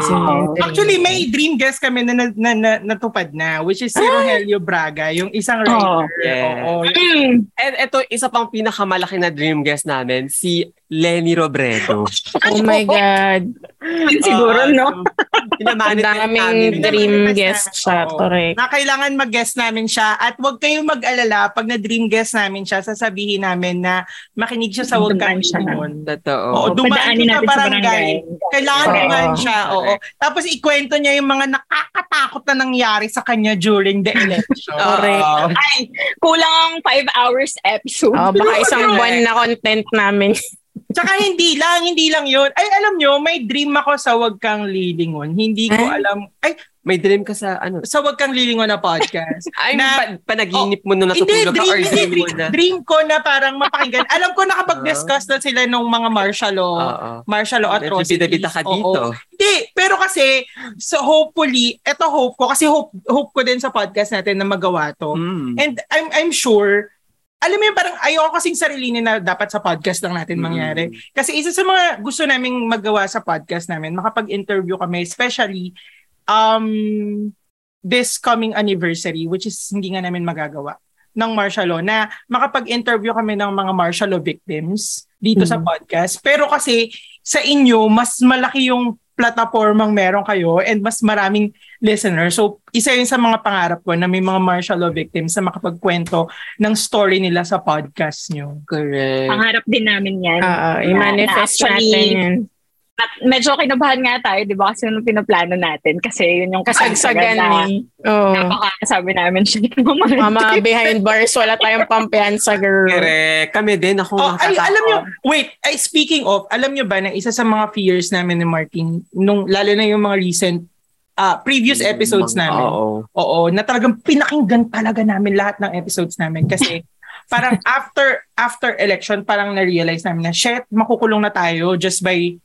S1: Yes.
S4: Sige.
S3: Actually, may dream guest kami na, na, na, na natupad na, which is si Rogelio Braga, yung isang
S5: Oh.
S3: writer.
S1: Yes.
S3: Oo.
S5: Mm.
S1: And ito, isa pang pinakamalaki na dream guest namin, si Lenny Robredo.
S4: Oh my God.
S5: Siguro, no?
S4: Ang
S1: Pinamanit
S4: daming dream
S3: Pinamanifest
S4: guest
S3: namin.
S4: siya.
S3: Oo.
S4: Correct.
S3: Na kailangan mag-guest namin siya at huwag kayong mag-alala pag na-dream guest namin siya, sasabihin namin na makinig siya sa Huwag Kang
S5: Dumaan siya.
S3: Iwan.
S1: Totoo.
S3: Oo,
S5: O,
S3: dumaan siya
S5: padaanin
S3: sa
S5: natin sa
S3: barangay.
S5: barangay.
S3: Kailangan
S4: Oo.
S3: naman siya, oo.
S1: Correct.
S3: Tapos ikwento niya yung mga nakakatakot na nangyari sa kanya during the election.
S1: Oo.
S4: Correct.
S5: Ay, kulang ang five hours episode.
S3: Ah,
S4: Oh, baka isang buwan na content namin.
S3: Tsaka hindi lang, hindi lang yun. Ay, alam nyo, may dream ako sa Huwag Kang Lilingon. Hindi ko
S4: Ay.
S3: alam. Ay,
S1: May dream ka sa ano?
S3: sa Huwag Kang Lilingon na podcast.
S1: Ay,
S3: Na- Oh,
S1: pa- panaginip mo nung
S3: hindi,
S1: natutulog ka
S3: dream,
S1: or
S3: hindi,
S1: dream mo
S3: dream,
S1: na.
S3: dream ko na parang mapakinggan. alam ko nakapag-discuss
S1: Ah.
S3: na sila nung mga martial law.
S1: Oo.
S3: martial law
S1: Ah.
S3: atrocities.
S1: Bida-bida ka
S3: Oo.
S1: dito.
S3: Hindi, pero kasi, so hopefully, eto hope ko, kasi hope, hope ko din sa podcast natin na magawa to.
S1: Mm.
S3: And I'm, I'm sure, alam mo yun, parang ayoko kasing sarilihin na dapat sa podcast lang natin mangyari.
S1: Mm.
S3: Kasi isa sa mga gusto naming magawa sa podcast namin, makapag-interview kami, especially um, this coming anniversary, which is hindi nga namin magagawa ng martial law, na makapag-interview kami ng mga martial law victims dito sa podcast. Pero kasi sa inyo, mas malaki yung platformang meron kayo and mas maraming listeners. So, isa yun sa mga pangarap ko na may mga martial law victims na makapagkwento ng story nila sa podcast nyo.
S1: Correct.
S5: Pangarap din namin yan.
S3: Ah.
S4: Oo, i-manifest
S5: Actually,
S4: natin yan.
S5: At medyo kinabahan nga tayo, di ba? Kasi yun yung pinaplano natin. Kasi yun yung kasagsagan
S4: Sagsagan
S5: na
S4: eh. Oo.
S3: Ah.
S5: napakasabi namin siya. Mga
S4: Mama, behind bars, wala tayong pampihan sa girl.
S1: Correct. Kami din. Ako
S3: Oh, ay,
S1: nakakatakot.
S3: alam nyo, wait, ay, speaking of, alam nyo ba na isa sa mga fears namin ni Martin, nung, lalo na yung mga recent ah, previous episodes
S1: Mga-
S3: namin,
S1: Hmm. Oo.
S3: oo, na talagang pinakinggan talaga namin lahat ng episodes namin kasi parang after after election, parang na-realize namin na, shit, makukulong na tayo just by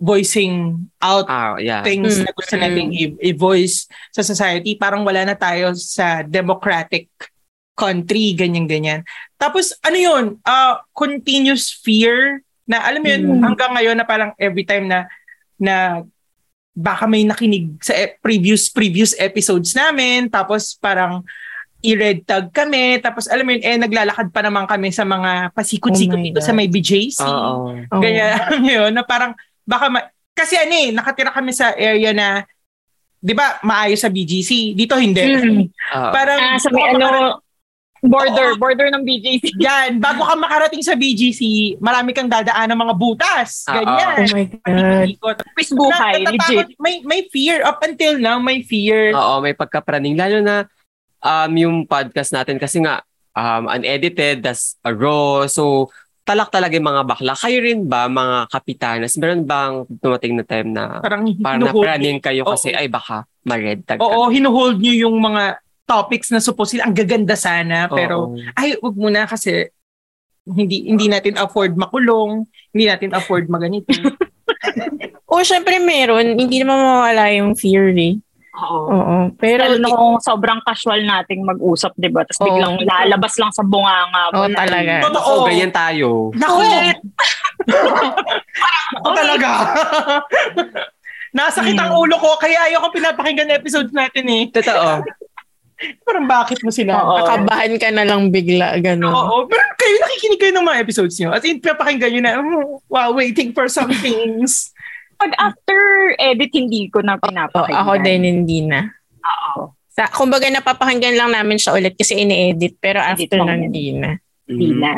S3: voicing out
S1: Ah, yeah.
S3: things
S5: Mm-hmm.
S3: na
S4: Mm.
S3: gusto nating i- i-voice sa society. Parang wala na tayo sa democratic country, ganyan-ganyan. Tapos, ano yun? Ah, continuous fear na, alam mo yun,
S5: Mm.
S3: hanggang ngayon na parang every time na na baka may nakinig sa e- previous previous episodes namin tapos parang i-red tag kami tapos alam mo yun eh naglalakad pa naman kami sa mga pasikot-sikot
S5: Oh my
S3: dito
S5: God.
S3: sa may BJC
S1: Oo.
S5: Oo.
S3: Kaya, alam niyo yun, na parang, baka, ma- kasi ano eh, nakatira kami sa area na, di ba, maayos sa BGC. Dito hindi.
S5: Mm.
S1: Oo.
S3: Parang,
S5: Ah, sa may
S3: bago ka makara-
S5: ano, border, border ng BJC.
S3: yan, bago ka makarating sa BGC, marami kang dadaan ng mga butas.
S1: Oo.
S5: Oh
S3: Ganyan.
S5: my God.
S3: Patikot.
S5: Pwis
S3: Na-
S5: buhay, legit. Ah,
S3: natatakot. May, may fear. Up until now, may fear.
S1: Oo, may pagkapraning. Lalo na um, yung podcast natin kasi nga um, unedited, that's a raw. So, talak talaga yung mga bakla. Kayo rin ba, mga kapitanas, meron bang dumating na time na
S3: Parang
S1: parang
S3: hinuhold.
S1: napraning kayo
S3: Oo.
S1: kasi ay baka ma-red tag ka?
S3: Oo, hinuhold nyo yung mga topics na supposed sila. Ang gaganda sana, pero
S1: Oo.
S3: ay, wag muna kasi hindi hindi natin afford makulong, hindi natin afford maganito.
S4: O, syempre meron. Hindi naman mawala yung fear eh.
S3: Oo.
S4: Oo. Pero,
S5: Lalo na kung sobrang casual nating mag-usap, di ba? Tapos
S4: Oo.
S5: biglang lalabas lang sa bunganga.
S4: oo talaga.
S1: Totoo,
S3: Oo.
S1: ganyan tayo.
S3: Nako! Nako Oh, talaga! Nasakit ang
S1: Hmm.
S3: ulo ko, kaya ayoko pinapakinggan na episodes natin eh.
S1: Totoo.
S3: Parang bakit mo sila?
S5: Oo.
S4: Nakabahan ka na lang bigla, gano'n.
S3: Oo, pero kayo nakikinig kayo ng mga episodes nyo. As in, pinapakinggan nyo na, "Oh, wow, waiting for some things.
S5: Pag after edit, hindi ko na
S4: Oo,
S5: pinapakinggan.
S4: Oh, ako din hindi na.
S5: Oo.
S4: Sa, kumbaga napapakinggan lang namin siya ulit kasi ini-edit pero
S5: Edit
S4: after lang Mm.
S5: lang yun.
S4: hindi na.
S5: Hindi na.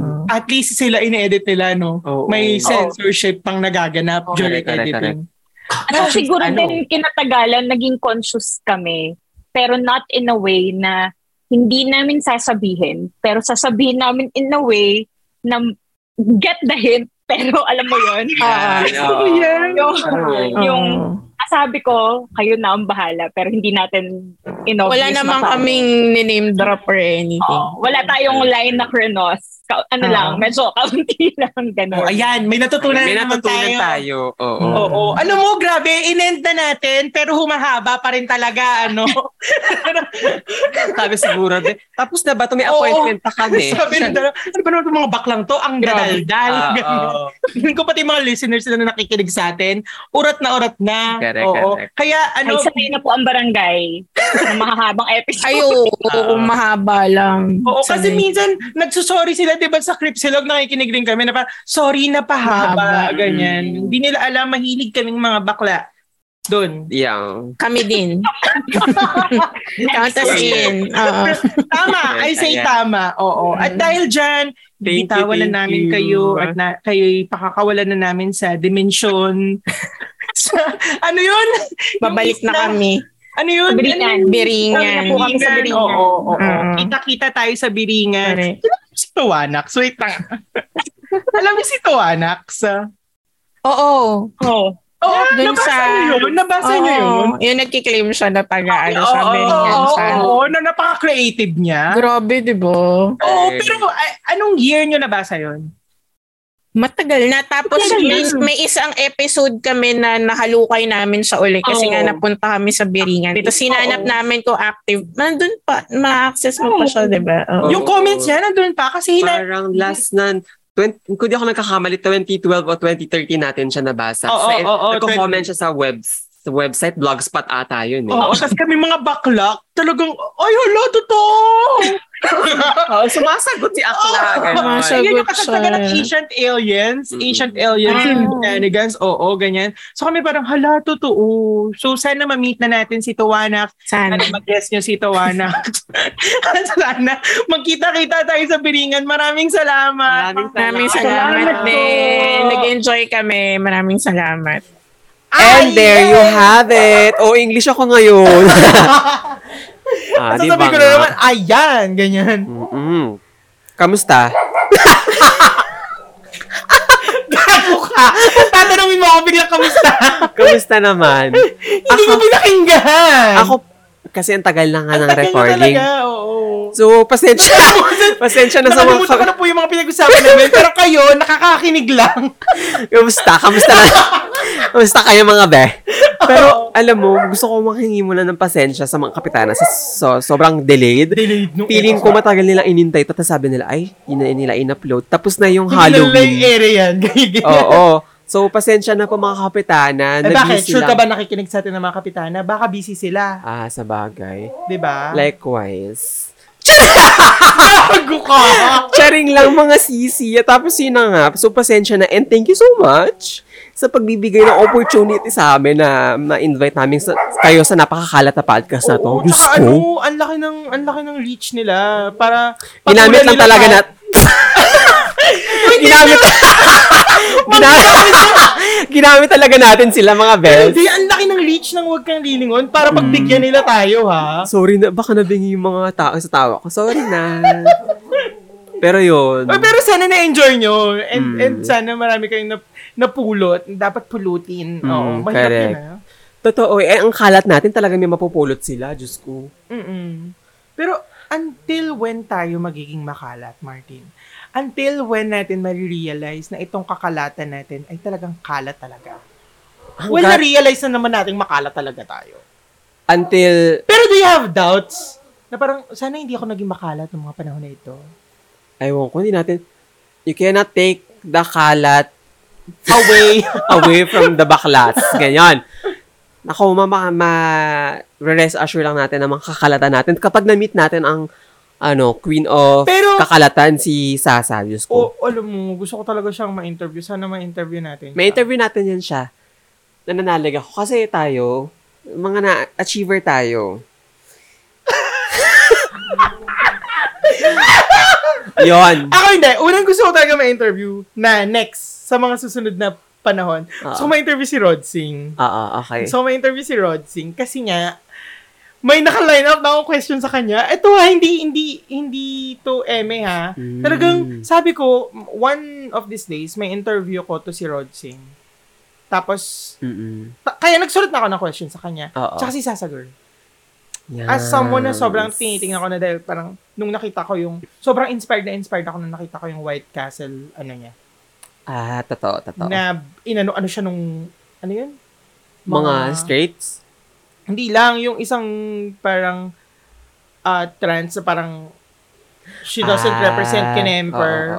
S4: Oo.
S3: At least sila in-edit nila, no?
S1: Oo.
S3: May
S1: Oo.
S3: censorship pang nagaganap
S1: Oo,
S3: during
S1: correct, correct,
S3: editing.
S5: At
S1: Conscious,
S5: siguro
S1: ano?
S5: din kinatagalan, naging conscious kami. Pero not in a way na hindi namin sasabihin. Pero sasabihin namin in a way na get the hint. Pero alam mo yun.
S4: Ah,
S1: Yan, oo.
S5: Yung,
S1: Parang-
S5: yung
S4: Oo.
S5: Ah, sabi ko, kayo na ang bahala. Pero hindi natin in
S4: wala namang kaming ni-name drop or anything.
S5: wala tayong line na krenos. Ka- ano
S4: Oo.
S5: lang, medyo kaunti lang. Ganun.
S3: Oh, ayan, may natutunan,
S1: May
S3: naman
S1: natutunan
S3: tayo.
S1: tayo. Oo.
S3: Oo. Ano mo, grabe, inend na natin, pero humahaba pa rin talaga, ano?
S1: Sabi siguro din. Tapos na ba ito? May
S3: Oo.
S1: appointment pa kami.
S3: Sabi na dalawa, ano ba naman itong mga baklang to? Ang
S5: Grabe.
S3: dadaldal.
S1: Ah,
S3: Ganun.
S1: oo.
S3: Tingin ko pati mga listeners na nakikinig sa atin, urat na urat na.
S1: Correct,
S3: Oo.
S1: correct.
S3: Kaya
S5: Ay,
S3: ano,
S5: sanay na po ang barangay na mahahabang episode.
S4: Ay, oo, oo, mahaba lang.
S3: Ah. Oo, kasi
S4: Sanay.
S3: minsan nagsusorry sila, 'di ba, sa Cripsilog nakikinig rin kami na parang sorry na pahaba,
S4: Pahaba.
S3: ganyan.
S1: Mm.
S3: Hindi nila alam mahilig kaming mga bakla. Doon.
S1: Yan.
S4: kami din. Count us in. Oo.
S3: Tama, I say
S1: Ayan.
S3: tama. Oo. At dahil diyan,
S1: Thank you,
S3: bitawalan
S1: thank
S3: namin
S1: you.
S3: kayo at na, kayo'y pakakawalan na namin sa dimension. sa, ano 'yun? Yung
S4: Babalik na
S3: isla.
S4: kami.
S3: Ano 'yun?
S5: Biringan.
S3: Ano yun?
S4: Biringan.
S5: Kami na po kami sa Biringan.
S3: Oo, oo, oo.
S4: Mm.
S3: Kita-kita tayo sa Biringan.
S4: Correct.
S3: Si Tuwanax. Wait lang. Alam niyo si Tuwanax? ah?
S4: Oo.
S5: Oo.
S3: Oo, oh,
S4: Dun
S3: nabasa
S4: sa-
S3: niyo yun. Nabasa niyo yun. Ah,
S4: Oo. Yung nagkiklaim siya na taga, ano,
S3: Oo,
S4: sabi niya
S3: oo,
S4: sa...
S3: oo, oo, na napaka-creative niya.
S4: Grabe, di ba?
S3: Oo, pero a- anong year niyo nabasa yun?
S4: Matagal na. Tapos
S5: Matagal
S4: may,
S5: na.
S4: may isang episode kami na nahalukay namin sa uli kasi
S3: Oo.
S4: nga napunta kami sa Biringan. Tapos sinanap
S3: Oo.
S4: namin kung active. Nandun pa, ma-access mo pa
S5: Oo.
S4: siya, di ba? Oo.
S1: Oo.
S3: Yung comments niya nandun pa kasi hina...
S1: Parang last na, 20, kung di ako nagkakamali, 2012 o 2013 natin siya nabasa.
S3: Oo,
S1: Sa-
S3: oo, oo,
S1: Nagko-comment siya sa web, sa website, blogspot ata yun eh.
S3: Oo, tapos kami mga bakla, talagang, ay hala, totoo!
S1: Oo, sumasagot si Akla.
S3: Oo.
S1: ganon.
S4: Sumasagot.
S3: Ayun yung
S4: Sagot
S3: katagtaga ng
S4: siya.
S3: ancient aliens,
S1: Mm-mm.
S3: ancient aliens,
S4: Ah.
S3: shenanigans, oo, ganyan. So kami parang, hala, totoo. So sana ma-meet na natin si Tuwanak
S4: Sana.
S3: Sana mag-guess nyo si Tawana. Sana magkita-kita tayo sa Biringan. Maraming salamat.
S1: Maraming
S4: Maraming
S1: Salamat
S4: salamat
S3: po.
S4: din. Nag-enjoy kami. Maraming salamat.
S1: And there you have it. Oh, English ako ngayon. ah, di
S3: Sasabi
S1: ba
S3: ko na
S1: nga?
S3: naman, ayan, ganyan.
S1: Mm. Mm-mm. Kamusta?
S3: Gago ka! Tatanungin mo ako bigla kamusta?
S1: Kamusta naman?
S3: Hindi mo pinakinggan!
S1: Ako, Kasi ang tagal na nga
S3: Ang
S1: ng
S3: tagal nyo
S1: recording.
S3: talaga, oo.
S1: So, pasensya. pasensya na sa mga...
S3: Nakalimutan ko na po yung mga pinag-usapan namin, pero kayo, nakakakinig lang.
S1: Kamusta? Kamusta na? Kamusta kayo mga be? Pero, alam mo, gusto ko makahingi muna ng pasensya sa mga kapitana sa so, sobrang delayed.
S3: Delayed nung
S1: Feeling ko matagal nilang inintay. Tapos sabi nila, ay, hindi na nila in-upload. Tapos na yung
S3: Halloween.
S1: Halloween.
S3: area yan. Ganyan,
S1: Oo. So, pasensya na po mga kapitana.
S3: Eh
S1: Na
S3: bakit?
S1: busy
S3: Sure ka
S1: lang.
S3: ba nakikinig sa atin ng mga kapitana? Baka busy sila.
S1: Ah, sa bagay.
S3: 'Di ba?
S1: Likewise.
S3: Bago ka!
S1: Charing lang mga sisi. At Tapos yun na nga. So, pasensya na. And thank you so much sa pagbibigay ng opportunity sa amin na ma-invite namin sa, kayo sa napakakalat na podcast na to.
S3: Oo,
S1: Diyos ko.
S3: tsaka ano, ang laki ng, ang laki ng reach nila. Para,
S1: Ginamit lang
S3: patulan nila
S1: talaga
S3: tayo.
S1: na... ginamit... ginamit... ginamit talaga natin sila mga best.
S3: Hindi, ang laki ng reach ng Huwag Kang Lilingon para
S1: Mm.
S3: pagbigyan nila tayo, ha?
S1: Sorry na, baka nabingi yung mga tao sa tawa ko. Sorry na. Pero yun.
S3: Oy, pero sana na-enjoy nyo. And,
S1: Mm.
S3: and sana marami kayong nap- napulot. Dapat pulutin.
S1: Mm,
S3: Oo, mahirap
S1: correct.
S3: yun, ah. ha?
S1: Totoo eh, ang kalat natin talaga may mapupulot sila, Diyos ko.
S3: Mm-mm. Pero until when tayo magiging makalat, Martin? Until when natin marirealize na itong kakalatan natin ay talagang kalat talaga? well,
S1: Hanggat-
S3: na-realize na naman natin makalat talaga tayo.
S1: Until,
S3: Pero do you have doubts? Na parang, sana hindi ako naging makalat ng mga panahon na ito.
S1: aywan ko, hindi natin, you cannot take the kalat
S3: Away!
S1: away from the baklas. Ganyan. Ako, ma, ma, ma- rest assure lang natin na mga kakalatan natin. Kapag na-meet natin ang ano, queen of
S3: Pero- Oh.
S1: kakalatan, si Sasa, Diyos ko.
S3: o, alam mo, gusto ko talaga siyang ma-interview. Sana ma-interview natin.
S1: May interview natin yan siya. Nananalig ako. Kasi tayo, mga na-achiever tayo. Yon.
S3: Ako hindi. Unang gusto ko talaga ma-interview na next sa mga susunod na panahon.
S1: Ah.
S3: Gusto ko ma-interview si Rod Singh.
S1: Oo, Ah, okay.
S3: Ah! So, may interview si Rod Singh kasi nga, may naka-line up na akong question sa kanya. Ito ha, hindi, hindi, hindi to eme ha.
S1: Mm.
S3: Talagang, sabi ko, one of these days, may interview ko to si Rod Singh. Tapos,
S1: Mm-mm.
S3: ta- kaya nagsulat na ako ng question sa kanya.
S1: Oo.
S3: Tsaka si Sasa Girl.
S1: Yan.
S3: As someone na sobrang tinitingnan ko na dahil parang, nung nakita ko yung, sobrang inspired na inspired ako nung nakita ko yung White Castle, ano niya.
S1: Ah, totoo, totoo.
S3: Na, inano, ano siya nung, ano yun?
S1: mga straights?
S3: Hindi lang, yung isang parang uh, trans na parang she doesn't
S1: Ah,
S3: represent Kinemper.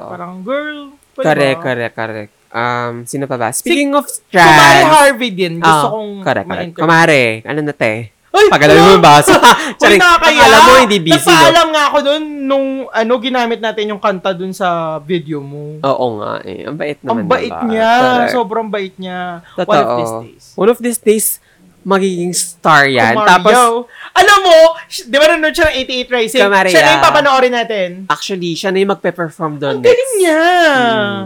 S1: oo, oo.
S3: Parang girl. pwede
S1: Correct,
S3: ba?
S1: correct, correct. Um, sino pa ba? Speaking of
S3: Kumare
S1: trans.
S3: Harvey din. Gusto
S1: Ah,
S3: kong
S1: correct, correct.
S3: ma-interview.
S1: Kumare, ano na te?
S3: Ay,
S1: Pagalaw
S3: wala.
S1: mo yung baso.
S3: Uy,
S1: Charing,
S3: nakakaya.
S1: alam mo, hindi busy, no?
S3: Nagpaalam nga ako dun nung ano, ginamit natin yung kanta dun sa video mo.
S1: Oo nga eh. Ang bait naman.
S3: Ang bait
S1: diba?
S3: niya.
S1: Correct.
S3: Sobrang bait niya.
S1: Totoo.
S3: One of these days.
S1: One of these days, magiging star yan.
S3: Kumario.
S1: Tapos,
S3: alam mo, sh- di ba nanonood siya ng 88 Rising?
S1: Kumario.
S3: Siya na yung papanoorin natin.
S1: actually, siya na yung magpe-perform doon
S3: Ang
S1: next.
S3: galing niya. Hmm.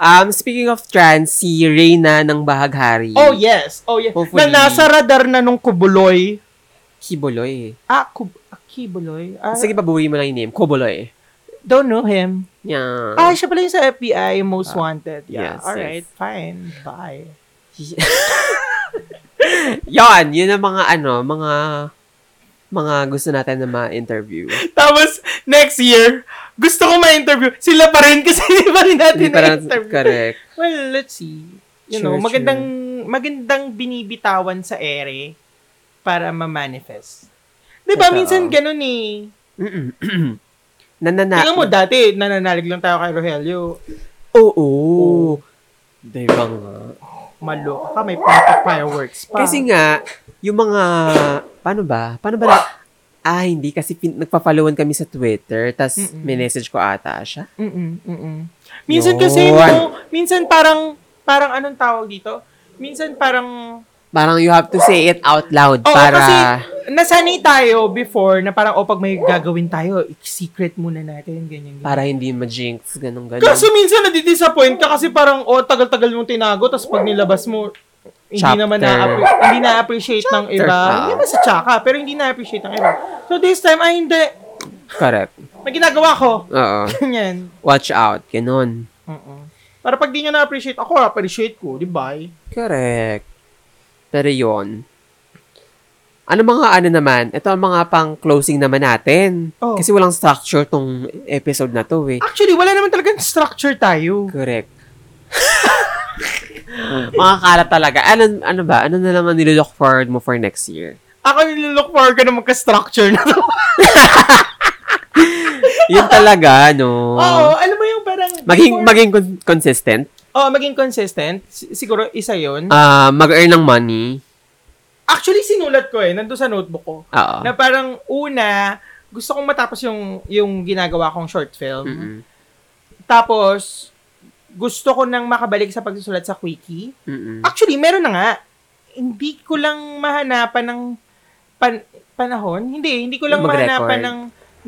S1: Um, speaking of trans, si Reyna ng Bahaghari.
S3: Oh, yes. Oh, yes.
S1: Hopefully.
S3: Na nasa radar na nung Kubuloy.
S1: Kibuloy.
S3: Ah, Kub ah, Kibuloy? Ah,
S1: Sige, babuhin mo lang yung name. eh. Kubuloy.
S3: don't know him.
S1: Yeah.
S3: Ah, siya pala yung sa FBI, Most Wanted. Yeah,
S1: yes,
S3: alright.
S1: yes.
S3: Fine. Bye.
S1: Yon, yun ang mga ano, mga mga gusto natin na ma-interview.
S3: Tapos, next year, gusto ko ma-interview. Sila pa rin kasi hindi pa rin natin
S1: Hindi parang
S3: na-interview.
S1: correct.
S3: Well, let's see. You
S1: Sure,
S3: know, magandang magandang binibitawan sa ere para ma-manifest. 'Di ba
S1: Totoo.
S3: minsan ganoon eh.
S1: Mm-mm. Nanana.
S3: Tingnan mo dati nananalig lang tayo kay Rogelio.
S1: Oo. Diba nga.
S3: Malo ka, may pop fireworks pa.
S1: Kasi nga, yung mga, paano ba? Paano ba na, ah, hindi, kasi pin, nagpa-followan kami sa Twitter, tas
S3: Mm-mm.
S1: may message ko ata siya.
S3: Mm-mm, mm-mm. Minsan
S1: Yun.
S3: kasi no, minsan parang parang anong tawag dito? Minsan parang
S1: Parang you have to say it out loud
S3: Oo,
S1: para,
S3: kasi nasanay tayo before na parang o pag may gagawin tayo, secret muna natin ganyan. ganyan.
S1: para hindi ma-jinx, ganun, ganun.
S3: Kaso minsan nadidisappoint ka kasi parang, oh, tagal-tagal mong tinago, tapos pag nilabas mo, hindi
S1: Chapter.
S3: naman na-appre- hindi na-appreciate ng iba.
S1: ah.
S3: Hindi naman sa tsaka, pero hindi na-appreciate ng iba. So this time, ay hindi.
S1: Correct.
S3: May ginagawa ko.
S1: Oo.
S3: Ganyan.
S1: Watch out, ganun.
S3: Oo. Para pag di nyo na-appreciate, ako appreciate ko, di ba?
S1: Correct. Pero yun. Ano mga ano naman? Ito ang mga pang closing naman natin.
S3: Oh.
S1: Kasi walang structure tong episode na to eh.
S3: Actually, wala naman talagang structure tayo.
S1: Correct. mga kalat talaga. Ano, ano ba? Ano na naman nililook forward mo for next year?
S3: Ako nililook forward ko na magka-structure na to.
S1: Yun talaga, no?
S3: Oo, alam mo yung parang...
S1: Maging,
S3: before-
S1: maging con- consistent.
S3: Oo, maging consistent. Si- Siguro isa yon
S1: ah mag-earn ng money.
S3: Actually, sinulat ko eh. Nandun sa notebook ko.
S1: Oo.
S3: Na parang una, gusto kong matapos yung, yung ginagawa kong short film.
S1: Mm-mm.
S3: Tapos, gusto ko nang makabalik sa pagsusulat sa Quickie.
S1: Mm-mm.
S3: Actually, meron na nga. Hindi ko lang mahanapan ng pan- panahon. Hindi, hindi ko lang
S1: Mag-record.
S3: mahanapan ng,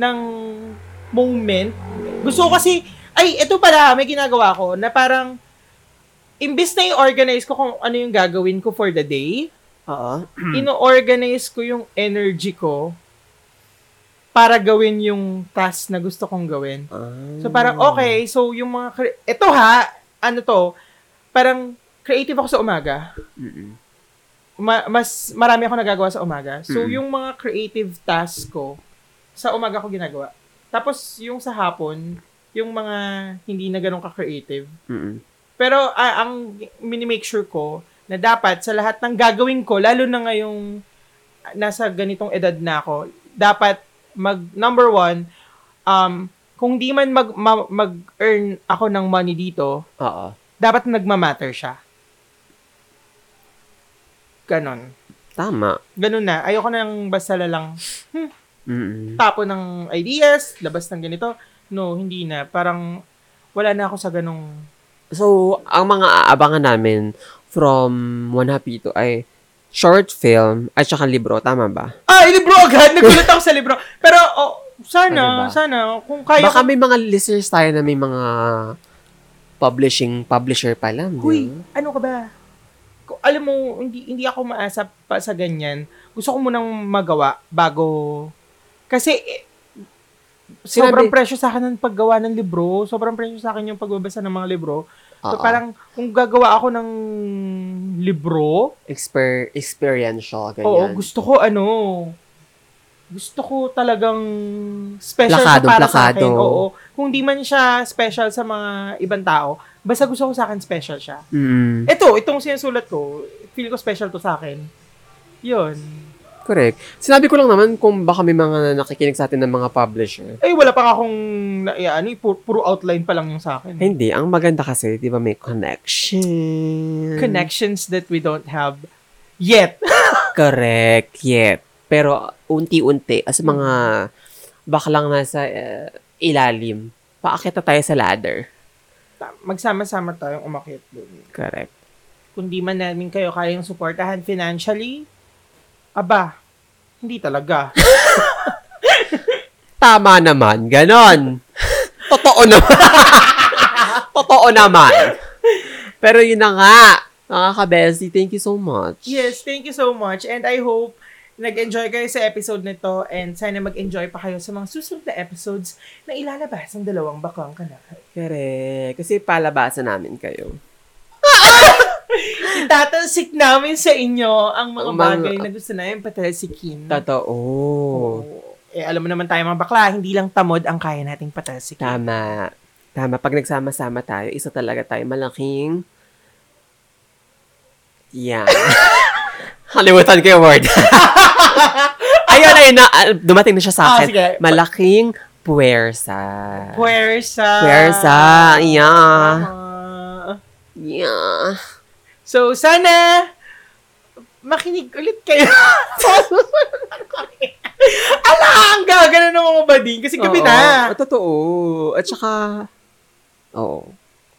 S3: ng moment. Gusto ko kasi, ay, ito pala, may ginagawa ko na parang, imbis na i-organize ko kung ano yung gagawin ko for the day,
S1: Oo.
S3: ino-organize ko yung energy ko para gawin yung task na gusto kong gawin. So parang
S1: Hmm.
S3: okay, so yung mga cre- ito ha, ano to, parang creative ako sa umaga.
S1: Mm-mm.
S3: Ma- mas marami ako nagagawa sa umaga. So
S1: Mm.
S3: yung mga creative task ko sa umaga ko ginagawa. Tapos yung sa hapon, yung mga hindi na ganun ka-creative.
S1: Mm-mm.
S3: Pero ah, ang minimake sure ko na dapat sa lahat ng gagawin ko, lalo na ngayong ah, nasa ganitong edad na ako, dapat mag number one, um, kung di man mag, ma- mag-earn ako ng money dito,
S1: Oo.
S3: dapat nagmamatter siya. Ganon.
S1: Tama.
S3: Ganon na. Ayoko nang basta lang
S1: Mm-mm.
S3: tapo ng ideas, labas ng ganito. No, hindi na. Parang wala na ako sa ganong
S1: So, ang mga aabangan namin from One Happy to ay short film at saka libro. Tama ba?
S3: Ah, libro agad. Nagulat ako sa libro. Pero, oh,
S1: Ano ba?
S3: sana, sana. Kung kaya
S1: Baka
S3: ko-
S1: may mga listeners tayo na may mga publishing publisher pa lang.
S3: Huy, ano ka ba? Ko- Alam mo, hindi, hindi ako maasa pa sa ganyan. Gusto ko munang magawa bago... Kasi, eh, sobrang
S1: Sinabi-
S3: presyo sa akin ng paggawa ng libro. Sobrang presyo sa akin yung pagbabasa ng mga libro. So, parang, kung gagawa ako ng libro,
S1: Exper- experiential, ganyan.
S3: oo, gusto ko, ano, gusto ko talagang special
S1: Plakado,
S3: siya para sa
S1: plakado.
S3: akin. Oo, kung di man siya special sa mga ibang tao, basta gusto ko sa akin special siya.
S1: Mm.
S3: Ito, itong sinusulat ko, feel ko special to sa akin. Yun.
S1: Correct. Sinabi ko lang naman kung baka may mga nakikinig sa atin ng mga publisher.
S3: Eh, wala pa akong, na- eh, ano, eh, pu- puro outline pa lang yung sa akin.
S1: Hindi. Ang maganda kasi, di ba may connection.
S3: Connections that we don't have yet.
S1: Correct. Yep. Pero unti-unti, as mga baklang nasa eh, ilalim, paakita tayo sa ladder.
S3: Ta- Magsama-sama tayong umakyat dun.
S1: Correct.
S3: Kung di man namin kayo kayang suportahan financially, aba, hindi talaga.
S1: Tama naman. Ganon. Totoo naman. Totoo naman. Pero yun na nga. Mga kabesti, thank you so much.
S3: Yes, thank you so much. And I hope nag-enjoy kayo sa episode nito and sana mag-enjoy pa kayo sa mga susunod na episodes na ilalabas ng dalawang bakang kanakay.
S1: Correct. Kasi palabasan namin kayo.
S3: Itatalsik namin sa inyo ang mga
S1: Ang mga-
S3: bagay na gusto namin patalsikin.
S1: Totoo.
S3: Oo. Eh, alam mo naman tayo mga bakla, hindi lang tamod ang kaya nating patalsikin.
S1: Tama. Tama. Pag nagsama-sama tayo, isa talaga tayo malaking... Yan. Halimutan ko yung word. ayun, ayun na. ah, Dumating na siya sa
S3: Ah,
S1: akin.
S3: sige.
S1: Malaking puwersa.
S3: Puwersa.
S1: Puwersa. Yeah.
S3: Ah.
S1: Yeah.
S3: So, sana makinig ulit kayo. Ala, ang gagana ng mga bading kasi gabi
S1: Oo.
S3: na.
S1: Ah, totoo. At saka, oo.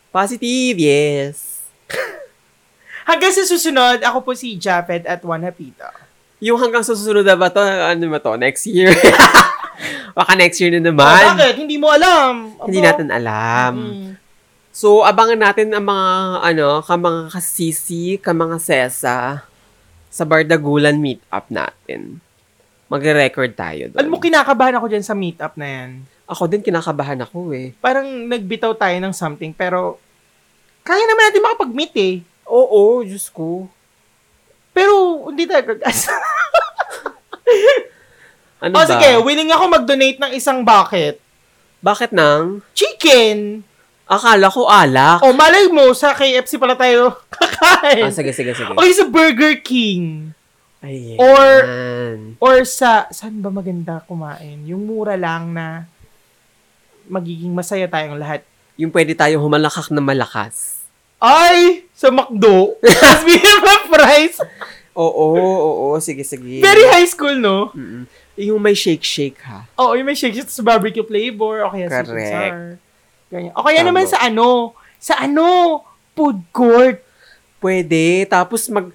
S1: Positive, yes.
S3: Hanggang sa susunod, ako po si Japet at Juan Hapito.
S1: Yung hanggang sa susunod na ba to, ano ba to, next year? Baka next year na
S3: Ah,
S1: naman.
S3: bakit? Hindi mo alam. Aba.
S1: Hindi natin alam.
S3: Mm.
S1: So, abangan natin ang mga, ano, ka mga kasisi, ka mga sesa sa Bardagulan meetup natin. Magre-record tayo doon.
S3: Alam mo, kinakabahan ako dyan sa meetup na yan.
S1: ako din kinakabahan ako eh.
S3: Parang nagbitaw tayo ng something, pero kaya naman natin makapag-meet eh.
S1: Oo, Diyos ko.
S3: Pero, hindi tayo gagasa.
S1: Ano
S3: O
S1: ba?
S3: Oh, sige, willing ako mag-donate ng isang bucket.
S1: Bakit nang?
S3: Chicken!
S1: Akala ko alak.
S3: O Oh, malay mo, sa KFC pala tayo
S1: Ah,
S3: kakain.
S1: sige, sige, sige.
S3: o sa Burger King.
S1: Ayan.
S3: Or- Or sa, saan ba maganda kumain? Yung mura lang na magiging masaya tayong lahat.
S1: Yung pwede tayo humalakak na malakas.
S3: Ay! Sa McDo. Tapos bigyan ng fries.
S1: Oo, oo, sige, sige.
S3: Very high school, no?
S1: Mm-mm. Eh, Yung may shake-shake ha.
S3: Oo, yung may shake shake sa barbecue flavor. O kaya sa
S1: Correct.
S3: sour. Ganyan. O kaya
S1: Tama.
S3: naman sa ano? Sa ano? Food court.
S1: Pwede. Tapos mag,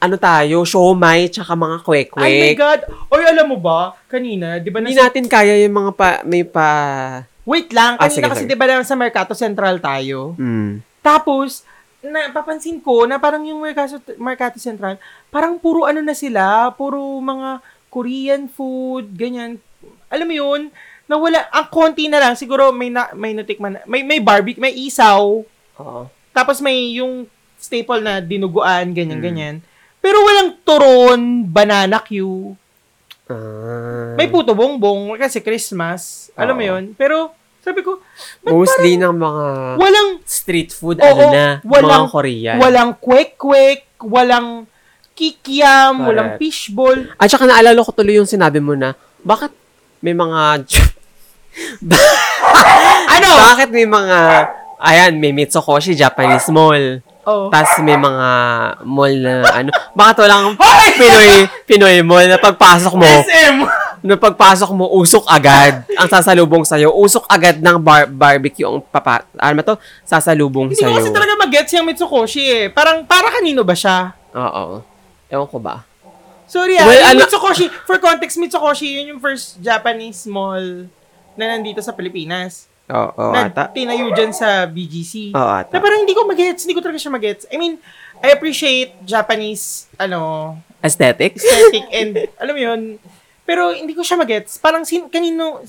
S1: ano tayo, shomai, tsaka mga
S3: Ay my
S1: kwek-kwek.
S3: God. Oy, alam mo ba? Kanina, di ba
S1: Hindi
S3: nasa...
S1: natin kaya yung mga pa, may pa...
S3: Wait lang.
S1: Ah, sige,
S3: Kanina kasi
S1: sige.
S3: di ba nasa Mercato Central tayo?
S1: Mm.
S3: Tapos, napapansin ko na parang yung Mercato, Mercato Central, parang puro ano na sila, puro mga Korean food, ganyan. Alam mo yun, nawala, ang konti na lang, siguro may, na, may natikman, na- may, may barbecue, may isaw,
S1: Oo.
S3: tapos may yung staple na dinuguan, ganyan, ganyan. Pero walang turon, banana queue,
S1: Ah.
S3: may puto bongbong, kasi Christmas, alam mo
S1: Oo.
S3: yun. Pero, sabi ko,
S1: Mostly ng mga
S3: walang
S1: street food,
S3: Oo,
S1: ano na, mga
S3: walang-
S1: Korean.
S3: Walang kwek-kwek, walang kikiam,
S1: Correct.
S3: walang fishball.
S1: At saka naalala ko tuloy yung sinabi mo na, bakit may mga... ano? Bakit may mga... Ayan, may Mitsukoshi Japanese Mall.
S3: Oh.
S1: Tapos may mga mall na ano. Bakit walang Pinoy, Pinoy mall na pagpasok mo,
S3: SM!
S1: na pagpasok mo, usok agad. Ang sasalubong sa'yo, usok agad ng bar- barbecue ang papa... Ano ba to? Sasalubong
S3: Hindi ko
S1: sa'yo.
S3: kasi talaga mag-gets yung Mitsukoshi eh. Parang, para kanino ba siya?
S1: Oo. Ewan ko ba?
S3: Sorry ah,
S1: Well,
S3: yung
S1: ano-
S3: Mitsukoshi, for context, Mitsukoshi yun yung first Japanese mall na nandito sa Pilipinas.
S1: Oo,
S3: na
S1: ata.
S3: tinayo dyan sa BGC.
S1: Oo,
S3: Na
S1: ata.
S3: parang hindi ko mag-gets, hindi ko talaga siya mag-gets. I mean, I appreciate Japanese, ano,
S1: Aesthetics?
S3: aesthetic and, alam mo yun, pero hindi ko siya mag-gets. Parang, sin, kanino,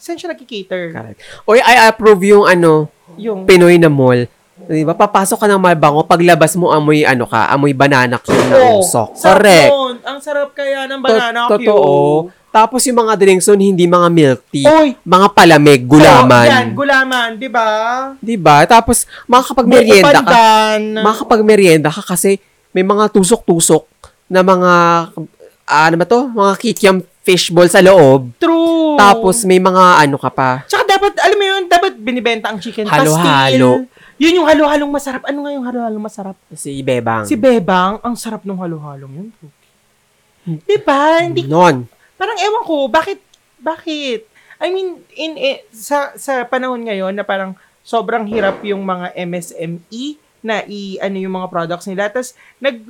S3: saan siya nakikater?
S1: Correct. Oy, I approve yung ano,
S3: Yung,
S1: Pinoy na mall. Di ba? Papasok ka ng mabango, paglabas mo amoy ano ka, amoy banana cue na
S3: Oo.
S1: usok.
S3: Oh, Sarap
S1: Correct.
S3: nun. Ang sarap kaya ng
S1: To-
S3: banana cue.
S1: totoo. Tapos yung mga drinks nun, hindi mga milk tea.
S3: Oy!
S1: Mga palamig,
S3: Oh, yan,
S1: gulaman.
S3: gulaman, di ba?
S1: Di ba? Tapos, makakapag-merienda ka.
S3: Pandan.
S1: Makakapag-merienda ka kasi may mga tusok-tusok na mga, ah, ano ba to? Mga kikiam fishball sa loob.
S3: True.
S1: Tapos, may mga ano ka pa.
S3: Tsaka dapat, alam mo yun, dapat binibenta ang chicken
S1: Halo-halo.
S3: pastil. Yun yung halo-halong masarap. Ano nga yung halo-halong masarap?
S1: Si Bebang.
S3: Si Bebang, ang sarap ng halo-halong yun.
S1: Hmm.
S3: Di ba? Hindi,
S1: Non.
S3: parang ewan ko, bakit, bakit? I mean, in, eh, sa, sa panahon ngayon na parang sobrang hirap yung mga MSME E na i, ano yung mga products nila. Tapos, nag,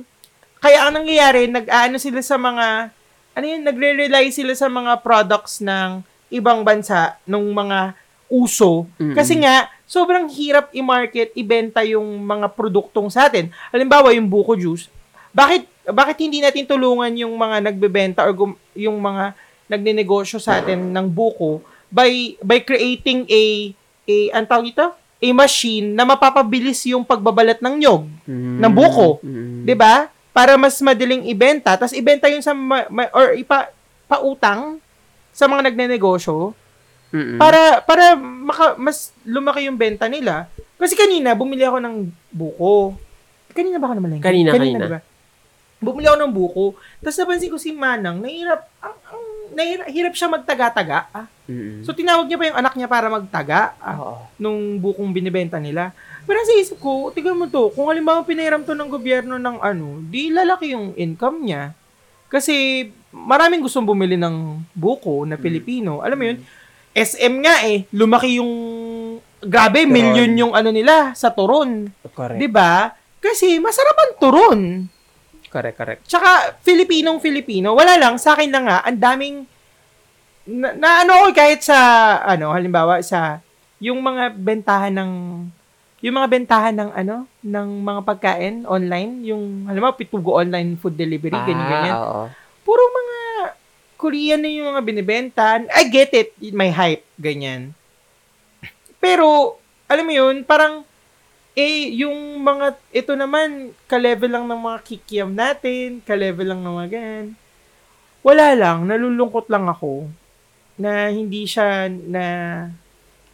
S3: kaya ang nangyayari, nag-ano sila sa mga, ano yun, nagre-rely sila sa mga products ng ibang bansa, nung mga uso.
S1: Mm-mm.
S3: Kasi nga, sobrang hirap i-market, ibenta yung mga produktong sa atin. Halimbawa, yung buko juice, bakit bakit hindi natin tulungan yung mga nagbebenta or gum- yung mga nagnenegosyo sa atin ng buko by by creating a a ang tawag ito? a machine na mapapabilis yung pagbabalat ng nyog, ng buko.
S1: Mm.
S3: 'di ba? Para mas madaling ibenta, tapos ibenta yun sa ma- ma- or ipa pautang sa mga nagnenegosyo para para maka, mas lumaki yung benta nila. Kasi kanina bumili ako ng buko. Kanina ba ako naman
S1: Kanina, kanina.
S3: Diba? Bumili ako ng buko. Tapos napansin ko si Manang, nahirap, ang, ang, nahirap hirap siya magtaga-taga. ah. So tinawag niya pa yung anak niya para magtaga ah, nung bukong binibenta nila. Pero sa isip ko, tignan mo to, kung halimbawa pinahiram to ng gobyerno ng ano, di lalaki yung income niya. Kasi maraming gustong bumili ng buko na Pilipino. Alam mo yun, SM nga eh, lumaki yung grabe,
S1: Turon.
S3: million yung ano nila sa turon.
S1: Correct.
S3: 'Di ba? Diba? Kasi masarap ang turon.
S1: Correct, correct.
S3: Tsaka Filipinong Filipino, wala lang sa akin lang nga, ang daming na, na ano ako kahit sa ano halimbawa sa yung mga bentahan ng yung mga bentahan ng ano ng mga pagkain online, yung halimbawa pitugo online food delivery ganyan ganyan
S1: Ah, oo.
S3: puro mga Korean na yung mga binibenta. I get it, may hype, ganyan. Pero, alam mo yun, parang, eh, yung mga, ito naman, ka-level lang ng mga kikiam natin, ka-level lang ng mga ganyan. wala lang, nalulungkot lang ako na hindi siya na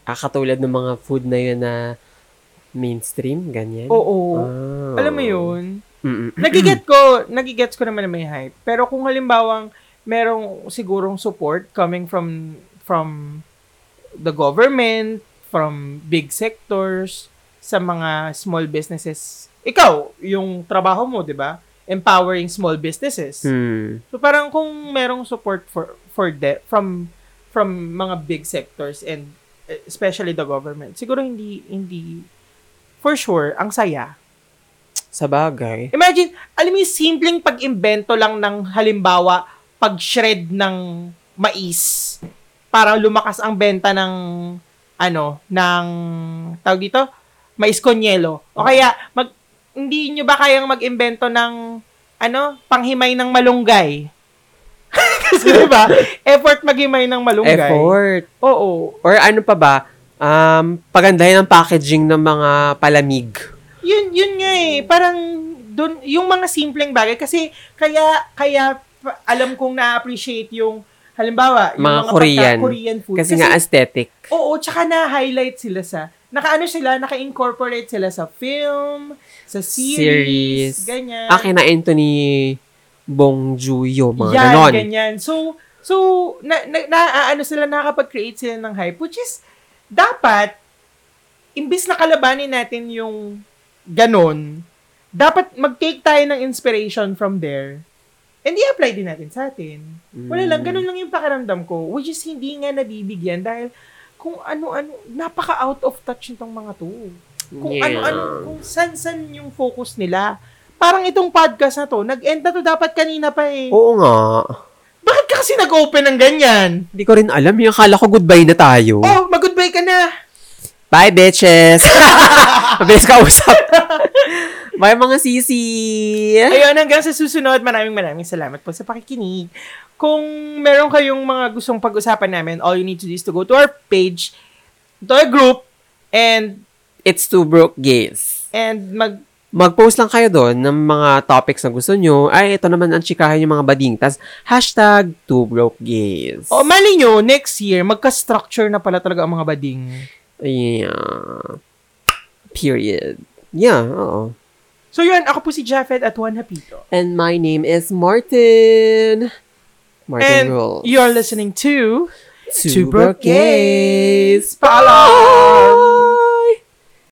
S1: Ah, katulad ng mga food na yun na mainstream, ganyan.
S3: oo.
S1: Ah.
S3: Alam mo 'yun?
S1: Mm-mm.
S3: Nagiget ko, nagigets ko naman na may hype. Pero kung halimbawang merong sigurong support coming from from the government, from big sectors, sa mga small businesses. Ikaw, yung trabaho mo, di ba? Empowering small businesses.
S1: Hmm.
S3: So parang kung merong support for for de- from from mga big sectors and eh, especially the government, siguro hindi hindi for sure ang saya.
S1: Sa bagay.
S3: Imagine, alam mo yung simpleng pag-imbento lang ng halimbawa pag-shred ng mais para lumakas ang benta ng ano, ng tawag dito, mais konyelo. O kaya mag hindi nyo ba kayang mag-imbento ng ano, panghimay ng malunggay? Kasi di ba? Effort maghimay ng malunggay.
S1: Effort.
S3: Oo.
S1: Or ano pa ba? Um, pagandahin ang packaging ng mga palamig.
S3: Yun, yun nga eh. Parang, dun, yung mga simpleng bagay. Kasi, kaya, kaya, pa- alam kong na-appreciate yung, halimbawa, yung
S1: Mga Korean.
S3: Korean food.
S1: Kasi, nga aesthetic.
S3: oo, tsaka na-highlight sila sa, nakaano sila, naka-incorporate sila sa film, sa series,
S1: Series.
S3: ganyan.
S1: Ah, kinain to ni Bong Joon-ho, mga
S3: Yan,
S1: ganon.
S3: ganyan. So, so na, na, na- ano sila, nakakapag-create sila ng hype, which is, dapat, imbis na kalabanin natin yung ganon, dapat mag-take tayo ng inspiration from there, and i-apply din natin sa atin.
S1: Mm.
S3: Wala lang, ganun lang yung pakiramdam ko, which is hindi nga nabibigyan dahil kung ano-ano, napaka-out of touch nitong mga to kung
S1: Yeah.
S3: ano, ano-ano, kung san-san yung focus nila. Parang itong podcast na to, nag-end na to dapat kanina pa eh.
S1: Oo nga.
S3: Bakit ka kasi nag-open ng ganyan?
S1: Hindi ko rin alam. Yung akala ko goodbye na tayo.
S3: Oh, mag-goodbye ka na.
S1: Bye, bitches! Mabilis ka usap. Bye, mga sisi! Eh?
S3: Ayun, hanggang sa susunod, maraming maraming salamat po sa pakikinig. Kung meron kayong mga gustong pag-usapan namin, all you need to do is to go to our page, to our group, and
S1: It's Two Broke Gays.
S3: and mag
S1: Mag-post lang kayo doon ng mga topics na gusto nyo. Ay, ito naman ang chikahin yung mga bading. Tas, hashtag Two Broke Gays.
S3: O oh, mali nyo, next year, magka-structure na pala talaga ang mga bading.
S1: Yeah. Period. Yeah, oo.
S3: So yun, ako po si Jafet at Juan Hapito.
S1: And my name is Martin. Martin
S3: And
S1: Rules.
S3: you're listening to...
S1: Two Broke Gays.
S3: Paalam!